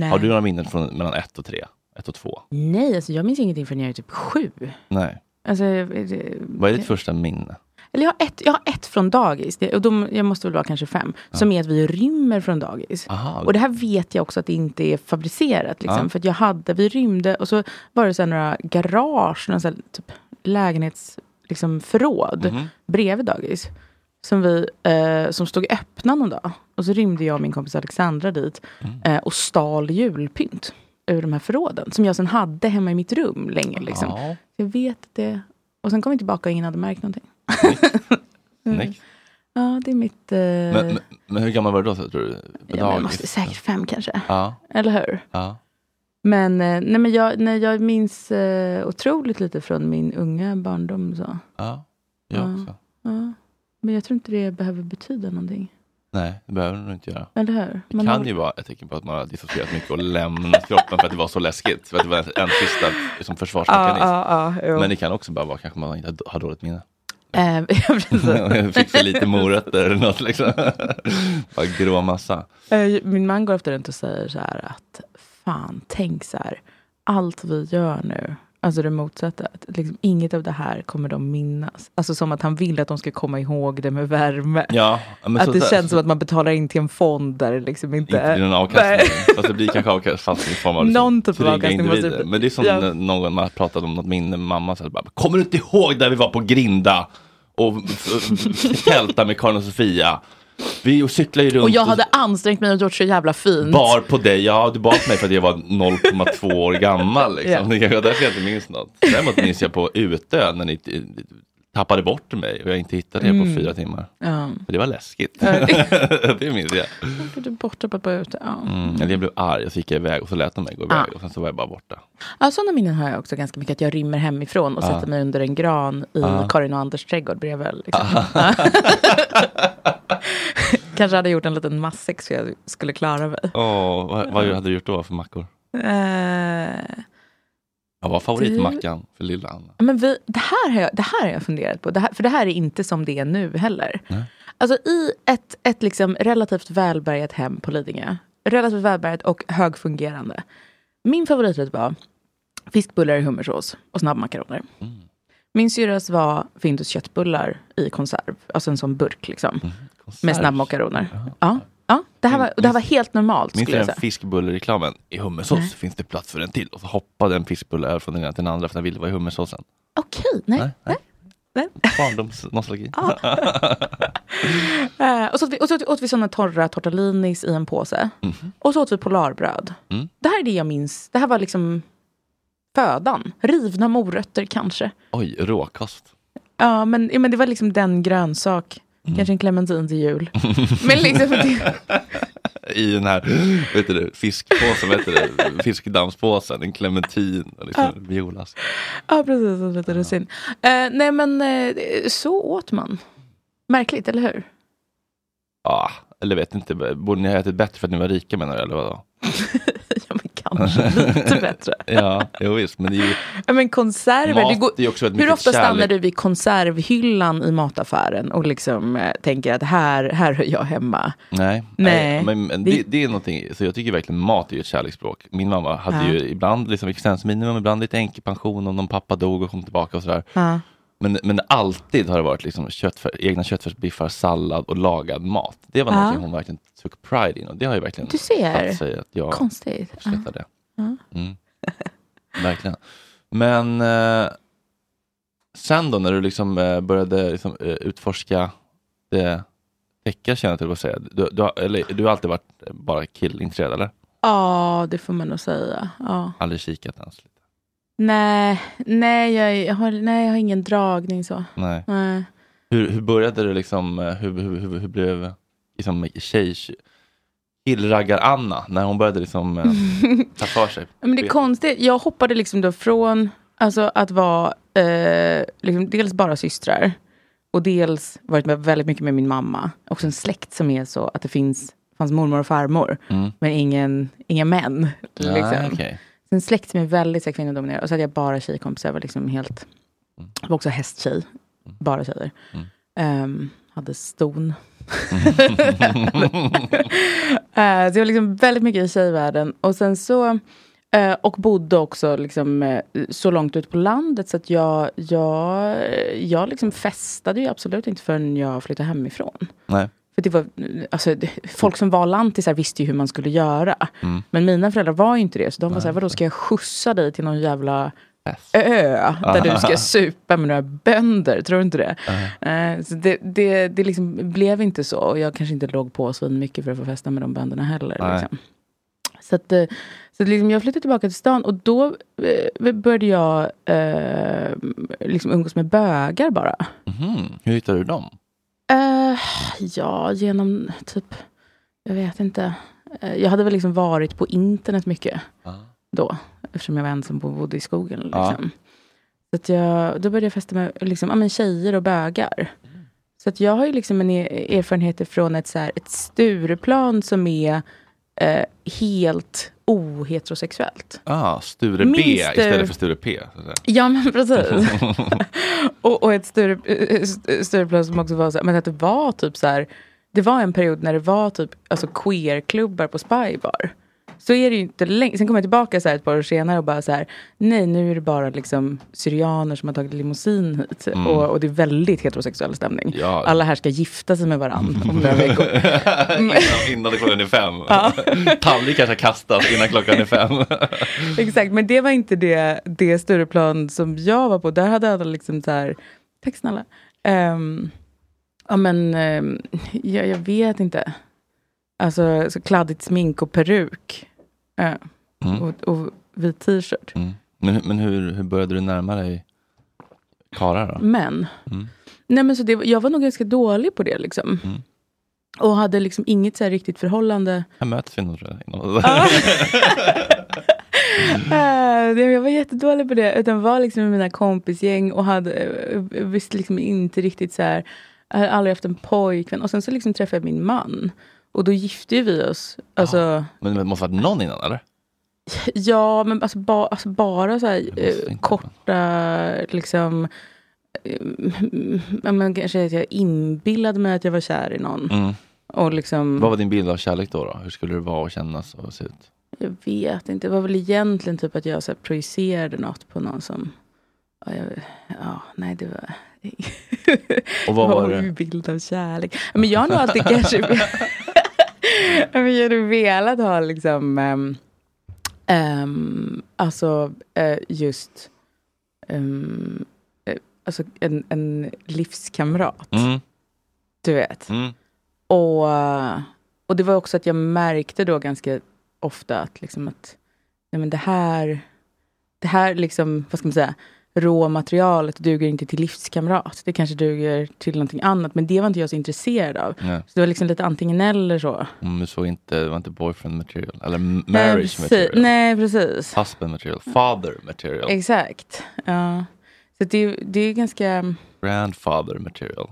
Speaker 6: Nej.
Speaker 1: Har du några minnen från mellan ett och tre? Ett och två?
Speaker 6: Nej, alltså jag minns ingenting förrän jag är typ sju.
Speaker 1: Nej.
Speaker 6: Alltså, det,
Speaker 1: Vad är ditt första minne?
Speaker 6: Eller jag har ett, jag har ett från dagis, det, och de, jag måste väl vara kanske fem, som är att vi rymmer från dagis.
Speaker 1: Aha.
Speaker 6: Och det här vet jag också att det inte är fabricerat. Liksom,
Speaker 1: Ja.
Speaker 6: För att jag hade, vi rymde och så var det så här några garage, några så här, typ, lägenhets, liksom, förråd
Speaker 1: Mhm.
Speaker 6: bredvid dagis. Som, vi, eh, som stod öppna någon dag. Och så rymde jag och min kompis Alexandra dit
Speaker 1: Mm.
Speaker 6: eh, och stal julpynt ur de här förråden. Som jag sen hade hemma i mitt rum länge. Liksom.
Speaker 1: Ja.
Speaker 6: Jag vet att det. Och sen kom vi tillbaka och ingen hade märkt någonting. Mm.
Speaker 1: Snyggt.
Speaker 6: Ja, det är mitt... Eh,
Speaker 1: Men, men, men hur gammal var du då så, tror du? På
Speaker 6: ja, men jag
Speaker 1: dagis?
Speaker 6: måste, säkert fem kanske.
Speaker 1: Ja,
Speaker 6: Eller hur?
Speaker 1: ja.
Speaker 6: Men, eh, nej, men jag, nej, jag minns eh, otroligt lite från min unga barndom. Så.
Speaker 1: ja. Jag
Speaker 6: Ja.
Speaker 1: också.
Speaker 6: Ja. Men jag tror inte det behöver betyda någonting.
Speaker 1: Nej, det behöver du nog inte göra.
Speaker 6: Eller hur?
Speaker 1: Det
Speaker 6: Man
Speaker 1: kan
Speaker 6: har-
Speaker 1: ju vara ett tecken på att man har dissocierat mycket och lämnat kroppen för att det var så läskigt. För att det var en sista liksom,
Speaker 6: Ja,
Speaker 1: försvarsmekanism.
Speaker 6: ja, ja, jo.
Speaker 1: Men det kan också bara vara kanske man inte har dåligt minne.
Speaker 6: Eh, ja, precis.
Speaker 1: Fixa lite morötter eller något liksom. Bara grå massa.
Speaker 6: Eh, Min man går efter runt och säger så här att fan, tänk så här. Allt vi gör nu, alltså det motsatta, att liksom, inget av det här kommer de minnas. Alltså som att han vill att de ska komma ihåg det med värme.
Speaker 1: Ja, men
Speaker 6: att
Speaker 1: så-
Speaker 6: det
Speaker 1: så-
Speaker 6: känns som att man betalar in till en fond där det liksom inte...
Speaker 1: Inte blir någon
Speaker 6: Nej.
Speaker 1: avkastning. Fast det blir kanske avkastning i form av liksom
Speaker 6: Någon typ av
Speaker 1: trygga
Speaker 6: avkastning måste
Speaker 1: individer.
Speaker 6: det-
Speaker 1: Men det är som
Speaker 6: Ja.
Speaker 1: när någon man pratade om något minne med mamma. Så här, bara, Kommer du inte ihåg där vi var på Grinda? Och tälta med Karin och Sofia. Vi cyklade ju runt.
Speaker 6: Och jag hade ansträngt mig och gjort så jävla fint.
Speaker 1: Bar på dig, ja du bar på mig för att jag var 0,2 år gammal. Liksom.
Speaker 6: Ja.
Speaker 1: Det kanske var därför jag inte minns något. Däremot minns jag på Utö när ni eh, tappade bort mig och jag inte hittade er
Speaker 6: Mm.
Speaker 1: på fyra timmar.
Speaker 6: Ja.
Speaker 1: För det var läskigt.
Speaker 6: Ja.
Speaker 1: det minns jag.
Speaker 6: Du är borta på ute. Ja.
Speaker 1: Mm. Eller jag blev arg och så gick jag iväg och så lät de mig gå iväg
Speaker 6: Ah.
Speaker 1: och sen så var jag bara borta.
Speaker 6: Ja, sådana minnen har jag också ganska mycket. Att jag rymmer hemifrån och
Speaker 1: Ja.
Speaker 6: sätter mig under en gran i
Speaker 1: Ja.
Speaker 6: Karin och Anders trädgård bredvid. Liksom. Kanske hade jag gjort en liten matsäck så jag skulle klara mig.
Speaker 1: Åh, vad, vad hade du gjort då för mackor?
Speaker 6: Eh,
Speaker 1: Jag var favoritmackan för lilla Anna.
Speaker 6: men vi, det, här har jag, det här har jag funderat på, det här, för det här är inte som det är nu heller. Alltså i ett, ett liksom relativt välbärgat hem på Lidingö, relativt välbärgat och högfungerande. Min favoriträtt var fiskbullar i hummersås och snabbmakaroner.
Speaker 1: Mm.
Speaker 6: Min syrras var Findus köttbullar i konserv, alltså en sån burk liksom.
Speaker 1: Mm.
Speaker 6: med snabbmakaroner. Ja, ja, det här var, det här var helt normalt
Speaker 1: Minns
Speaker 6: skulle
Speaker 1: du
Speaker 6: jag
Speaker 1: den
Speaker 6: säga.
Speaker 1: fiskbullereklamen? I hummersås
Speaker 6: Nej.
Speaker 1: finns det plats för en till. Och så hoppade en fiskbulle över från den ena till den andra för den ville vara i hummersåsen.
Speaker 6: Okej, nej. nej. nej.
Speaker 1: Barndomsnostalgi.
Speaker 6: Eh, och så, åt vi, och så åt, åt vi såna torra tortellinis i en påse.
Speaker 1: Mhm.
Speaker 6: Och så åt vi polarbröd.
Speaker 1: Mm.
Speaker 6: Det här är det jag minns. Det här var liksom födan. Rivna morötter kanske.
Speaker 1: Oj, råkost.
Speaker 6: Ja, men, ja, men det var liksom den grönsak. Kanske en clementin till jul. men liksom, det,
Speaker 1: I den här, vet du, fiskpåsen, vet du, det? fiskdammspåsen, en clementin och liksom
Speaker 6: Ja.
Speaker 1: en violask.
Speaker 6: ja, precis. Och lite russin. Eh, nej, men eh, så åt man. Märkligt, eller hur?
Speaker 1: Ja, eller vet inte, borde ni ha ätit bättre för att ni var rika menar du, eller vadå? ja, men
Speaker 6: kanske lite bättre.
Speaker 1: ja, jo, visst, men det är ju
Speaker 6: Ja, men konserver.
Speaker 1: Mat
Speaker 6: du går,
Speaker 1: är ju också ett
Speaker 6: hur
Speaker 1: mycket
Speaker 6: ofta stannar
Speaker 1: kärlek-
Speaker 6: du vid konservhyllan i mataffären och liksom eh, tänker att här, här hör jag hemma?
Speaker 1: Nej,
Speaker 6: Nej.
Speaker 1: Men, men det, det är någonting, så jag tycker verkligen mat är ju ett kärleksspråk. Min mamma hade
Speaker 6: Ja.
Speaker 1: ju ibland liksom existensminimum, ibland lite änkepension om någon pappa dog och kom tillbaka och sådär.
Speaker 6: Ja.
Speaker 1: Men, men alltid har det varit liksom köttfär, egna köttfärsbiffar, sallad och lagad mat. Det var
Speaker 6: Ja.
Speaker 1: någonting hon verkligen took pride in och det har ju verkligen
Speaker 6: Du ser.
Speaker 1: satt sig att jag
Speaker 6: Konstigt. Ja.
Speaker 1: uppskattar det.
Speaker 6: Ja.
Speaker 1: Mm. Verkligen. Men eh, sen då när du liksom eh, började liksom, eh, utforska det täcka känner jag att säga. Du, du, har, eller, du har alltid varit bara killintresserad eller?
Speaker 6: Ja, det får man nog säga. Ja.
Speaker 1: Aldrig kikat ens?
Speaker 6: Nej, nej, jag, är- jag har, nej, jag har ingen dragning så.
Speaker 1: Nej.
Speaker 6: Nej.
Speaker 1: Hur, hur började du liksom, eh, hur, hur, hur, hur blev liksom, tjej, killraggar-Anna när hon började liksom eh, ta för sig?
Speaker 6: Men det är konstigt. Jag hoppade liksom då från alltså, att vara eh, liksom, dels bara systrar och dels varit med väldigt mycket med min mamma. Också en släkt som är så att det finns, fanns mormor och farmor,
Speaker 1: Mm.
Speaker 6: men ingen, inga män.
Speaker 1: Nej,
Speaker 6: Liksom.
Speaker 1: okej.
Speaker 6: Så en släkt som är väldigt så här, kvinnodominerad. Och så hade jag bara tjejkompisar. Jag var liksom helt... Jag var också hästtjej. Bara tjejer. Ehm, hade ston. Eh, så jag var liksom väldigt mycket i tjejvärlden. Och sen så... eh, och bodde också liksom, eh, så långt ut på landet så att jag, jag, jag liksom festade ju absolut inte förrän jag flyttade hemifrån.
Speaker 1: Nej.
Speaker 6: För det var, alltså, det- folk som var lantisar visste ju hur man skulle göra. Men mina föräldrar var ju inte det. Så de var såhär, vadå ska jag skjutsa dig till någon jävla ö där du ska supa med några bönder? Tror du inte det? Eh, Så det, det, det liksom blev inte så. Och jag kanske inte låg på så mycket för att få festa med de bönderna heller.
Speaker 1: Nej.
Speaker 6: Liksom. Så, att, eh, så att liksom jag flyttade tillbaka till stan och då eh, började jag eh, liksom umgås med bögar bara.
Speaker 1: Mhm. Hur hittade du dem?
Speaker 6: Eh, ja, genom typ, jag vet inte. Eh, jag hade väl liksom varit på internet mycket då, eftersom jag var ensam och bodde i skogen.
Speaker 1: Ja.
Speaker 6: Liksom. Så att jag, då började jag festa med liksom, ja, men tjejer och bögar. Så att jag har ju liksom en e- erfarenhet från ett, så här, ett Stureplan som är eh, helt oheterosexuellt.
Speaker 1: Ah, Sture B
Speaker 6: Minns du-
Speaker 1: istället för Sture P. så att säga.
Speaker 6: Ja, men precis. och, och ett Sture- eh, St- Stureplan som också var så här, men att det var typ så här, det var en period när det var typ alltså queerklubbar på Spybar. Så är det ju inte längre. Sen kom jag tillbaka så här ett par år senare och bara så här, nej nu är det bara liksom syrianer som har tagit limousin hit.
Speaker 1: Mm.
Speaker 6: Och, och det är väldigt heterosexuell stämning.
Speaker 1: Ja.
Speaker 6: Alla här ska gifta sig med varandra om några veckor.
Speaker 1: innan, innan klockan är fem.
Speaker 6: Ja.
Speaker 1: Tallrikar ska kastas innan klockan är fem.
Speaker 6: Exakt, men det var inte det, det Stureplan som jag var på. Där hade alla liksom så här, tack snälla. Ehm, ja men, ehm, ja, jag vet inte. Alltså så kladdigt smink och peruk. Eh,
Speaker 1: Mm.
Speaker 6: och, och vit t-shirt.
Speaker 1: Men, men hur, hur började du närma dig karlar då?
Speaker 6: Men,
Speaker 1: Mm.
Speaker 6: nej men så det, var- jag var nog ganska dålig på det liksom.
Speaker 1: Mm.
Speaker 6: Och hade liksom inget så här riktigt förhållande.
Speaker 1: Här möts vi nog tror jag. inom-
Speaker 6: Eh, nej, jag var jättedålig på det. Utan var liksom med mina kompisgäng och hade, eh, visste liksom inte riktigt så här. Jag hade aldrig haft en pojkvän. Och sen så liksom träffade jag min man. Och då gifte ju vi oss. Alltså,
Speaker 1: Men det måste ha varit någon innan eller?
Speaker 6: Ja, men alltså, ba, alltså bara så här, eh, korta, liksom... eh, Ja, men kanske att jag inbillade mig att jag var kär i någon.
Speaker 1: Mm.
Speaker 6: Och liksom...
Speaker 1: Vad var din bild av kärlek då? då? Hur skulle det vara och kännas och se ut?
Speaker 6: Jag vet inte. Det var väl egentligen typ att jag så här projicerade något på någon som... Ja, jag, ja nej det var...
Speaker 1: Och vad var
Speaker 6: Oj,
Speaker 1: det?
Speaker 6: bild av kärlek. Men jag har nog alltid kanske... Men jag hade velat ha liksom... ehm, ehm, alltså eh, just... ehm, eh, alltså en, en livskamrat.
Speaker 1: Mm.
Speaker 6: Du vet.
Speaker 1: Mm.
Speaker 6: Och, och det var också att jag märkte då ganska ofta att, liksom att nej men det här, det här liksom, vad ska man säga, råmaterialet duger inte till livskamrat. Det kanske duger till någonting annat, men det var inte jag så intresserad av.
Speaker 1: Nej.
Speaker 6: Så det var liksom lite antingen eller så.
Speaker 1: Mm, du såg inte, det var inte boyfriend material eller m-
Speaker 6: Nej,
Speaker 1: marriage
Speaker 6: precis.
Speaker 1: material.
Speaker 6: Nej, precis.
Speaker 1: Husband material, father material,
Speaker 6: Exakt. Ja. Så det, det är ganska...
Speaker 1: grandfather material.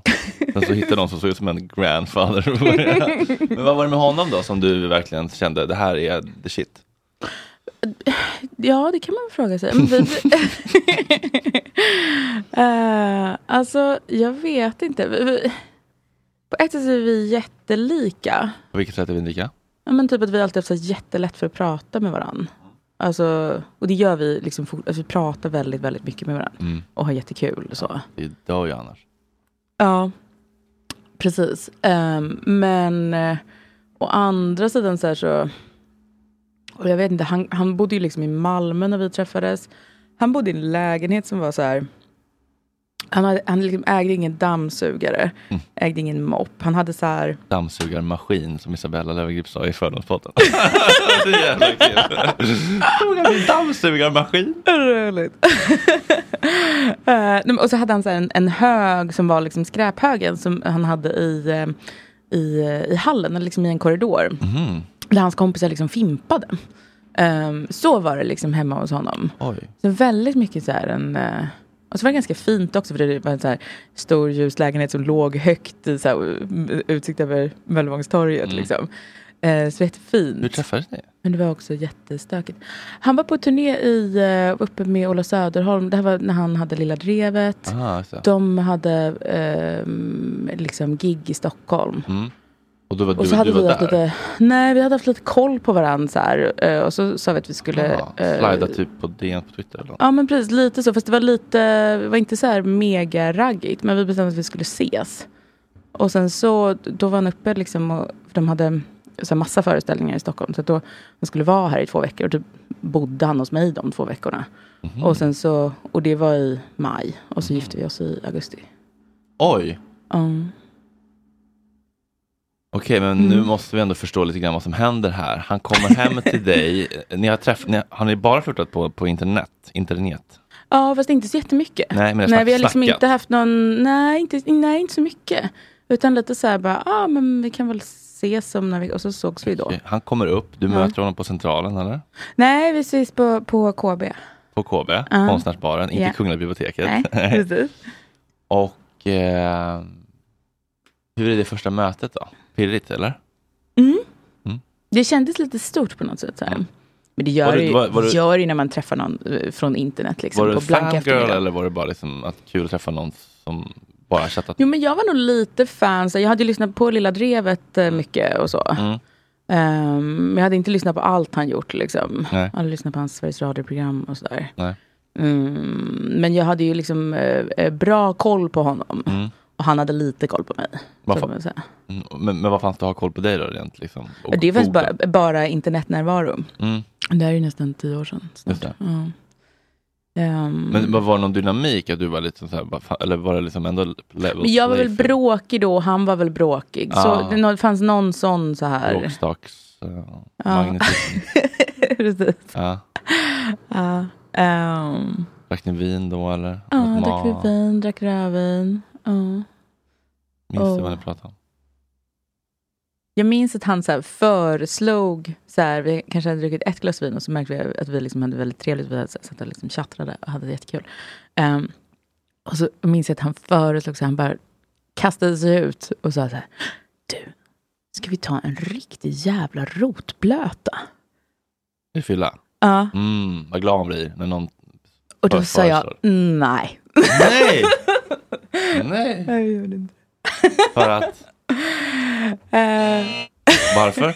Speaker 1: Sen så hittade de som såg ut som en grandfather. Men vad var det med honom då som du verkligen kände, det här är the shit?
Speaker 6: Ja, det kan man väl fråga sig. Men vi... Eh, alltså, jag vet inte. Vi, vi... På ett sätt är vi jättelika.
Speaker 1: På vilket sätt är vi lika?
Speaker 6: Ja, men typ att vi alltid haft så här jättelätt för att prata med varandra. Alltså, och det gör vi. Liksom, fort- alltså, vi pratar väldigt, väldigt mycket med varandra.
Speaker 1: Mm.
Speaker 6: Och har jättekul. och Så.
Speaker 1: Vi dör ju annars.
Speaker 6: Ja, precis. Ehm, men eh, å andra sidan så här så... Och jag vet inte, han, han bodde ju liksom i Malmö när vi träffades. Han bodde i en lägenhet som var så här... Han, hade, han liksom ägde ingen dammsugare, ägde ingen mopp. Han hade så här...
Speaker 1: Dammsugarmaskin som Isabella Löwengrip sa i fördomspodden. det är jävla kul. Tog han sin dammsugarmaskin?
Speaker 6: Roligt. Eh, nej, men- och så hade han så här en, en hög som var liksom skräphögen som han hade i, eh, i, eh, i hallen, eller liksom i en korridor.
Speaker 1: Mhm.
Speaker 6: Där hans kompisar liksom fimpade. Ehm, så var det liksom hemma hos honom. Så väldigt mycket så här en... eh, och så var det ganska fint också för det var en så här stor ljuslägenhet som låg högt i så här, u- utsikt över Möllevångstorget.
Speaker 1: Mm.
Speaker 6: Liksom. Eh, så jättefint.
Speaker 1: Hur träffades ni?
Speaker 6: Men det var också jättestökigt. Han var på turné i, eh, uppe med Ola Söderholm. Det här var när han hade Lilla Drevet.
Speaker 1: Aha, just det.
Speaker 6: De hade ehm, liksom gig i Stockholm.
Speaker 1: Mm. Och då var
Speaker 6: Och
Speaker 1: du,
Speaker 6: så hade
Speaker 1: du var
Speaker 6: vi haft
Speaker 1: där?
Speaker 6: lite, nej, vi hade haft lite koll på varandra så här, eh, och så sa vi att vi skulle...
Speaker 1: Ja,
Speaker 6: eh,
Speaker 1: Slida typ på DN på Twitter eller något.
Speaker 6: Ja men precis, lite så. Fast det var lite, det var inte så här mega raggigt. Men vi bestämde att vi skulle ses. Och sen så, då var han uppe liksom och för de hade så här massa föreställningar i Stockholm. Så att då, han skulle vara här i två veckor. Och då bodde han hos mig de två veckorna.
Speaker 1: Mhm. Mm.
Speaker 6: Och sen så, och det var i maj. Och så gifte vi oss i augusti.
Speaker 1: Oj,
Speaker 6: Mm.
Speaker 1: okej men nu måste vi ändå förstå lite grann vad som händer här. Han kommer hem till dig, ni har, träff, ni har, har ni bara flörtat på, på internet? internet?
Speaker 6: Ja, fast inte så jättemycket.
Speaker 1: Nej, men det är
Speaker 6: nej,
Speaker 1: snack-
Speaker 6: vi har liksom
Speaker 1: snackat.
Speaker 6: inte haft någon, nej inte, nej inte så mycket. Utan lite så här bara, ja ah, men vi kan väl ses om när vi, och så sågs vi då.
Speaker 1: Han kommer upp, du
Speaker 6: Ja.
Speaker 1: möter honom på centralen eller?
Speaker 6: Nej, vi ses på, på KB.
Speaker 1: På KB,
Speaker 6: Ja.
Speaker 1: konstnärsbaren, inte
Speaker 6: Ja.
Speaker 1: Kungliga biblioteket.
Speaker 6: Nej, precis.
Speaker 1: Och eh, hur är det första mötet då? Pirrigt eller?
Speaker 6: Mm.
Speaker 1: Mm.
Speaker 6: Det kändes lite stort på något sätt. Så här. Men det gör,
Speaker 1: Var du-
Speaker 6: ju,
Speaker 1: var- var du-
Speaker 6: gör ju när man träffar någon eh, från internet. Liksom,
Speaker 1: var du
Speaker 6: på blanka
Speaker 1: fangirl
Speaker 6: eftermiddagar.
Speaker 1: eller var det bara liksom att kul att träffa någon som bara chattat?
Speaker 6: Jo, men jag var nog lite fan. Så jag hade ju lyssnat på Lilla Drevet eh, mycket och så.
Speaker 1: Mm.
Speaker 6: Ehm, men jag hade inte lyssnat på allt han gjort. Liksom.
Speaker 1: Nej.
Speaker 6: Jag hade lyssnat på hans Sveriges Radio-program och sådär.
Speaker 1: Nej.
Speaker 6: Mm, men jag hade ju liksom eh, eh, bra koll på honom.
Speaker 1: Mm.
Speaker 6: Och han hade lite koll på mig.
Speaker 1: Vad
Speaker 6: så
Speaker 1: fan-
Speaker 6: kan man säga.
Speaker 1: Mm, Men, men vad fanns det att ha koll på dig då rent liksom? Och
Speaker 6: det är faktiskt
Speaker 1: googla.
Speaker 6: bara, bara internetnärvaro.
Speaker 1: Mm,
Speaker 6: Det här är ju nästan tio år sedan.
Speaker 1: just det.
Speaker 6: Ja. Ehm,
Speaker 1: Men vad var det någon dynamik? Att du var lite så här, bara, fan- eller var det liksom ändå level
Speaker 6: Men jag var väl bråkig då och han var väl bråkig.
Speaker 1: Ah.
Speaker 6: Så det nå- fanns någon sån så här.
Speaker 1: Bråkstaks... Uh,
Speaker 6: Ja.
Speaker 1: Magnetism.
Speaker 6: Precis.
Speaker 1: Ja.
Speaker 6: Ja. ehm,
Speaker 1: Drack ni vin då eller?
Speaker 6: Ja,
Speaker 1: Åt
Speaker 6: drack
Speaker 1: mat?
Speaker 6: vi vin, drack rödvin. Ja.
Speaker 1: Minns du
Speaker 6: Oh.
Speaker 1: vad ni pratade om?
Speaker 6: Jag minns att han så här föreslog, så här, vi kanske hade druckit ett glas vin och så märkte vi att vi liksom hade väldigt trevligt, vi hade så- satt och liksom tjattrade och hade det jättekul. Ehm, och så minns jag att han föreslog, så här, han bara kastade sig ut och sa så här, du, ska vi ta en riktig jävla rotblöta?
Speaker 1: I fylla?
Speaker 6: Ja.
Speaker 1: Mm, vad glad man blir när någon
Speaker 6: Och då
Speaker 1: för-
Speaker 6: sa jag,
Speaker 1: föreslår.
Speaker 6: nej.
Speaker 1: Nej! Mm. Nej.
Speaker 6: Mm. Jag gjorde inte.
Speaker 1: För att,
Speaker 6: Eh,
Speaker 1: varför?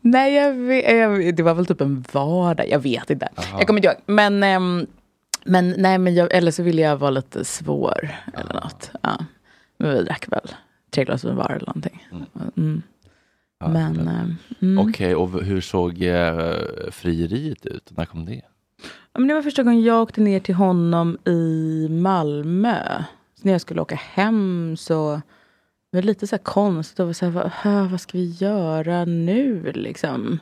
Speaker 6: Nej, jag vet, jag vet, det var väl typ en vardag. Jag vet inte. Jag kommer inte ihåg. Men, ehm, men, nej, men jag, eller så ville jag vara lite svår eller något. Ja. Men vi drack väl tre glas vin var eller någonting. Mm. men, ehm, mm.
Speaker 1: Okej, och hur såg eh, frieriet ut? När kom det?
Speaker 6: Ja, men det var första gången jag åkte ner till honom i Malmö. Så när jag skulle åka hem så det var lite så här konstigt. Och så här, vad, hö, vad ska vi göra nu liksom?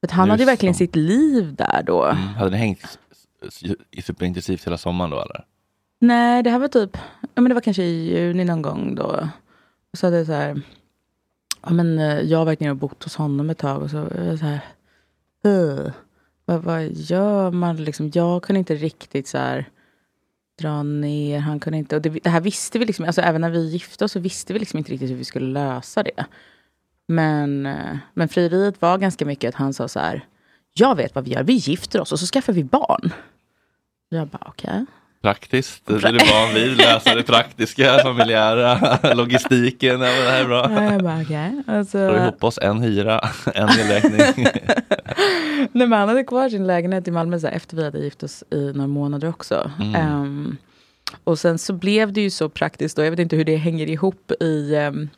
Speaker 6: För att han
Speaker 1: Nu
Speaker 6: hade ju verkligen
Speaker 1: som-
Speaker 6: sitt liv där då.
Speaker 1: Mm. Hade ni hängt s- s- i- superintensivt hela sommaren då eller?
Speaker 6: Nej, det här var typ, ja men det var kanske i juni någon gång då. Och så hade jag så här, ja men eh, jag har varit nere och bott hos honom ett tag och så, eh, så här, eh, vad, vad gör man liksom? Jag kunde inte riktigt så här dra ner, han kunde inte, och det, det här visste vi liksom, alltså även när vi gifte oss så visste vi liksom inte riktigt hur vi skulle lösa det. Men, eh, men frieriet var ganska mycket att han sa så här, jag vet vad vi gör, vi gifter oss och så skaffar vi barn. Jag bara okej.
Speaker 1: Praktiskt, det är du van vid, läsa det praktiska, familjära, logistiken, ja, men det här är bra.
Speaker 6: Ja, jag bara okej. Alltså, Och så-
Speaker 1: Slår ihop oss, en hyra, en elräkning.
Speaker 6: Nej, men han hade kvar sin lägenhet i Malmö så här, efter vi hade gift oss i några månader också.
Speaker 1: Mm.
Speaker 6: Ehm, och sen så blev det ju så praktiskt, och jag vet inte hur det hänger ihop i ehm,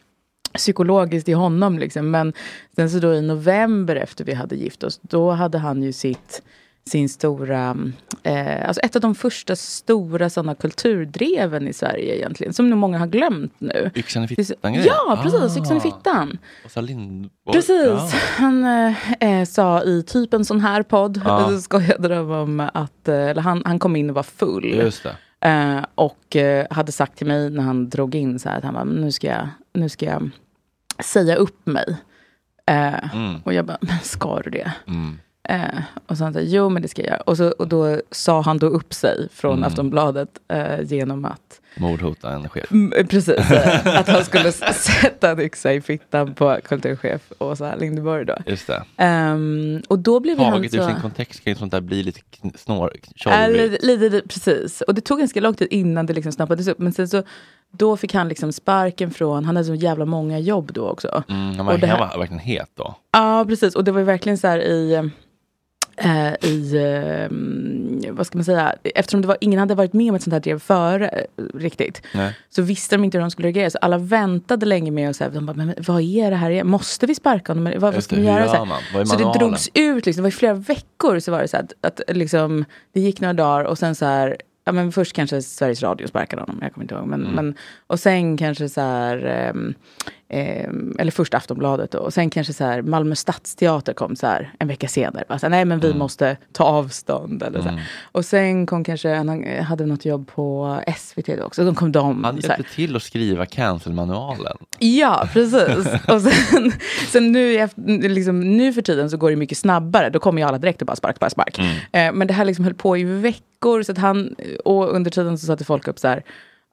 Speaker 6: psykologiskt i honom, liksom. men sen så då i november efter vi hade gift oss, då hade han ju sitt sin stora, eh, alltså ett av de första stora sådana kulturdreven i Sverige egentligen, som nog många har glömt nu.
Speaker 1: Yxan i
Speaker 6: Det är
Speaker 1: fittan-grejen.
Speaker 6: så- Ja, precis, yxan i fittan.
Speaker 1: Åsa Lindborg.
Speaker 6: Precis.
Speaker 1: Ah. Ja.
Speaker 6: Han eh, eh, sa i typ en sån här podd,
Speaker 1: Ja.
Speaker 6: så skojade de om att, eh, eller han, han kom in och var full.
Speaker 1: Just det.
Speaker 6: Eh, och eh, hade sagt till mig när han drog in så här, att han bara, nu ska jag, nu ska jag säga upp mig. Eh,
Speaker 1: Mm.
Speaker 6: Och jag bara, men ska du det? Eh, och så han sa, jo men det ska jag göra. Och, så, och då sa han då upp sig från
Speaker 1: Mm.
Speaker 6: Aftonbladet eh, genom att
Speaker 1: Mordhota en chef.
Speaker 6: Mm, eh, Precis, eh, att han skulle s- sätta en yxa i fittan på kulturchef Åsa Linderborg då.
Speaker 1: Just det.
Speaker 6: Ehm, och då blev ju han
Speaker 1: Taget ur
Speaker 6: så...
Speaker 1: typ sin kontext kan ju sånt där bli lite kn- snår,
Speaker 6: Ja,
Speaker 1: tjorvigt.
Speaker 6: lite- lite, lite, precis. Och det tog ganska lång tid innan det liksom snappades upp. Men sen så, då fick han liksom sparken från, han hade så jävla många jobb då också.
Speaker 1: Mm, han,
Speaker 6: Och
Speaker 1: var,
Speaker 6: det
Speaker 1: han
Speaker 6: här-
Speaker 1: var verkligen het då.
Speaker 6: Ja, precis. Och det var ju verkligen så här i... eh, I, eh, vad ska man säga, eftersom det var, ingen hade varit med om ett sånt här drev före eh, riktigt.
Speaker 1: Nej.
Speaker 6: Så visste de inte hur de skulle reagera. Så alla väntade länge med att säga, de bara, men vad är det här? igen? Måste vi sparka honom? Vad, vad
Speaker 1: Just
Speaker 6: ska
Speaker 1: det,
Speaker 6: vi
Speaker 1: hur
Speaker 6: göra?
Speaker 1: gör
Speaker 6: Så, här.
Speaker 1: man? Vad är
Speaker 6: så det
Speaker 1: manualen?
Speaker 6: drogs ut, liksom, det var i flera veckor så var det så här, att, att liksom, det gick några dagar och sen så här, ja men först kanske Sveriges Radio sparkade honom, jag kommer inte ihåg. Men,
Speaker 10: Mm.
Speaker 6: men, och sen kanske så här, ehm, ehm, eller först Aftonbladet då, och sen kanske så här, Malmö Stadsteater kom så här en vecka senare. Bara så här, nej men vi måste ta avstånd eller så här. Och sen kom kanske, han hade något jobb på SVT då också, då kom de.
Speaker 1: Han
Speaker 6: så här.
Speaker 1: hjälpte till att skriva cancelmanualen.
Speaker 6: Ja, precis. Och sen, sen nu, i efter- liksom, nu för tiden så går det mycket snabbare. Då kommer ju alla direkt och bara spark, spark, spark. Eh, men det här liksom höll på i veckor. Så att han, och under tiden så satte folk upp så här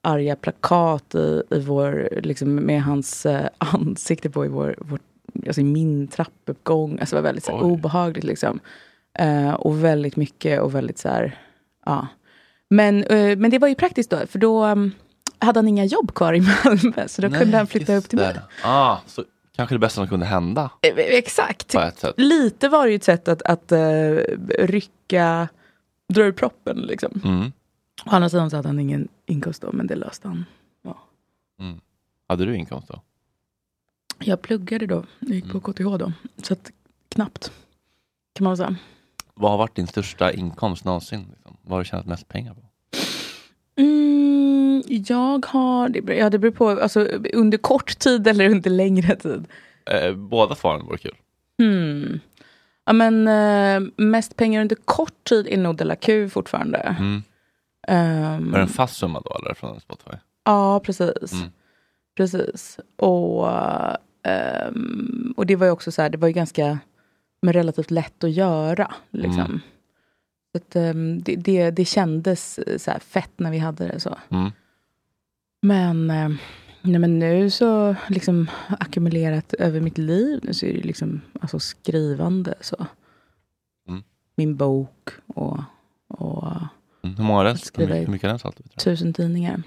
Speaker 6: arga plakat i, i vår, liksom, med hans eh, ansikte på i vår, vår alltså, i min trappuppgång. Alltså, det var väldigt så här, obehagligt. Liksom. Eh, och väldigt mycket och väldigt så här, ja. Men, eh, men det var ju praktiskt då, för då um, hade han inga jobb kvar i Malmö, så då
Speaker 1: Nej,
Speaker 6: kunde han flytta upp till mig.
Speaker 1: Där. Ah, så kanske det bästa som kunde hända.
Speaker 6: Eh, Exakt.
Speaker 1: På ett sätt.
Speaker 6: Lite var det ju ett sätt att, att eh, rycka, dra ur proppen liksom.
Speaker 1: Mm.
Speaker 6: Å andra sidan så hade han ingen inkomst då, men det löste han.
Speaker 1: Mm. Hade du inkomst då?
Speaker 6: Jag pluggade då, jag gick på KTH då, så att knappt kan man väl säga.
Speaker 1: Vad har varit din största inkomst någonsin? Liksom? Vad har du tjänat mest pengar på?
Speaker 6: Mm, jag har, det, beror- ja, det beror på, alltså, under kort tid eller under längre tid.
Speaker 1: Eh, båda svaren vore kul.
Speaker 6: Hmm. Ja, men, eh, mest pengar under kort tid är nog De La Q fortfarande.
Speaker 1: Mm.
Speaker 6: Ehm,
Speaker 1: Var det en fast summa då eller från Spotify?
Speaker 6: Ja, precis.
Speaker 1: Mm.
Speaker 6: Precis. Och, ehm, och det var ju också så här, det var ju ganska men relativt lätt att göra. Liksom.
Speaker 1: Mm.
Speaker 6: Så att, ehm, det, det, det kändes eh, så här fett när vi hade det så.
Speaker 1: Mm.
Speaker 6: Men, eh, nej, men nu så, liksom ackumulerat över mitt liv, nu så är det ju liksom alltså skrivande så.
Speaker 1: Mm.
Speaker 6: Min bok och, och
Speaker 1: Mm. Hur många har den? Hur
Speaker 6: skriva
Speaker 1: mycket,
Speaker 6: i-
Speaker 1: hur mycket har den sålt?
Speaker 6: tusen tidningar.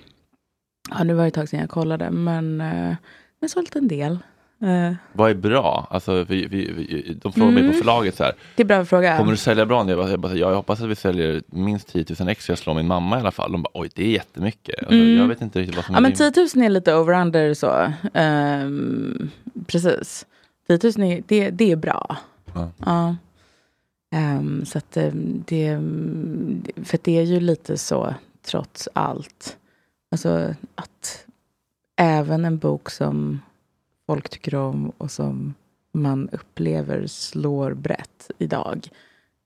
Speaker 6: Ja, nu var det ett tag sedan jag kollade, men eh, jag har sålt en del. Eh,
Speaker 1: Vad är bra? Alltså, vi, vi, vi, de frågar mig
Speaker 6: Mm.
Speaker 1: på förlaget så här.
Speaker 6: det är en bra fråga.
Speaker 1: Kommer du sälja bra nu? Jag, bara, jag, bara, "Ja, jag hoppas att vi säljer minst 10 000 ex så jag slår min mamma i alla fall. De bara, oj det är jättemycket. Alltså,
Speaker 6: Mm.
Speaker 1: Jag vet inte riktigt vad som
Speaker 6: Ja,
Speaker 1: är
Speaker 6: men typ-
Speaker 1: rim-
Speaker 6: 10 000 är lite over-under så. Ehm, precis. 10 000 är, det, det är bra.
Speaker 1: Ja.
Speaker 6: Ehm, så att eh, det, för att det är ju lite så trots allt. Alltså att även en bok som folk tycker om och som man upplever slår brett idag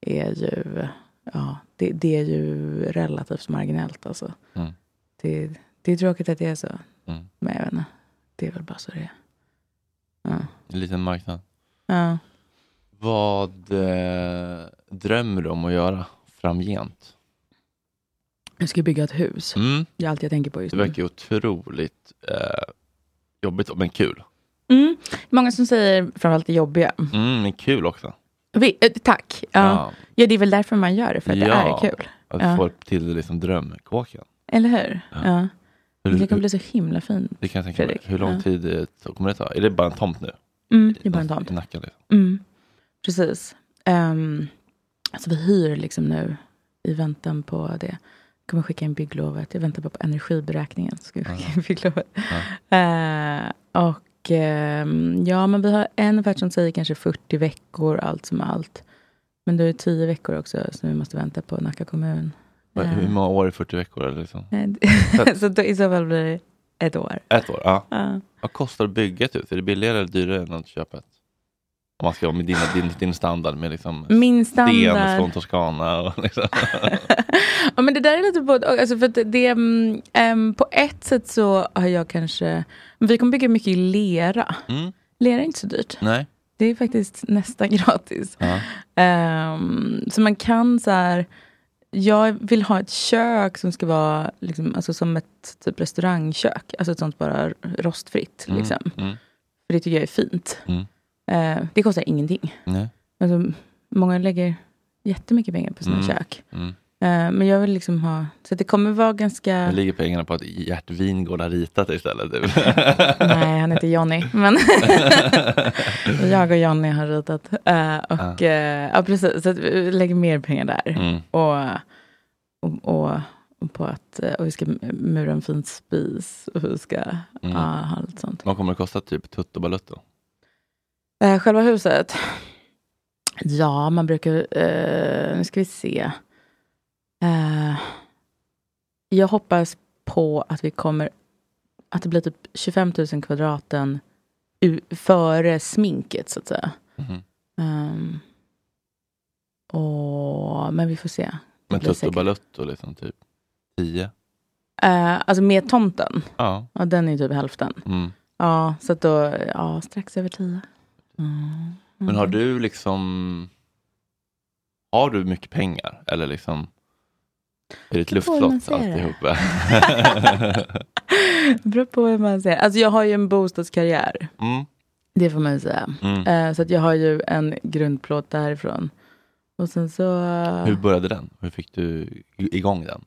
Speaker 6: är ju, ja, det, det är ju relativt marginellt alltså.
Speaker 1: Mm.
Speaker 6: Det, det är tråkigt att det är så.
Speaker 1: Mm.
Speaker 6: Men jag vet inte. Det är väl bara så det är.
Speaker 1: En liten marknad.
Speaker 6: Ja.
Speaker 1: Vad eh, drömmer du om att göra framgent?
Speaker 6: Jag ska ju bygga ett hus.
Speaker 1: Mm.
Speaker 6: Det är allt jag tänker på just
Speaker 1: Det
Speaker 6: nu.
Speaker 1: verkar ju otroligt eh, jobbigt men kul.
Speaker 6: Mm. Många som säger framförallt det jobbiga.
Speaker 1: Mm, men kul också.
Speaker 6: Vi, eh, tack. Ja.
Speaker 1: Ja.
Speaker 6: Ja. det är väl därför man gör det, för att
Speaker 1: Ja,
Speaker 6: det är kul.
Speaker 1: Att
Speaker 6: Ja.
Speaker 1: få till det liksom drömkåken.
Speaker 6: Eller hur?
Speaker 1: Ja.
Speaker 6: Ja.
Speaker 1: Hur-
Speaker 6: Det
Speaker 1: hur-
Speaker 6: kommer bli så himla fint.
Speaker 1: Det kan jag tänka mig.
Speaker 6: Fredrik.
Speaker 1: Hur lång
Speaker 6: Ja.
Speaker 1: tid eh, t- kommer det ta? Är det bara en tomt nu?
Speaker 6: Mm, det är bara en tomt.
Speaker 1: I Nacka, liksom.
Speaker 6: Mm. Precis. Um, alltså vi hyr liksom nu i väntan på det. Jag kommer skicka in bygglovet. Jag väntar bara på energiberäkningen. Så ska vi skicka in bygglovet. Eh, och ehm, ja, men vi har en offert som säger kanske 40 veckor, allt som allt. Men då är det 10 veckor också som vi måste vänta på Nacka kommun.
Speaker 1: Men
Speaker 6: Eh,
Speaker 1: Hur många år är 40 veckor? Eller liksom?
Speaker 6: eh,
Speaker 1: Ett-
Speaker 6: så då, i så fall blir det ett år.
Speaker 1: Ett år? Ja.
Speaker 6: Ja.
Speaker 1: Vad kostar bygget ut? Är det billigare eller dyrare än att köpa ett? Om man ska ha med dina, din, din standard med liksom
Speaker 6: Min
Speaker 1: sten
Speaker 6: standard.
Speaker 1: från Toscana. Och liksom.
Speaker 6: Ja, men det där är lite både och. alltså för att det, mm, ehm, På ett sätt så har jag kanske... men Vi kommer bygga mycket i lera.
Speaker 1: Mm.
Speaker 6: Lera är inte så dyrt.
Speaker 1: Nej. Mm,
Speaker 6: Det är faktiskt nästan gratis.
Speaker 1: Ja.
Speaker 6: Ehm, så man kan så här... Jag vill ha ett kök som ska vara liksom, alltså som ett typ restaurangkök. Alltså ett sånt bara rostfritt.
Speaker 1: Mm,
Speaker 6: Liksom.
Speaker 1: mm.
Speaker 6: För det tycker jag är fint.
Speaker 1: Mm.
Speaker 6: Ehm, det kostar ingenting.
Speaker 1: Nej.
Speaker 6: Alltså, många lägger jättemycket pengar på sina
Speaker 1: Mm,
Speaker 6: kök.
Speaker 1: mm.
Speaker 6: Eh, Men jag vill liksom ha, så att det kommer vara ganska...
Speaker 1: Nu ligger pengarna på att Gert Wingårdh har ritat det istället. typ.
Speaker 6: Nej, han heter Johnny. Men jag och Johnny har ritat. Eh,
Speaker 1: Ja.
Speaker 6: och, eh, ja, precis. Så att vi lägger mer pengar där.
Speaker 1: Ah. Mm.
Speaker 6: Och, och, och, och, på att, eh, och vi ska mura en fin spis. Och vi ska
Speaker 1: Mm.
Speaker 6: ja, ha lite sånt.
Speaker 1: Vad kommer det kosta typ Tutto Balutto?
Speaker 6: Eh, själva huset? Ja, man brukar... Eh, nu ska vi se. Eh, jag hoppas på att vi kommer... Att det blir typ 25 000 kvadraten u- före sminket, så att säga.
Speaker 1: Mhm.
Speaker 6: Ehm, och, men vi får se. Det
Speaker 1: Men
Speaker 6: blir
Speaker 1: Tutto
Speaker 6: säkert-
Speaker 1: Balutto liksom typ 10?
Speaker 6: Eh, alltså med tomten.
Speaker 1: Ja.
Speaker 6: Ja, den är ju typ hälften.
Speaker 1: Mm.
Speaker 6: Ja, så att då... Ja, strax över tio. Mm.
Speaker 1: Men har du liksom Har du mycket pengar? Eller liksom Är det ett
Speaker 6: beror på hur man
Speaker 1: luftslott
Speaker 6: ser det.
Speaker 1: alltihop?
Speaker 6: Det beror på hur man ser. Alltså jag har ju en bostadskarriär.
Speaker 1: mm.
Speaker 6: Det får man ju säga.
Speaker 1: Mm.
Speaker 6: Eh, så att jag har ju en grundplåt därifrån. Och sen så... eh,
Speaker 1: Hur började den? Hur fick du i- igång den?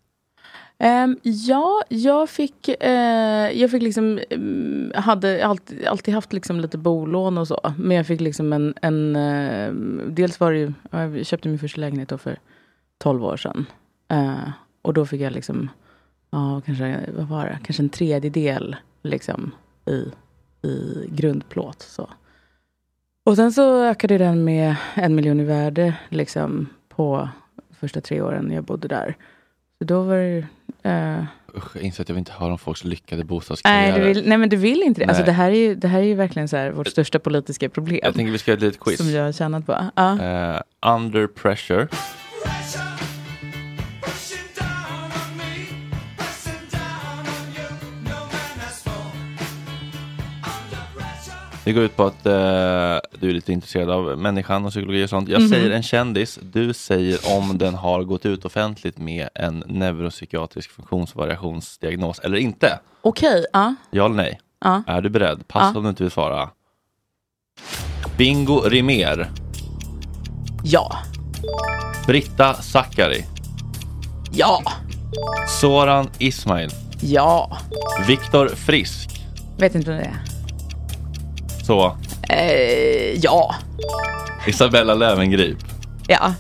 Speaker 6: Ehm, ja, jag fick, eh, jag fick liksom, mm, hade alltid, alltid haft liksom lite bolån och så. Men jag fick liksom en, en eh, dels var det ju, ja, jag köpte min första lägenhet då för 12 år sedan. Eh, och då fick jag liksom, ja kanske, vad var det, kanske en tredjedel liksom i, i grundplåt. Så. Och sen så ökade den med en miljon i värde liksom på första tre åren jag bodde där. Så då var det eh,
Speaker 1: Usch, jag inser att jag vill inte höra om folks lyckade
Speaker 6: nej,
Speaker 1: bostadskarriärer.
Speaker 6: du vill, nej, men du vill inte det. Alltså,
Speaker 1: Nej.
Speaker 6: det, här är ju, det här är ju verkligen så här, vårt största politiska problem.
Speaker 1: Jag tänker vi ska göra ett litet quiz.
Speaker 6: Som jag har tjänat på. Ja.
Speaker 1: Eh, under pressure. Det går ut på att eh, du är lite intresserad av människan och psykologi och sånt. Jag
Speaker 10: Mhm.
Speaker 1: säger en kändis, du säger om den har gått ut offentligt med en neuropsykiatrisk funktionsvariationsdiagnos eller inte.
Speaker 6: Okej, ja.
Speaker 1: Ja eller nej?
Speaker 6: Ja.
Speaker 1: Är du beredd? Passa
Speaker 6: Ja.
Speaker 1: om du inte vill svara. Bingo Rimér.
Speaker 6: Ja.
Speaker 1: Britta Sackari.
Speaker 6: Ja.
Speaker 1: Soran Ismail.
Speaker 6: Ja.
Speaker 1: Viktor Frisk.
Speaker 6: Vet inte vad det är.
Speaker 1: Så.
Speaker 6: Eh, ja.
Speaker 1: Isabella Löwengrip.
Speaker 6: Ja.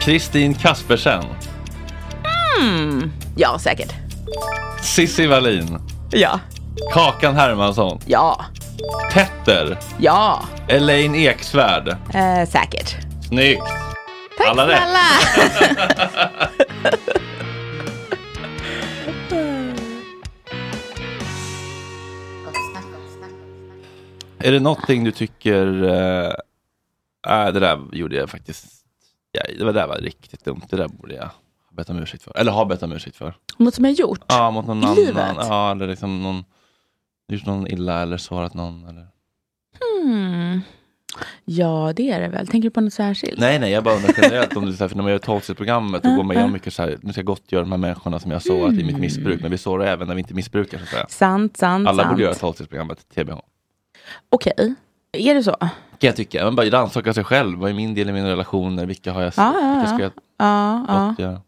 Speaker 1: Kristin Kaspersen.
Speaker 6: Mm. Ja, säkert.
Speaker 1: Sissi Wallin.
Speaker 6: Ja.
Speaker 1: Kakan Hermansson.
Speaker 6: Ja.
Speaker 1: Petter.
Speaker 6: Ja.
Speaker 1: Elaine Eksvärd.
Speaker 6: Eh, säkert.
Speaker 1: Snyggt! Tack Alla rätt. Är det någonting du tycker... eh, Nej, det där gjorde jag faktiskt... Ja, det där var riktigt dumt. Det där borde jag ha bett om ursäkt för. Eller ha bett om ursäkt för.
Speaker 6: Något som jag gjort?
Speaker 1: Ja, mot någon
Speaker 6: I
Speaker 1: annan.
Speaker 6: livet?
Speaker 1: Ja, eller liksom någon... Gjort någon illa eller sårat någon. Eller...
Speaker 6: Hmm. Ja, det är det väl. Tänker du på något särskilt?
Speaker 1: Nej, nej, jag bara undrar generellt om det är så här, för när man gör tolvstegsprogrammet då
Speaker 6: Ja,
Speaker 1: går man igenom
Speaker 6: ja.
Speaker 1: mycket så här, nu ska jag gottgöra de här människorna som jag har sårat i mitt missbruk, men vi sårar även när vi inte missbrukar. Så att säga.
Speaker 6: Sant, sant,
Speaker 1: Alla
Speaker 6: sant.
Speaker 1: borde göra tolvstegsprogrammet, TBH.
Speaker 6: Okej. Är det så? Ja,
Speaker 1: Kan jag tycka, man bara rannsaka sig själv, vad är min del i mina relationer, vilka har jag,
Speaker 6: Ja, ja,
Speaker 1: vilka ska
Speaker 6: ja.
Speaker 1: jag
Speaker 6: ja.
Speaker 1: gottgöra?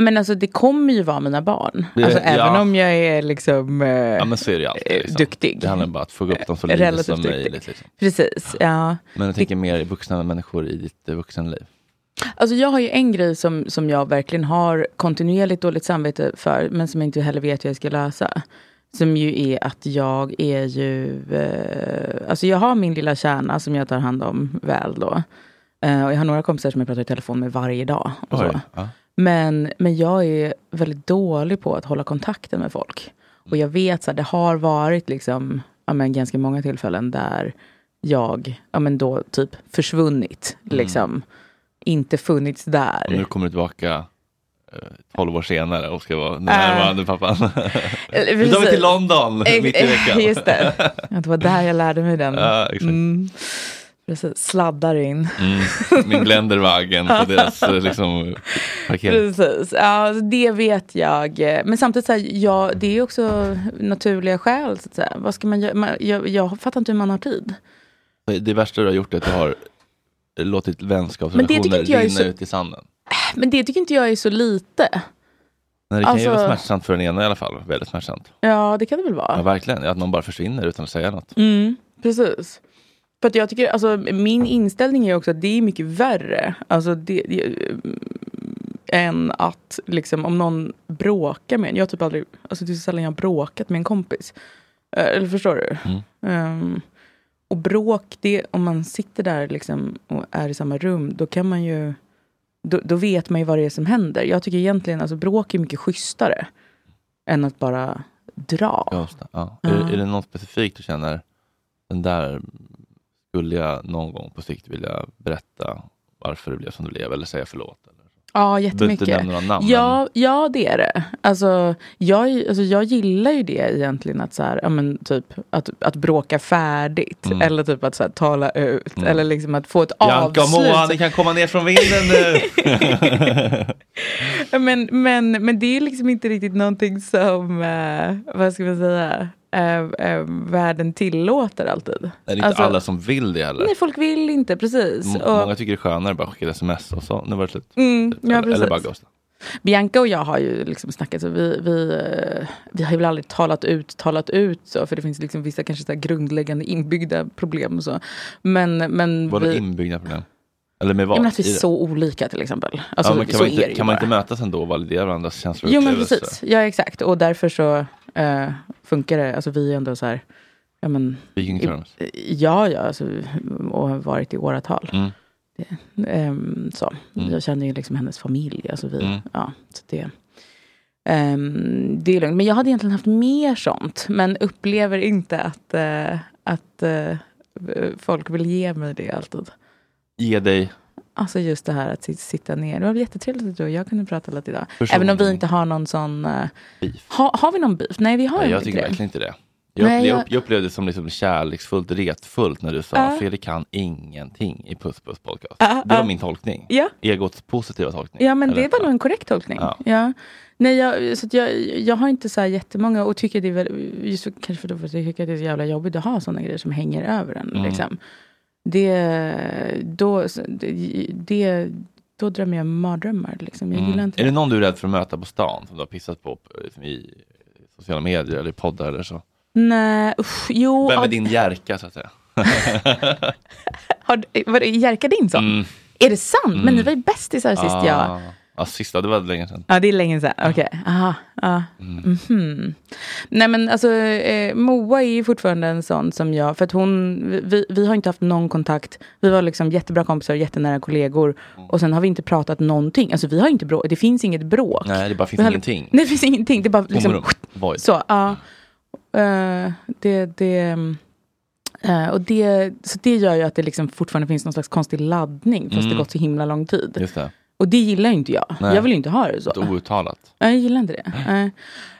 Speaker 6: Men alltså det kommer ju vara mina barn.
Speaker 1: Det-
Speaker 6: Alltså,
Speaker 1: ja.
Speaker 6: Även om jag är liksom eh,
Speaker 1: Ja men så är det ju alltid. Liksom.
Speaker 6: duktig.
Speaker 1: Det handlar bara om att få upp dem så livet
Speaker 6: relativt
Speaker 1: som
Speaker 6: duktig.
Speaker 1: möjligt. Liksom.
Speaker 6: Precis, ja.
Speaker 1: Men jag tänker mer i vuxna människor i ditt eh, vuxenliv.
Speaker 6: Alltså jag har ju en grej som, som jag verkligen har kontinuerligt dåligt samvete för, men som jag inte heller vet hur jag ska lösa. Som ju är att jag är ju, eh, alltså jag har min lilla kärna som jag tar hand om väl då. Eh, och jag har några kompisar som jag pratar i telefon med varje dag. Och så.
Speaker 1: Oj, ja.
Speaker 6: Men, men jag är väldigt dålig på att hålla kontakten med folk. Och jag vet att det har varit liksom, ja, men ganska många tillfällen där jag ja, men då typ försvunnit.
Speaker 1: Mm.
Speaker 6: Liksom, inte funnits där.
Speaker 1: Och nu kommer du tillbaka eh, 12 år senare och ska vara den närvarande pappan. Nu tar vi
Speaker 6: Eh, precis.
Speaker 1: till London
Speaker 6: Eh,
Speaker 1: mitt i veckan.
Speaker 6: Just det. Att det var där jag lärde mig den.
Speaker 1: Ja, exakt.
Speaker 6: Mm. Precis, sladdar in.
Speaker 1: Mm, min Blenderwagen på deras eh, liksom, parkering.
Speaker 6: Precis, ja, så det vet jag. Men samtidigt, så här, ja, det är också naturliga skäl. Så att säga. Vad ska man göra? Man, jag, jag fattar inte hur man har tid.
Speaker 1: Det värsta du har gjort är att du har låtit
Speaker 6: Men det tycker
Speaker 1: vänskapsrelationer
Speaker 6: inte jag är
Speaker 1: rinna
Speaker 6: så-
Speaker 1: ut i sanden.
Speaker 6: Men det tycker inte jag är så lite.
Speaker 1: Nej, det kan ju
Speaker 6: Alltså-
Speaker 1: vara smärtsamt för den ena i alla fall. Väldigt smärtsamt.
Speaker 6: Ja, det kan det väl vara.
Speaker 1: Ja, verkligen. Att man bara försvinner utan att säga något.
Speaker 6: Mm, precis. För att jag tycker, alltså min inställning är också att det är mycket värre. Alltså det, det, mm, än att liksom om någon bråkar med en. Jag har typ aldrig, alltså det är så sällan jag har bråkat med en kompis. Eh, Eller förstår du?
Speaker 1: Mm.
Speaker 6: Ehm, och bråk, det, om man sitter där liksom och är i samma rum, då kan man ju... Då, då vet man ju vad det är som händer. Jag tycker egentligen, alltså bråk är mycket schysstare. Än att bara dra.
Speaker 1: Ghosta, ja.
Speaker 6: Ja.
Speaker 1: Är, är det någon specifikt du känner, den där skulle jag någon gång på sikt vilja berätta varför det blev som det blev eller säga förlåt?
Speaker 6: Ja,
Speaker 1: behöver
Speaker 6: jättemycket.
Speaker 1: inte nämna några namn,
Speaker 6: ja, ja, det är det. Alltså, jag, är- alltså, jag gillar ju det egentligen, att, så här, ja, men, typ, att, att bråka färdigt.
Speaker 1: Mm.
Speaker 6: Eller typ att så här, tala ut.
Speaker 1: Mm.
Speaker 6: Eller liksom att få ett
Speaker 1: Janka och Moa, ni
Speaker 6: avslut.
Speaker 1: kan komma ner från vinden nu!
Speaker 6: Men, men, men det är liksom inte riktigt någonting som, eh, vad ska man säga, eh, eh, världen tillåter alltid.
Speaker 1: Det är inte
Speaker 6: Alltså,
Speaker 1: alla som vill det heller.
Speaker 6: Nej, folk vill inte, precis.
Speaker 1: M-
Speaker 6: Och,
Speaker 1: Många tycker det är skönare att bara skicka ett sms och så, nu var det slut.
Speaker 6: mm, ja,
Speaker 1: eller,
Speaker 6: precis.
Speaker 1: eller bara ghosta.
Speaker 6: Bianca och jag har ju liksom snackat, så vi, vi, eh, vi har ju väl aldrig talat ut, talat ut så, för det finns liksom vissa kanske så här grundläggande inbyggda problem och så. Men, men
Speaker 1: Vadå
Speaker 6: vi,
Speaker 1: inbyggda problem? Eller med
Speaker 6: Ja,
Speaker 1: vad?
Speaker 6: men att vi
Speaker 1: I
Speaker 6: är
Speaker 1: det?
Speaker 6: så olika till exempel. Alltså,
Speaker 1: ja, men kan
Speaker 6: så
Speaker 1: man inte,
Speaker 6: är det
Speaker 1: kan man
Speaker 6: ju
Speaker 1: inte
Speaker 6: bara.
Speaker 1: mötas ändå och validera varandras känslor? och
Speaker 6: Jo men
Speaker 1: upplevelser?
Speaker 6: precis, ja exakt. Och därför så eh, funkar det, alltså vi är ändå så här, ja men.
Speaker 1: Speaking terms.
Speaker 6: Ja, ja, alltså, och har varit i åratal.
Speaker 1: Mm.
Speaker 6: Det, ehm, så.
Speaker 1: Mm.
Speaker 6: Jag känner ju liksom hennes familj, alltså vi,
Speaker 1: Mm.
Speaker 6: ja, så det. ehm, det är lugnt, men jag hade egentligen haft mer sånt, men upplever inte att, eh, att eh, folk vill ge mig det alltid.
Speaker 1: Ge dig.
Speaker 6: Alltså just det här att sit- sitta ner. Det var väl jättetrevligt att du och jag kunde prata lite idag.
Speaker 1: Försoning.
Speaker 6: Även om vi inte har någon sån... eh, Ha, har vi någon beef? Nej, vi har
Speaker 1: Nej,
Speaker 6: ju
Speaker 1: jag
Speaker 6: inte
Speaker 1: tycker
Speaker 6: det.
Speaker 1: verkligen inte det. Jag,
Speaker 6: Nej,
Speaker 1: Nej, jag...
Speaker 6: jag-
Speaker 1: upplevde det som liksom kärleksfullt, retfullt när du sa
Speaker 6: Ja.
Speaker 1: Fredrik kan ingenting i Puss Puss podcast.
Speaker 6: Ja,
Speaker 1: det var
Speaker 6: ja.
Speaker 1: min tolkning.
Speaker 6: Ja.
Speaker 1: Egots positiva tolkning.
Speaker 6: Ja, men
Speaker 1: Eller?
Speaker 6: det var nog en korrekt tolkning.
Speaker 1: Ja.
Speaker 6: Ja. Nej, jag, så att jag, jag har inte så här jättemånga och tycker det är väl, just för, kanske för då för att jag tycker att det är så jävla jobbigt att ha sådana grejer som hänger över en.
Speaker 1: Mm.
Speaker 6: Liksom. Det, då, så- det- det, då drömmer jag mardrömmar. Liksom. Jag gillar
Speaker 1: Mm.
Speaker 6: inte
Speaker 1: Är det någon du är rädd för att möta på stan som du har pissat på eh, liksom i sociala medier eller i poddar eller så?
Speaker 6: Nej, usch, jo.
Speaker 1: Vem är
Speaker 6: ja,
Speaker 1: din Jerka så att säga?
Speaker 6: Har, var det Jerka Dinsson?
Speaker 1: Mm.
Speaker 6: Är det sant?
Speaker 1: Mm. Ah.
Speaker 6: Men ni var ju bästisar sist jag...
Speaker 1: Ja, sista, det var länge sedan.
Speaker 6: Ja, det är länge sedan. Okej. Aha. Ja.
Speaker 1: Mm.
Speaker 6: Mhm. Nej, men alltså eh, Moa är ju fortfarande en sån som jag. För att hon, vi, vi har inte haft någon kontakt. Vi var liksom jättebra kompisar, jättenära kollegor.
Speaker 1: Mm.
Speaker 6: Och sen har vi inte pratat någonting. Alltså vi har inte bråk. Det finns inget bråk.
Speaker 1: Nej, det bara finns
Speaker 6: Vi har-
Speaker 1: ingenting.
Speaker 6: Nej, det finns ingenting. Det är bara liksom...
Speaker 1: Tomrum. Void.
Speaker 6: Så, ja. Eh, det, det, eh, och det, så det gör ju att det liksom fortfarande finns någon slags konstig laddning. Fast
Speaker 1: Mm.
Speaker 6: det gått så himla lång tid.
Speaker 1: Just det.
Speaker 6: Och det gillar ju inte jag.
Speaker 1: Nej.
Speaker 6: Jag vill ju inte ha det så.
Speaker 1: Ett outtalat.
Speaker 6: Nej, jag gillar inte det. Nej.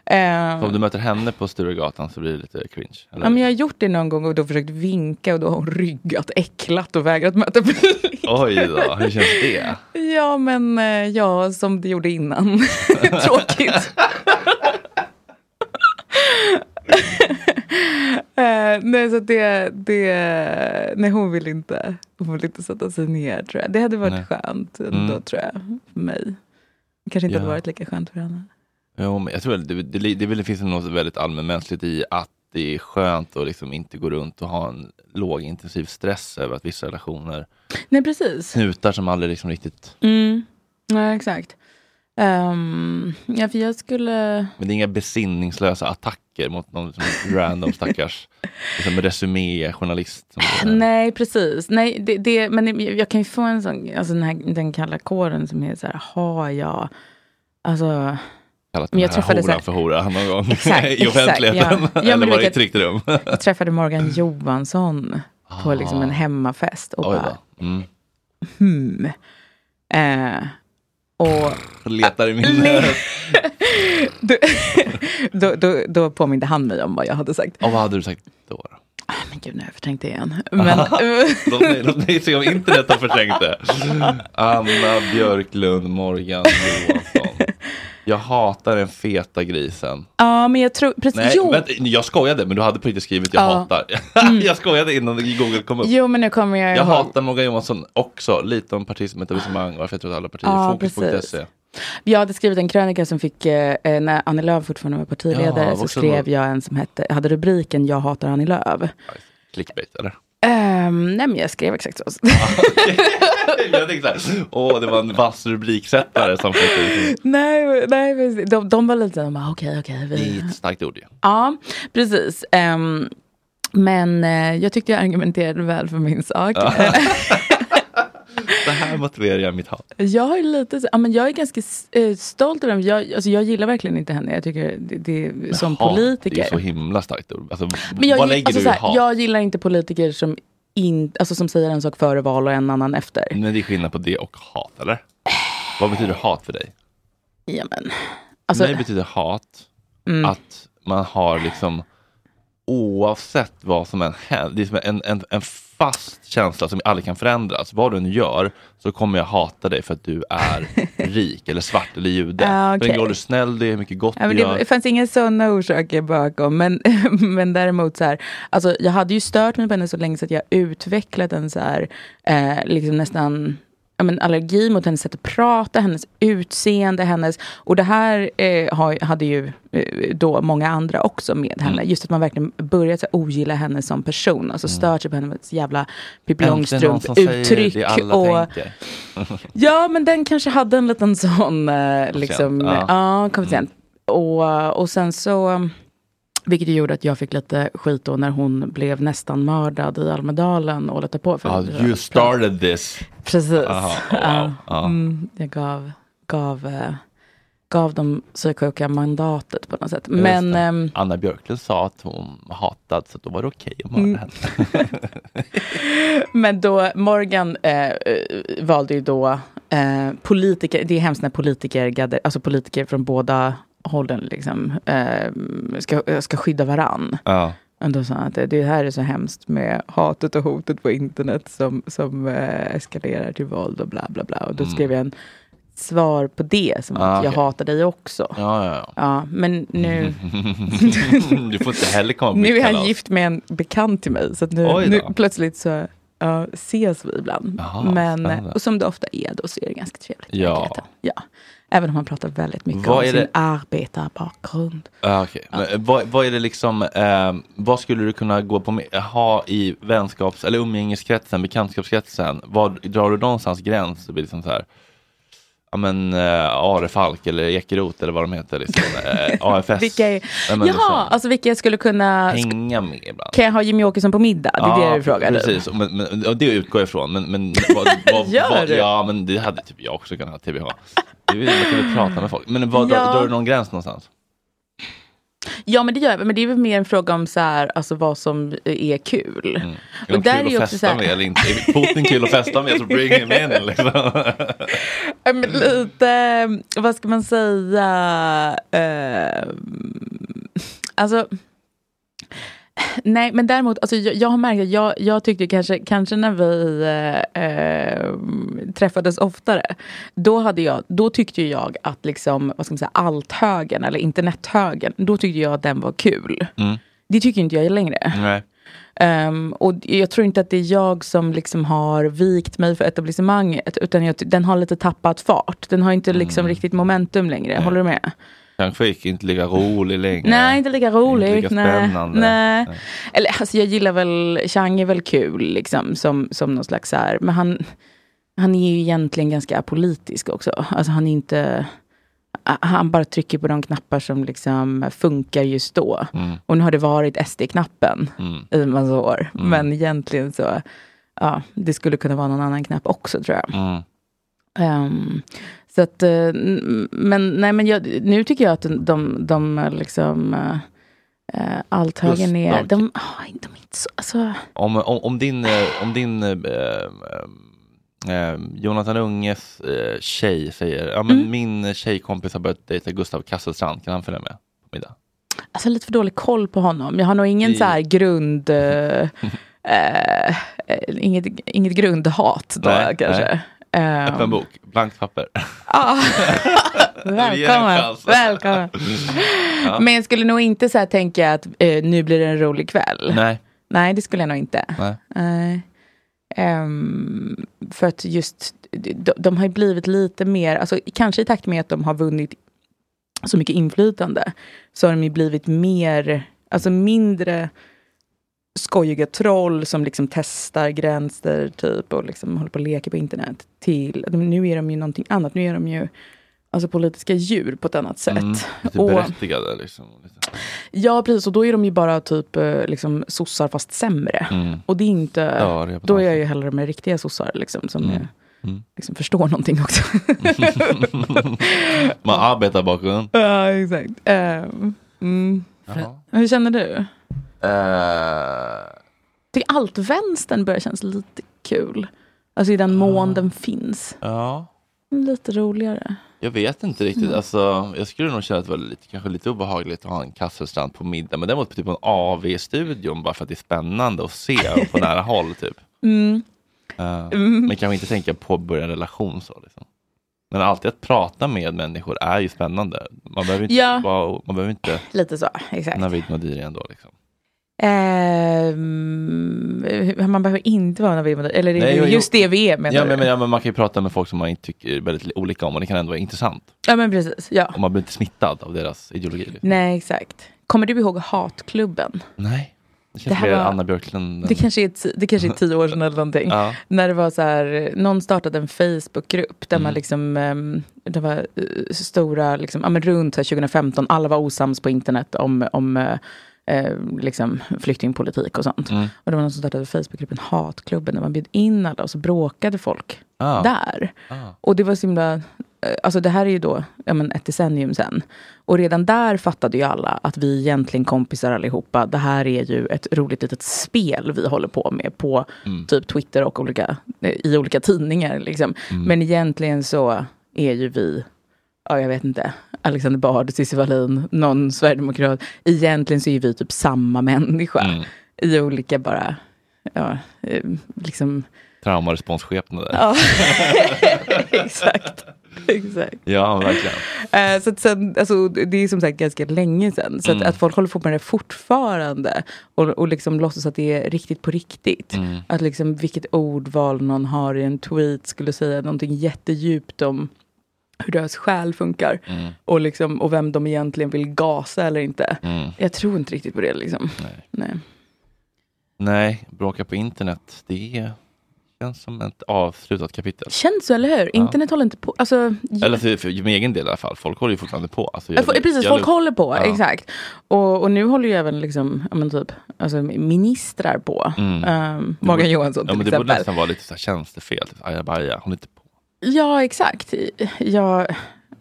Speaker 6: Eh,
Speaker 1: Så om du möter henne på Sturegatan så blir det lite cringe. Eller?
Speaker 6: ja, men jag har gjort det någon gång och då försökt vinka och då har hon ryggat, äcklat och vägrat möta blick.
Speaker 1: Oj då, hur känns det?
Speaker 6: Ja, men eh, ja, som det gjorde innan. Tråkigt. Eh, nej, så att det, det, nej, hon vill inte. Hon vill inte sätta sig ner tror jag. Det hade varit
Speaker 1: Nej.
Speaker 6: skönt ändå
Speaker 1: Mm.
Speaker 6: tror jag, för mig. Kanske inte
Speaker 1: Ja.
Speaker 6: hade varit lika skönt för henne.
Speaker 1: Jo, men jag tror väl, det, det, det, det, väl- det finns något väldigt allmänmänskligt i att det är skönt att liksom inte gå runt och ha en lågintensiv stress över att vissa relationer
Speaker 6: Nej, precis.
Speaker 1: knutar som aldrig liksom riktigt...
Speaker 6: Mm. Ja, exakt. Ehm, ja, för jag skulle...
Speaker 1: Men det är inga besinningslösa attacker mot någon liksom random stackars liksom resumé-journalist. som-
Speaker 6: Nej, precis. Nej, det, det, men jag kan ju få en sån, alltså den, här, den kalla kåren som är så här, har jag... Alltså...
Speaker 1: Kallat den
Speaker 6: Men jag
Speaker 1: här
Speaker 6: träffade så
Speaker 1: horan
Speaker 6: här-
Speaker 1: för hora någon gång
Speaker 6: Exakt,
Speaker 1: i
Speaker 6: exakt,
Speaker 1: offentligheten.
Speaker 6: ja. Ja, men
Speaker 1: Eller
Speaker 6: du
Speaker 1: var det i
Speaker 6: vet
Speaker 1: ett tryggt rum.
Speaker 6: Jag träffade
Speaker 1: Mm.
Speaker 6: Morgan Johansson på liksom en hemmafest och
Speaker 1: Ah. Oj
Speaker 6: bara,
Speaker 1: då. Mm.
Speaker 6: hmm. Eh, och
Speaker 1: Letar i
Speaker 6: Le-
Speaker 1: minnet.
Speaker 6: då, då, då, då påminde han mig om vad jag hade sagt.
Speaker 1: Och vad hade du sagt då? då?
Speaker 6: Men gud, nu har jag förträngt det igen. Men,
Speaker 1: låt, mig, låt mig se om internet har förträngt det. Anna Björklund Morgan Johansson. Jag hatar den feta grisen.
Speaker 6: ja, men jag tror... Precis,
Speaker 1: Nej,
Speaker 6: jo.
Speaker 1: vänta, jag skojade, men du hade på riktigt skrivit jag
Speaker 6: Ja. Mm.
Speaker 1: hatar. jag skojade innan Google kom upp.
Speaker 6: Jo, men nu kommer jag
Speaker 1: Jag
Speaker 6: ihåg.
Speaker 1: hatar Morgan Johansson också, lite om parti som etablissemang, varför jag tror att alla partier
Speaker 6: Ja, precis.
Speaker 1: fokus.se.
Speaker 6: Jag hade skrivit en krönika som fick, eh, eh, när Annie Lööf fortfarande var partiledare,
Speaker 1: Ja,
Speaker 6: så
Speaker 1: också
Speaker 6: skrev
Speaker 1: något.
Speaker 6: jag en som hette, hade rubriken Jag hatar Annie Lööf.
Speaker 1: Clickbait eller?
Speaker 6: Ehm, nej men jag skrev exakt så.
Speaker 1: jag tänkte såhär, åh det var en vass rubriksättare som fick ut.
Speaker 6: nej, nej precis. de, de var lite såhär, okej okej.
Speaker 1: Det är
Speaker 6: vi.
Speaker 1: ett starkt ord ju.
Speaker 6: Ja, precis. Ehm, men eh, jag tyckte jag argumenterade väl för min sak.
Speaker 1: Ja. Det här motiverar jag mitt hat.
Speaker 6: Jag är lite, så- ja, men jag är ganska s- eh, stolt över dem. Jag, alltså, jag gillar verkligen inte henne. Jag tycker det, det är som
Speaker 1: Hat,
Speaker 6: politiker.
Speaker 1: Det är så himla starkt ord. Alltså,
Speaker 6: Men jag,
Speaker 1: vad
Speaker 6: gill-
Speaker 1: lägger
Speaker 6: alltså,
Speaker 1: du i
Speaker 6: så här,
Speaker 1: hat?
Speaker 6: jag gillar inte politiker som, in, alltså, som säger en sak före val och en annan efter.
Speaker 1: Men det är skillnad på det och hat eller? Vad betyder hat för dig?
Speaker 6: Ja, men, alltså,
Speaker 1: för mig betyder hat
Speaker 6: Mm.
Speaker 1: att man har liksom oavsett vad som än händer. Det är som en, en, en fast känsla som aldrig kan förändras. Vad du än gör så kommer jag hata dig för att du är rik eller svart eller jude. Det
Speaker 6: Ja,
Speaker 1: spelar ingen
Speaker 6: Ah, okej.
Speaker 1: roll hur snäll det är, hur mycket gott
Speaker 6: Ja, men
Speaker 1: du gör.
Speaker 6: det fanns inga sådana orsaker bakom. Men, men däremot så här, alltså, jag hade ju stört mig på henne så länge så att jag utvecklat en så här, eh, liksom nästan ja, men allergi mot hennes sätt att prata, hennes utseende, hennes... Och det här eh, har- hade ju eh, då många andra också med henne. Just att man verkligen börjat så här, ogilla henne som person. Alltså stört sig på hennes jävla Pippi Långstrump-uttryck. och- Ja, men den kanske hade en liten sån, eh, liksom,
Speaker 10: ja.
Speaker 6: ja, ja koefficient. Och, och sen så, vilket ju gjorde att jag fick lite skit då när hon blev nästan mördad i Almedalen året därpå. För
Speaker 1: Ah,
Speaker 6: att-
Speaker 1: you started this.
Speaker 6: Precis.
Speaker 1: Aha,
Speaker 6: Ja.
Speaker 1: wow. Ja.
Speaker 6: Mm, jag gav, gav, eh, gav de psyksjuka mandatet på något sätt.
Speaker 1: Just
Speaker 6: Men
Speaker 1: det.
Speaker 6: ehm,
Speaker 1: Anna Björklund sa att hon var hatad, så då var det okej att mörda
Speaker 6: Mm.
Speaker 1: henne.
Speaker 6: Men då, Morgan eh, eh, valde ju då eh, politiker, det är hemskt när politiker, gader, alltså politiker från båda hållen liksom, eh, ska, ska skydda varann.
Speaker 1: Ja.
Speaker 6: Och då sa han att det- det här är så hemskt med hatet och hotet på internet som, som eh, eskalerar till våld och bla bla bla. Och då
Speaker 1: Mm.
Speaker 6: skrev jag en svar på det, som
Speaker 1: Ah,
Speaker 6: att jag
Speaker 1: okej.
Speaker 6: hatar dig också.
Speaker 1: Ja, Mm-hmm. ja, ja.
Speaker 6: Ja, men nu...
Speaker 1: du får inte heller komma på
Speaker 6: Nu
Speaker 1: mitt
Speaker 6: är han
Speaker 1: kalas.
Speaker 6: gift med en bekant till mig, så att nu,
Speaker 1: Oj då.
Speaker 6: nu plötsligt så ja, ses vi ibland.
Speaker 1: Jaha,
Speaker 6: Men,
Speaker 1: spännande.
Speaker 6: och som det ofta är då, så är det ganska trevligt.
Speaker 1: Ja.
Speaker 6: Ja. Även om han pratar väldigt mycket
Speaker 1: Vad
Speaker 6: om
Speaker 1: är
Speaker 6: sin
Speaker 1: det-
Speaker 6: arbetarbakgrund.
Speaker 1: Ja, okej. Men, eh, vad, vad är det liksom, eh, vad skulle du kunna gå på med, ha i vänskaps eller umgängeskretsen, bekantskapskretsen? Var drar du någonstans gräns? Det blir liksom så här, ja men eh, Arefalk eller Ekeroth eller vad de heter, liksom, eh, AFS.
Speaker 6: Vilka är...
Speaker 1: Ja,
Speaker 6: Jaha,
Speaker 1: men liksom,
Speaker 6: alltså vilka jag skulle kunna...
Speaker 1: hänga med ibland.
Speaker 6: Kan jag ha Jimmy Åkesson på middag? Det är det du frågar typ. nu.
Speaker 1: Precis, och men, men, och det utgår jag ifrån. Men, men vad, vad,
Speaker 6: Gör
Speaker 1: vad,
Speaker 6: du?
Speaker 1: ja, men det hade typ jag också kunnat ha TBH. Det vill jag kunna prata med folk. Men vad,
Speaker 6: Ja.
Speaker 1: drar, drar du någon gräns någonstans?
Speaker 6: Ja, men det gör jag. Men det är väl mer en fråga om så här, alltså, vad som är kul.
Speaker 1: Är de Mm. kul att festa med eller inte? Är Putin kul att festa med så bring him in liksom.
Speaker 6: Ja, men lite, vad ska man säga? Eh, alltså, nej men däremot, alltså, jag, jag har märkt att jag, jag tyckte kanske, kanske när vi eh, eh, träffades oftare, då, hade jag, då tyckte ju jag att liksom, vad ska man säga, althögern eller internethögern, då tyckte jag att den var kul.
Speaker 1: Mm.
Speaker 6: Det tycker inte jag längre.
Speaker 1: Nej.
Speaker 6: Ehm, och jag tror inte att det är jag som liksom har vikt mig för etablissemanget. Utan jag, ty- den har lite tappat fart. Den har inte liksom riktigt momentum längre. Håller du med?
Speaker 1: Kanske gick inte lika rolig längre.
Speaker 6: Nej, inte lika roligt.
Speaker 1: lika
Speaker 6: nej,
Speaker 1: spännande.
Speaker 6: nej. Eller alltså jag gillar väl, Chang är väl kul liksom. Som, som någon slags så här. Men han, han är ju egentligen ganska apolitisk också. Alltså han är inte... Han bara trycker på de knappar som liksom funkar just då. Och nu har det varit SD-knappen
Speaker 1: Mm.
Speaker 6: i en massa år. Men egentligen så, ja, det skulle kunna vara någon annan knapp också tror jag.
Speaker 1: Mm.
Speaker 6: Ehm, så att, eh, n- men, nej, men jag, nu tycker jag att de, de, de liksom, eh, eh, althögern är,
Speaker 1: Plus,
Speaker 6: de, de, ah, de är inte så, alltså,
Speaker 1: Om, om, om din, eh, om din eh, eh, eh, Jonathan Unges eh, tjej säger, ja
Speaker 6: Mm.
Speaker 1: men min tjejkompis har börjat dejta Gustav Kasselstrand, kan han följa med på middag?
Speaker 6: alltså lite för dålig koll på honom. Jag har nog ingen
Speaker 1: Det-
Speaker 6: så här grund, eh, eh, inget, inget grundhat då
Speaker 1: Nej,
Speaker 6: kanske.
Speaker 1: nej.
Speaker 6: Ehm,
Speaker 1: Öppen bok, blankt papper.
Speaker 6: Ja.
Speaker 1: Vi ger en
Speaker 6: välkommen.
Speaker 1: chans.
Speaker 6: välkommen.
Speaker 1: Ja.
Speaker 6: Men jag skulle nog inte så här tänka att eh, nu blir det en rolig kväll.
Speaker 1: Nej.
Speaker 6: Nej, det skulle jag nog inte.
Speaker 1: Nej.
Speaker 6: Nej. Ehm, för att just, de, de har ju blivit lite mer, alltså, kanske i takt med att de har vunnit så mycket inflytande, så har de ju blivit mer, alltså mindre skojiga troll som liksom testar gränser typ och liksom håller på och leker på internet. Till, nu är de ju någonting annat, nu är de ju alltså politiska djur på ett annat sätt.
Speaker 1: Mm, lite
Speaker 6: Och-
Speaker 1: berättigade liksom.
Speaker 6: Ja, precis. Och då är de ju bara typ eh, liksom, sossar fast sämre.
Speaker 1: Mm.
Speaker 6: Och det är inte...
Speaker 1: Ja, det är på
Speaker 6: då är jag ju hellre med riktiga sossar liksom, som
Speaker 1: Mm.
Speaker 6: är,
Speaker 1: Mm.
Speaker 6: liksom, förstår någonting också.
Speaker 1: Man arbetar bakom.
Speaker 6: ja, exakt. Ehm, mm.
Speaker 1: Jaha.
Speaker 6: Hur känner du?
Speaker 1: Eh,
Speaker 6: Tycker allt vänstern börjar kännas
Speaker 1: Ah.
Speaker 6: lite kul. Alltså i den mån den finns.
Speaker 1: ja.
Speaker 6: Lite roligare.
Speaker 1: Jag vet inte riktigt.
Speaker 10: Mm.
Speaker 1: Alltså, jag skulle nog känna att det var lite, kanske lite obehagligt att ha en kasselstrand på middag. Men däremot på typ en AV i studion bara för att det är spännande att se och på nära håll. Typ.
Speaker 6: Mm.
Speaker 1: Eh,
Speaker 6: Mm.
Speaker 1: Men kanske inte tänka påbörja en relation så. Liksom. Men alltid att prata med människor är ju spännande. Man behöver inte
Speaker 6: Ja.
Speaker 1: vara man behöver inte
Speaker 6: Lite så, exakt.
Speaker 1: Navid Modiri ändå. Liksom.
Speaker 6: Ehm, man behöver inte vara Navid Modiri, eller
Speaker 1: Nej,
Speaker 6: det
Speaker 1: jo,
Speaker 6: är
Speaker 1: jo.
Speaker 6: just det vi är menar
Speaker 1: Ja,
Speaker 6: du?
Speaker 1: men, men, ja, men man kan ju prata med folk som man inte tycker väldigt olika om och det kan ändå vara intressant.
Speaker 6: ja men precis, ja.
Speaker 1: Och man blir inte smittad av deras ideologi. Liksom.
Speaker 6: Nej exakt. Kommer du ihåg Hatklubben?
Speaker 1: Nej. Det
Speaker 6: Det
Speaker 1: känns
Speaker 6: här
Speaker 1: mer
Speaker 6: var-
Speaker 1: Anna Björklund.
Speaker 6: Det kanske, är ti- det kanske är tio år sedan eller någonting.
Speaker 1: Ja.
Speaker 6: När det var så här, någon startade en Facebookgrupp där
Speaker 1: Mm.
Speaker 6: man liksom, ehm, det var eh, stora, liksom, ja, men runt så här 2015, alla var osams på internet om, om eh, eh, liksom flyktingpolitik och sånt.
Speaker 1: Mm.
Speaker 6: Och det var någon som startade Facebookgruppen Hatklubben, där man bjöd in alla och så bråkade folk
Speaker 1: Ah.
Speaker 6: där.
Speaker 1: Ah.
Speaker 6: Och det var så himla, eh, alltså det här är ju då ja, men ett decennium sen. Och redan där fattade ju alla att vi är egentligen kompisar allihopa. Det här är ju ett roligt litet spel vi håller på med på
Speaker 11: Mm.
Speaker 6: typ Twitter och olika, eh, i olika tidningar. Liksom. Men egentligen så är ju vi, ja jag vet inte, Alexander Bard, Cissi Wallin, någon sverigedemokrat. Egentligen så är vi typ samma människa
Speaker 1: Mm.
Speaker 6: i olika bara, ja, eh, liksom
Speaker 1: Traumaresponsskepnader.
Speaker 6: Ja, exakt. exakt.
Speaker 1: Ja, verkligen.
Speaker 6: Eh, Så att sen, alltså, det är som sagt ganska länge sedan. Så
Speaker 1: Mm.
Speaker 6: att, att folk håller på med det fortfarande och, och liksom låtsas att det är riktigt på riktigt.
Speaker 1: Mm.
Speaker 6: Att liksom vilket ordval någon har i en tweet skulle säga någonting jättedjupt om hur deras själ funkar.
Speaker 1: Mm.
Speaker 6: Och, liksom, och vem de egentligen vill gasa eller inte.
Speaker 1: Mm.
Speaker 6: Jag tror inte riktigt på det liksom.
Speaker 1: Nej.
Speaker 6: Nej.
Speaker 1: Nej, bråka på internet, det känns som ett avslutat kapitel.
Speaker 6: Känns så, eller hur?
Speaker 1: Ja.
Speaker 6: Internet håller inte på. Alltså,
Speaker 1: Eller för, för min egen del i alla fall, folk håller ju fortfarande på. Alltså,
Speaker 6: Ja, fo- Precis,
Speaker 1: jag-
Speaker 6: folk håller på.
Speaker 1: Ja.
Speaker 6: Exakt. Och, och nu håller ju även liksom, ja, men typ, alltså, ministrar på.
Speaker 1: Mm.
Speaker 6: Ehm,
Speaker 1: Det
Speaker 6: Morgan
Speaker 1: borde-
Speaker 6: Johansson
Speaker 1: ja,
Speaker 6: till
Speaker 1: men Det borde
Speaker 6: exempel.
Speaker 1: nästan vara lite så här tjänstefel, typ, ajabaja, håll inte på.
Speaker 6: Ja, exakt. Ja,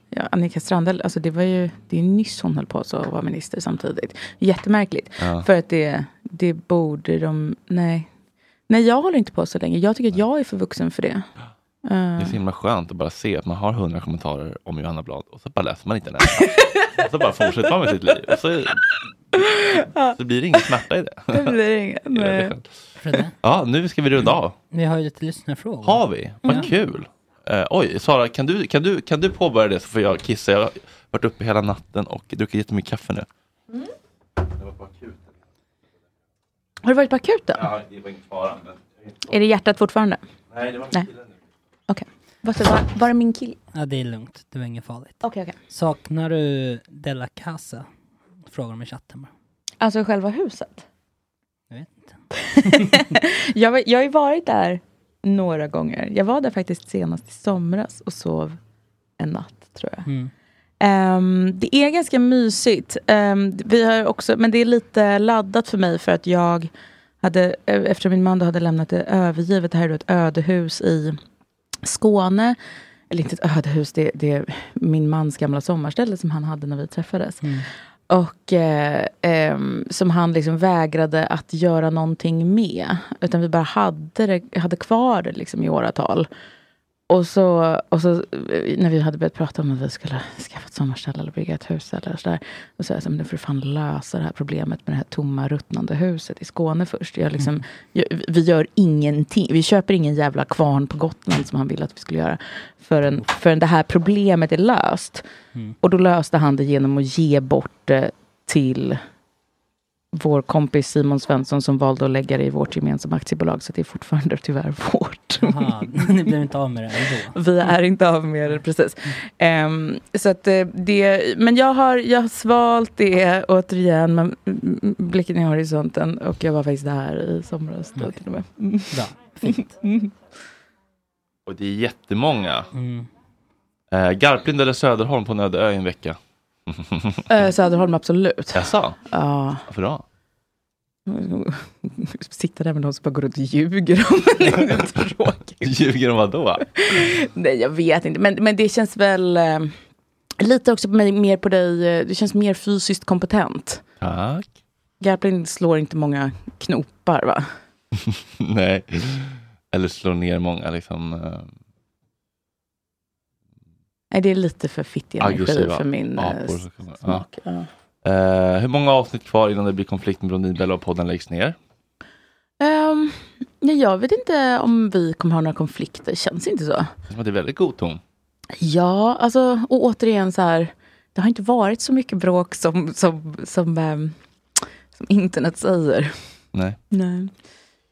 Speaker 6: ja, Annika Strandhäll, alltså, det var ju det är nyss hon höll på så att vara minister samtidigt. Jättemärkligt.
Speaker 1: Ja.
Speaker 6: För att det, det borde de... Nej. nej, jag håller inte på så länge. Jag tycker att jag är för vuxen för det. Ehm,
Speaker 1: Det är så himla skönt att bara se att man har hundra kommentarer om Johanna Blad och så bara läser man inte en enda. Och så bara fortsätter man med sitt liv. Och så, så blir det ingen smärta i det.
Speaker 6: Ehm, Det blir inget,
Speaker 1: Det är väldigt
Speaker 6: nej.
Speaker 1: skönt. Ja, nu ska vi runda av.
Speaker 3: Vi har ju lite lyssnarfrågor.
Speaker 1: Har vi? Vad kul! Eh, oj, Sara, kan du, kan, du, kan du påbörja det så får jag kissa. Jag har varit uppe hela natten och druckit jättemycket kaffe nu.
Speaker 6: Har du varit på akuten?
Speaker 1: det var ingen fara. Men...
Speaker 6: Är det hjärtat fortfarande?
Speaker 1: Nej, det var
Speaker 6: Nej. Okej. Vad sa- Var, var det min kille?
Speaker 3: Ja, det är lugnt. Det var inget farligt.
Speaker 6: Okej, okej.
Speaker 3: Saknar du Della Casa? Frågar de i chatten bara.
Speaker 6: Alltså själva huset?
Speaker 3: Jag vet
Speaker 6: inte. jag, var- jag har ju varit där några gånger. Jag var där faktiskt senast i somras och sov en natt, tror jag.
Speaker 3: Mm.
Speaker 6: Ehm, det är ganska mysigt. Ehm, vi har ju också, men det är lite laddat för mig för att jag hade, eh, eftersom min man då hade lämnat det övergivet, det här är då ett ödehus i Skåne. Eller inte ett ödehus, det, det är min mans gamla sommarställe som han hade när vi träffades.
Speaker 3: Mm.
Speaker 6: Och eh, ehm, som han liksom vägrade att göra någonting med. Utan vi bara hade, det, hade kvar det liksom i åratal. Och så, och så eh, när vi hade börjat prata om att vi skulle skaffa ett sommarställe eller bygga ett hus eller sådär. Då sa jag så här, "Men nu får du fan lösa det här problemet med det här tomma ruttnande huset i Skåne först. Jag liksom, jag, vi gör ingenting. Vi köper ingen jävla kvarn på Gotland som han ville att vi skulle göra. Förrän, förrän det här problemet är löst.
Speaker 3: Mm.
Speaker 6: Och då löste han det genom att ge bort det till vår kompis Simon Svensson som valde att lägga det i vårt gemensamma aktiebolag. Så det är fortfarande tyvärr vårt.
Speaker 3: Jaha, Mm. ni blev inte av med det ändå.
Speaker 6: Vi är inte av med det, precis. Ehm, så att, eh, det, men jag har, jag har svalt det återigen med mm, blicken i horisonten. Och jag var faktiskt där i somras då till och med. Mm.
Speaker 3: Bra, fint.
Speaker 1: Och det är jättemånga.
Speaker 3: Mm.
Speaker 1: Eh, Garplind eller Söderholm på en öde ö i en vecka?
Speaker 6: Eh, Söderholm, absolut.
Speaker 1: Jaså?
Speaker 6: Ja.
Speaker 1: Varför då?
Speaker 6: Sitta där med någon som bara går runt och ljuger om en. Det är tråkigt.
Speaker 1: Ljuger de vadå?
Speaker 6: Nej, jag vet inte. Men, men det känns väl eh, lite också på mig, mer på dig. eh, Det känns mer fysiskt kompetent.
Speaker 1: Tack.
Speaker 6: Garplind slår inte många knopar, va?
Speaker 1: Nej. Eller slår ner många liksom. Eh,
Speaker 6: Nej, det är lite för fittig energi
Speaker 1: Aggressiva
Speaker 6: för min eh,
Speaker 1: apor.
Speaker 6: s- smak.
Speaker 1: Ja.
Speaker 6: Ja.
Speaker 1: Eh, hur många avsnitt kvar innan det blir konflikt med Blondinbella och podden läggs ner?
Speaker 6: Ehm, nej, jag vet inte om vi kommer ha några konflikter, känns inte så.
Speaker 1: Det känns som att det är väldigt god ton.
Speaker 6: Ja, alltså, och återigen så här, det har inte varit så mycket bråk som, som, som, ehm, som internet säger.
Speaker 1: Nej.
Speaker 6: Nej.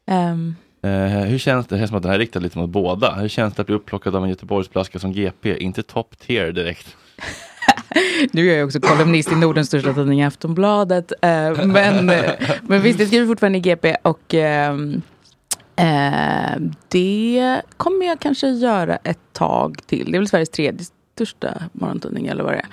Speaker 6: Ehm,
Speaker 1: Eh, hur känns det? Det känns som att det här riktar lite mot båda. Hur känns det att bli upplockad av en Göteborgsflaska som GP? Inte top tier direkt.
Speaker 6: nu är jag också kolumnist i Nordens största tidning Aftonbladet. Eh, men, men visst, jag skriver fortfarande i GP och ehm, ehm, det kommer jag kanske göra ett tag till. Det är väl Sveriges tredje största morgontidning eller vad det är.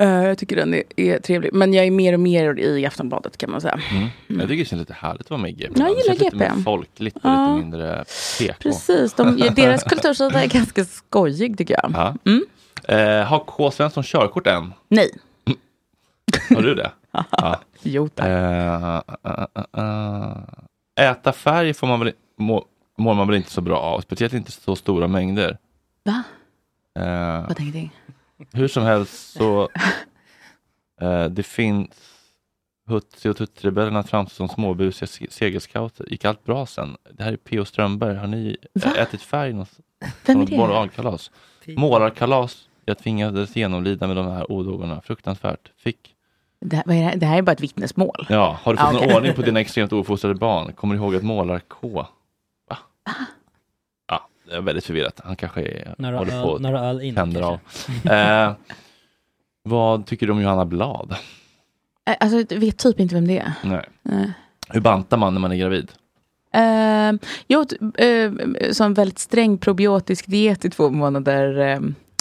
Speaker 6: Eh, jag tycker den är, är trevlig. Men jag är mer och mer i Aftonbladet kan man säga.
Speaker 1: Jag tycker det känns lite härligt att vara med i GP.
Speaker 6: Ja, jag
Speaker 1: Det känns
Speaker 6: gillar
Speaker 1: Lite
Speaker 6: GP.
Speaker 1: mer folkligt och
Speaker 6: Ja.
Speaker 1: lite mindre PK.
Speaker 6: Precis, de, deras kultursida är ganska skojig tycker jag. Mm.
Speaker 1: Ja. Eh, har K. Svensson körkort än?
Speaker 6: Nej.
Speaker 1: Har du det? ja.
Speaker 6: Jo tack.
Speaker 1: Eh, eh, eh, eh. Äta färg får man väl, må, mår man väl inte så bra av, speciellt inte så stora mängder.
Speaker 6: Va?
Speaker 1: Eh,
Speaker 6: Vad tänkte jag?
Speaker 1: hur som helst så eh, det finns Hutsi och Tuttrebellerna framstår som småbusiga se- segerscouter. Gick allt bra sen? Det här är P.O. Strömberg. Har ni eh, ätit färg någonstans?
Speaker 6: Vem är
Speaker 1: Något
Speaker 6: det?
Speaker 1: Moralkalas. Målarkalas. Jag tvingades genomlida med de här odågorna. Fruktansvärt. Fick
Speaker 6: Det här, vad är det, här? det här är bara ett vittnesmål.
Speaker 1: Ja, har du fått
Speaker 6: Ah,
Speaker 1: någon
Speaker 6: okej.
Speaker 1: ordning på dina extremt ofostrade barn? Kommer du ihåg att målar-K? Va? Ja, det är väldigt förvirrat. Han kanske är,
Speaker 3: Några
Speaker 1: håller
Speaker 3: öl-
Speaker 1: på
Speaker 3: några öl in,
Speaker 1: tänder av.
Speaker 3: kanske.
Speaker 1: Eh, vad tycker du om Johanna Blad?
Speaker 6: Eh, Alltså, jag vet typ inte vem det är.
Speaker 1: Nej.
Speaker 6: Nej.
Speaker 1: Hur bantar man när man är gravid?
Speaker 6: Uh, jag åt eh, så en väldigt sträng probiotisk diet i två månader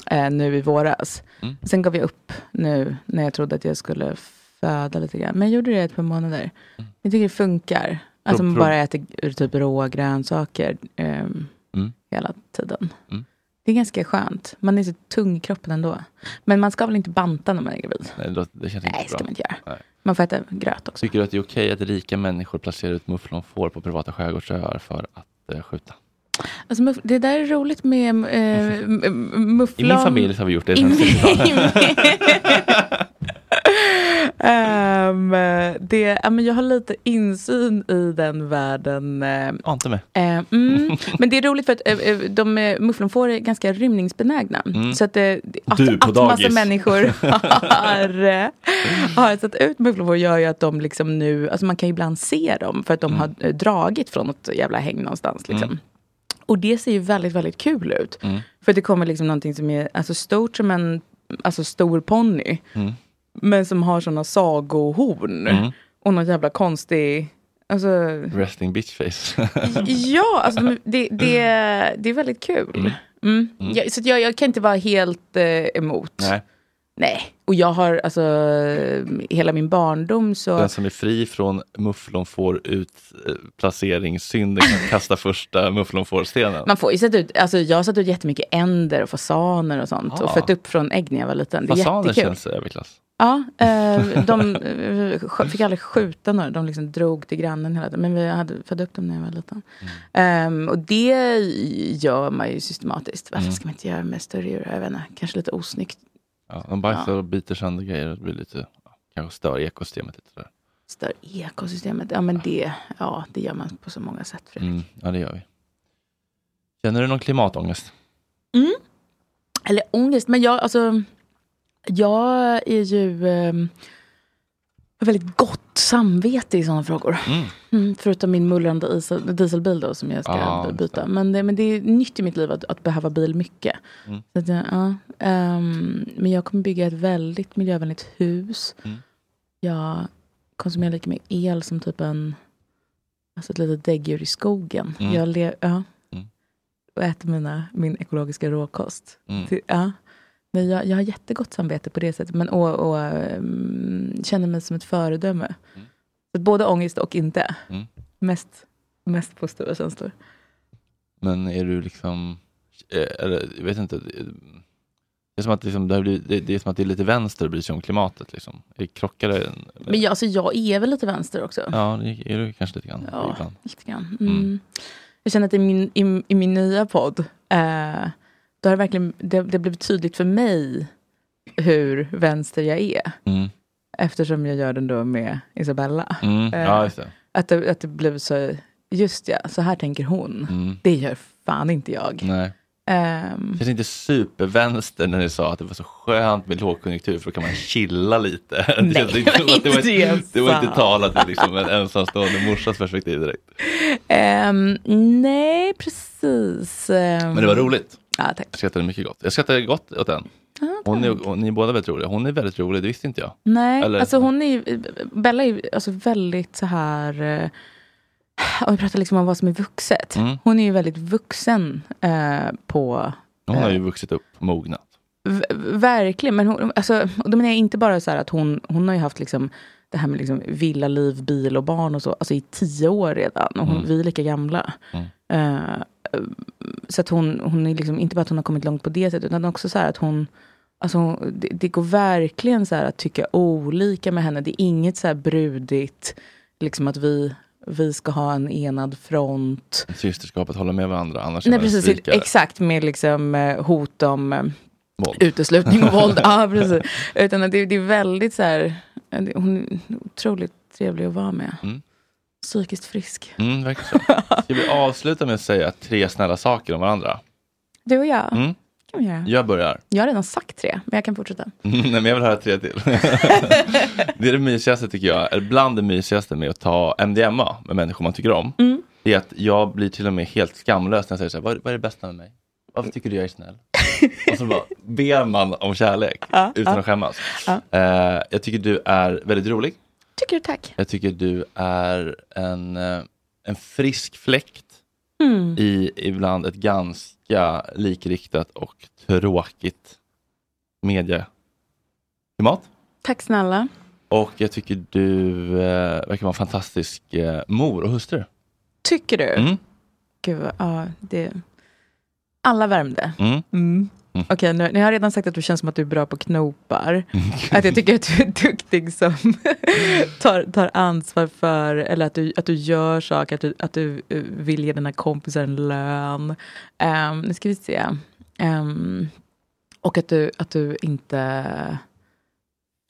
Speaker 6: eh, eh, nu i våras.
Speaker 1: Mm.
Speaker 6: Sen gav jag upp nu när jag trodde att jag skulle föda lite grann. Men jag gjorde det ett par månader.
Speaker 1: Mm.
Speaker 6: Jag tycker det funkar. Alltså man
Speaker 1: prov.
Speaker 6: bara äter typ råa grönsaker ehm,
Speaker 1: Mm.
Speaker 6: hela tiden.
Speaker 1: Mm.
Speaker 6: Det är ganska skönt. Man är så tung i kroppen ändå. Men man ska väl inte banta när man är gravid?
Speaker 1: Nej, det, det känns inte
Speaker 6: Nej,
Speaker 1: bra.
Speaker 6: ska man inte göra.
Speaker 1: Nej.
Speaker 6: Man får äta gröt också.
Speaker 1: Tycker du att det är okej att rika människor placerar ut mufflonfår på privata skärgårdsöar för att eh, skjuta?
Speaker 6: Alltså, muff- det där är roligt med eh, m- m- mufflon.
Speaker 1: I min familj så har vi gjort det
Speaker 6: I
Speaker 1: sen
Speaker 6: min-
Speaker 1: 60-talet.
Speaker 6: i min- Ehm, det, ja, men jag har lite insyn i den världen. eh,
Speaker 1: Ante mig.
Speaker 6: Eh, mm. Men det är roligt för att eh, eh, de eh, mufflonfår är ganska rymningsbenägna.
Speaker 1: Mm.
Speaker 6: Så att, eh, det- att,
Speaker 1: Du på
Speaker 6: att massa
Speaker 1: dagis.
Speaker 6: människor har, eh, har satt ut mufflonfår gör ju att de liksom nu, alltså man kan ju ibland se dem för att
Speaker 1: Mm.
Speaker 6: de har eh, dragit från något jävla häng någonstans. Liksom.
Speaker 10: Mm.
Speaker 6: Och det ser ju väldigt, väldigt kul ut.
Speaker 10: Mm.
Speaker 6: För att det kommer liksom någonting som är alltså, stort som en alltså, stor ponny.
Speaker 1: Mm.
Speaker 6: Men som har sådana sagohorn.
Speaker 1: Mm.
Speaker 6: Och någon jävla konstig... Alltså,
Speaker 1: Resting bitch face.
Speaker 6: Ja, alltså, de- det, det, det är väldigt kul. Mm.
Speaker 1: Mm.
Speaker 6: Jag, så att jag, jag kan inte vara helt eh, emot.
Speaker 1: Nej,
Speaker 6: Nej. Och jag har alltså hela min barndom så...
Speaker 1: den som är fri från mufflonfår ut eh, placeringssynden kan kasta första mufflonfårstenen.
Speaker 6: Man får ju sätta ut, alltså jag har satt ut jättemycket änder och fasaner och sånt. Och
Speaker 1: Ah.
Speaker 6: fött upp från ägg när jag var liten. Det är
Speaker 1: Fasaner
Speaker 6: jättekul.
Speaker 1: känns överklass.
Speaker 6: Ja, eh, de eh, sk- fick aldrig skjuta några. De liksom drog till grannen hela tiden. Men vi hade födde upp dem när jag var liten.
Speaker 1: Mm.
Speaker 6: Ehm, och det gör man ju systematiskt.
Speaker 1: Mm.
Speaker 6: Varför ska man inte göra med större djur? Jag vet inte, kanske lite osnyggt.
Speaker 1: Ja, de bajsar och biter sönder grejer och blir lite, ja, kanske stör ekosystemet lite där.
Speaker 6: Stör ekosystemet. Ja, men det, ja, det gör man på så många sätt. Fredrik.
Speaker 1: Mm, ja, det gör vi. Känner du någon klimatångest?
Speaker 6: Mm. Eller ångest, men jag, alltså, jag är ju ehm, har väldigt gott samvete i sådana frågor.
Speaker 1: Mm.
Speaker 6: förutom min mullrande isel, dieselbil då, som jag ska
Speaker 10: Ah, just
Speaker 6: byta. Men det, men det är nytt i mitt liv att, att behöva bil mycket.
Speaker 10: Mm.
Speaker 6: Så att, jag- ja. Ehm, men jag kommer bygga ett väldigt miljövänligt hus.
Speaker 10: Mm.
Speaker 6: Jag konsumerar lika mycket el som typ en, alltså ett litet däggdjur i skogen.
Speaker 10: Mm.
Speaker 6: Jag le, ja. Och äter mina, min ekologiska råkost.
Speaker 10: Mm.
Speaker 6: Till, ja. Nej, jag, jag har jättegott samvete på det sättet. Men, och, och ehm, känner mig som ett föredöme. Så både ångest och inte.
Speaker 1: Mm.
Speaker 6: Mest, mest positiva känslor.
Speaker 1: Men är du liksom, eh, eller jag vet inte. eh, Det är som att, liksom, det, här blir, det, det, är, som att det är lite vänster bryr sig om klimatet. Liksom. Är- Krockar det?
Speaker 6: Men jag, alltså, jag är väl lite vänster också.
Speaker 1: Ja, det är du kanske lite grann.
Speaker 6: Ja,
Speaker 1: ibland.
Speaker 6: Mm. lite grann. Mm. Jag känner att i min, i, i min nya podd, eh, då har det verkligen det, det blivit tydligt för mig hur vänster jag är.
Speaker 1: Mm.
Speaker 6: Eftersom jag gör den då med Isabella.
Speaker 1: Mm,
Speaker 6: Eh,
Speaker 1: ja, just det.
Speaker 6: Att, det, att det blev så, just ja, så här tänker hon.
Speaker 1: Mm.
Speaker 6: Det gör fan inte jag.
Speaker 1: Nej.
Speaker 6: Ehm,
Speaker 1: Känns inte supervänster när ni sa att det var så skönt med lågkonjunktur för då kan man chilla lite.
Speaker 6: Nej,
Speaker 1: det, känns som att det, var,
Speaker 6: det är
Speaker 1: det var inte
Speaker 6: sant.
Speaker 1: talat ur liksom en ensamstående morsas perspektiv direkt.
Speaker 6: ehm, nej, precis. Ehm,
Speaker 1: Men det var roligt.
Speaker 6: Ja, tack.
Speaker 1: Jag skrattade mycket gott. Jag skrattade gott åt den. Hon är, och ni är båda väldigt roliga. Hon är väldigt rolig, det visste inte jag.
Speaker 6: Nej,
Speaker 1: Eller-
Speaker 6: alltså hon är ju, Bella är ju alltså väldigt så här, eh, om vi pratar liksom om vad som är vuxet.
Speaker 1: Mm.
Speaker 6: Hon är ju väldigt vuxen eh, på, eh,
Speaker 1: Hon har ju vuxit upp, mognat.
Speaker 6: v- verkligen, men hon, alltså, och då menar jag inte bara så här att hon, hon har ju haft liksom det här med liksom villaliv, bil och barn och så, alltså i tio år redan. Och hon,
Speaker 10: Mm.
Speaker 6: vi är lika gamla.
Speaker 10: Mm.
Speaker 6: Eh, så att hon, hon är liksom, inte bara att hon har kommit långt på det sättet, utan också så här att hon, alltså hon det, det går verkligen så här att tycka olika med henne. Det är inget så här brudigt, liksom att vi, vi ska ha en enad front.
Speaker 1: Systerskapet håller med varandra, annars är
Speaker 6: Nej,
Speaker 1: man en
Speaker 6: precis.
Speaker 1: svikare.
Speaker 6: Exakt, med liksom eh, hot om eh,
Speaker 1: Våld.
Speaker 6: uteslutning och våld. ja, precis. Utan att det, det är väldigt så här, eh, det- hon är otroligt trevlig att vara med.
Speaker 1: Mm.
Speaker 6: Psykiskt frisk.
Speaker 1: Mm, verkligen så. Ska vi avsluta med att säga tre snälla saker om varandra?
Speaker 6: Du och jag,
Speaker 1: Mm.
Speaker 6: kan vi göra.
Speaker 1: Jag börjar.
Speaker 6: Jag har redan sagt tre, men jag kan fortsätta.
Speaker 1: Nej, men jag vill höra tre till. det är det mysigaste tycker jag, eller bland det mysigaste med att ta MDMA med människor man tycker om.
Speaker 6: Mm.
Speaker 1: Det är att jag blir till och med helt skamlös när jag säger så här, vad, vad är det bästa med mig? Varför tycker du jag är snäll? och så bara ber man om kärlek
Speaker 6: Ja,
Speaker 1: utan
Speaker 6: ja.
Speaker 1: att skämmas.
Speaker 6: Ja.
Speaker 1: Eh, jag tycker du är väldigt rolig.
Speaker 6: Tycker du tack.
Speaker 1: Jag tycker du är en, eh, en frisk fläkt
Speaker 6: Mm.
Speaker 1: i ibland ett ganska likriktat och tråkigt medieklimat.
Speaker 6: Tack snälla.
Speaker 1: Och jag tycker du eh, verkar vara en fantastisk eh, mor och hustru.
Speaker 6: Tycker du?
Speaker 1: Mm.
Speaker 6: Gud, vad- ja, det... Alla värmde.
Speaker 1: Mm.
Speaker 6: Mm.
Speaker 1: Mm.
Speaker 6: Okej, nu, nu har jag redan sagt att du känns som att du är bra på knopar. att jag tycker att du är duktig som tar, tar ansvar för, eller att du, att du gör saker, att du, att du eh, vill ge dina kompisar en lön. Ehm, nu ska vi se. Ehm, och att du, att du inte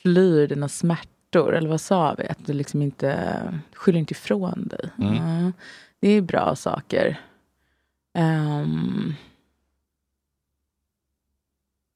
Speaker 6: flyr dina smärtor, eller vad sa vi? Att du liksom inte skyller inte ifrån dig.
Speaker 10: Mm.
Speaker 6: Ja, det är bra saker. Ehm,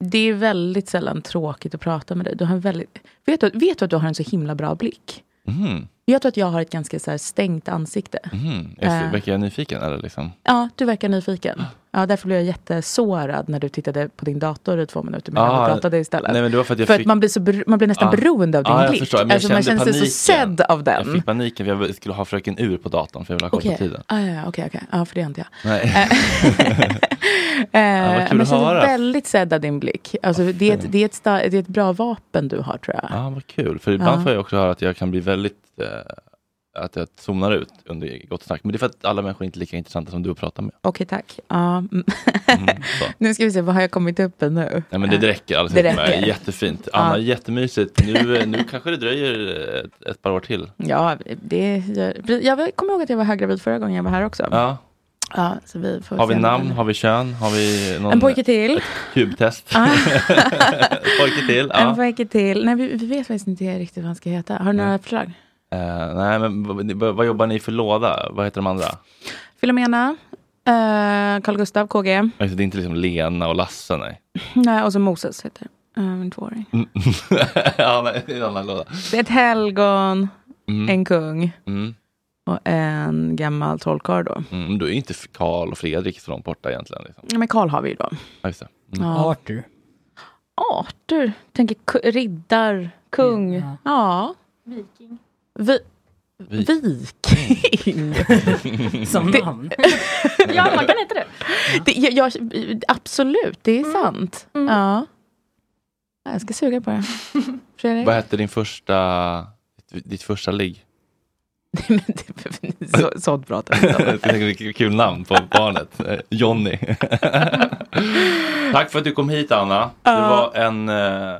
Speaker 6: det är väldigt sällan tråkigt att prata med dig. Du har en väldigt, vet, du, vet du att du har en så himla bra blick?
Speaker 1: Mhm.
Speaker 6: Jag tror att jag har ett ganska så här stängt ansikte.
Speaker 1: Mhm. Jag ser-
Speaker 6: Eh.
Speaker 1: Verkar jag nyfiken eller liksom?
Speaker 6: Ja, du verkar nyfiken. Ja, därför blev jag jättesårad när du tittade på din dator i två minuter medan
Speaker 1: Ah,
Speaker 6: jag pratade istället.
Speaker 1: nej, men det var för att jag fick-
Speaker 6: man, blir så ber- man blir nästan
Speaker 1: Ah.
Speaker 6: beroende av din
Speaker 1: Ah, jag
Speaker 6: blick.
Speaker 1: förstår. Men jag
Speaker 6: alltså, man
Speaker 1: kände
Speaker 6: känner sig så
Speaker 1: paniken.
Speaker 6: sedd av
Speaker 1: Jag
Speaker 6: den.
Speaker 1: fick paniken för jag skulle ha Fröken Ur på datorn för jag ville ha koll
Speaker 6: Okej,
Speaker 1: på tiden.
Speaker 6: ah, ja, ja, okej, okej. Ja, för det är inte jag.
Speaker 1: Nej.
Speaker 6: Eh,
Speaker 1: vad kul
Speaker 6: men
Speaker 1: att
Speaker 6: jag känner
Speaker 1: höra.
Speaker 6: mig väldigt sedd av din blick. Alltså, det, är ett, det, är ett sta- det är ett bra vapen du har, tror jag.
Speaker 1: Ja, vad kul. För ibland
Speaker 6: Ja.
Speaker 1: får jag också höra att jag kan bli väldigt, eh, att jag zonar ut under gott snack. Men det är för att alla människor är inte lika intressanta som du att prata med.
Speaker 6: Okej, tack. Ja, mm.
Speaker 1: så.
Speaker 6: nu ska vi se, vad har jag kommit upp i nu?
Speaker 1: Nej men det räcker alldeles
Speaker 6: Det
Speaker 1: utmärkt.
Speaker 6: räcker.
Speaker 1: Jättefint. Anna,
Speaker 6: Ja.
Speaker 1: jättemysigt. Nu, nu kanske det dröjer ett, ett par år till.
Speaker 6: Eh, Ja, det, jag, jag kommer ihåg att jag var höggravid förra gången jag var här också.
Speaker 1: Ja.
Speaker 6: Ja, så vi får
Speaker 1: Har vi
Speaker 6: se.
Speaker 1: namn? Har vi kön? Har vi någon
Speaker 6: En pojke till.
Speaker 1: kubtest?
Speaker 6: Ah.
Speaker 1: Ett pojke till?
Speaker 6: En
Speaker 1: Ja.
Speaker 6: pojke till. Nej, vi, vi vet faktiskt inte riktigt vad han ska heta. Har du några förslag?
Speaker 1: Eh, nej men vad- vad- vad jobbar ni för låda? Vad heter de andra?
Speaker 6: Filomena, eh, Carl Gustav, KG.
Speaker 1: Alltså, det är inte liksom Lena och Lasse nej.
Speaker 6: Nej, och så Moses heter eh, min tvååring.
Speaker 1: Mm. ja, nej, det är en annan låda.
Speaker 6: Det är ett helgon,
Speaker 1: Mm.
Speaker 6: en kung
Speaker 1: Mm.
Speaker 6: och en gammal trollkarl då.
Speaker 1: Mm, du är ju inte Karl och Fredrik så långt borta egentligen. Liksom.
Speaker 6: Ja, men Karl har vi ju då.
Speaker 1: Ja, just det. Mm.
Speaker 6: Ja.
Speaker 3: Arthur.
Speaker 6: Arthur, tänker ku- riddar, kung. Ja.
Speaker 4: Viking.
Speaker 6: Vi-
Speaker 1: Vik.
Speaker 6: Viking.
Speaker 3: Som
Speaker 6: Det-
Speaker 3: namn.
Speaker 4: Ja, man kan inte det.
Speaker 6: Det, jag, jag, absolut, det är sant. Ja. Mm. Ja, Jag ska suga på det. Fredrik?
Speaker 1: Vad hette din första, ditt första ligg?
Speaker 6: Så, sånt pratar vi inte om.
Speaker 1: Jag tänker, vilket Kul namn på barnet. Eh, Johnny. Tack för att du kom hit Anna. Det
Speaker 6: Ja.
Speaker 1: var en, eh,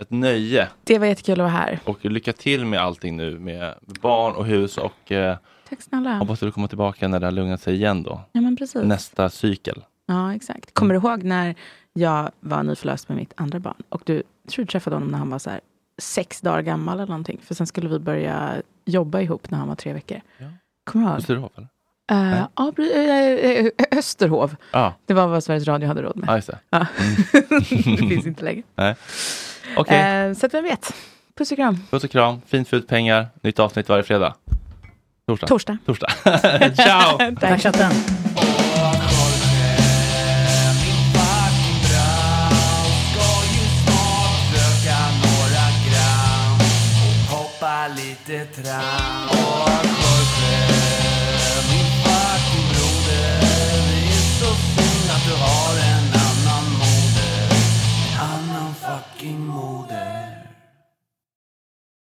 Speaker 1: ett nöje.
Speaker 6: Det var jättekul att vara här.
Speaker 1: Och lycka till med allting nu med barn och hus och eh,
Speaker 6: Tack snälla.
Speaker 1: hoppas att du kommer tillbaka när det har lugnat sig igen då.
Speaker 6: Ja, men precis.
Speaker 1: Nästa cykel.
Speaker 6: Ja, exakt. Kommer du ihåg när jag var nyförlöst med mitt andra barn? Och du, jag tror du träffade honom när han var så här sex dagar gammal eller någonting. För sen skulle vi börja jobba ihop när han var tre veckor. Kommer du ihåg?
Speaker 1: Österhov, eller?
Speaker 6: Eh, ja, pre- eh, eh, Österhov.
Speaker 1: Ja.
Speaker 6: Det var vad Sveriges Radio hade råd med.
Speaker 1: Ja, just det.
Speaker 6: Ja. det finns inte längre.
Speaker 1: Mm. Nej. Okej,
Speaker 6: Eh, så att vem vet. Puss och kram.
Speaker 1: puss och kram, fint fult pengar, nytt avsnitt varje fredag. Torsdag.
Speaker 6: Torsdag.
Speaker 1: Torsdag. Ciao!
Speaker 6: Tack chatten.
Speaker 10: Hoppa lite tram.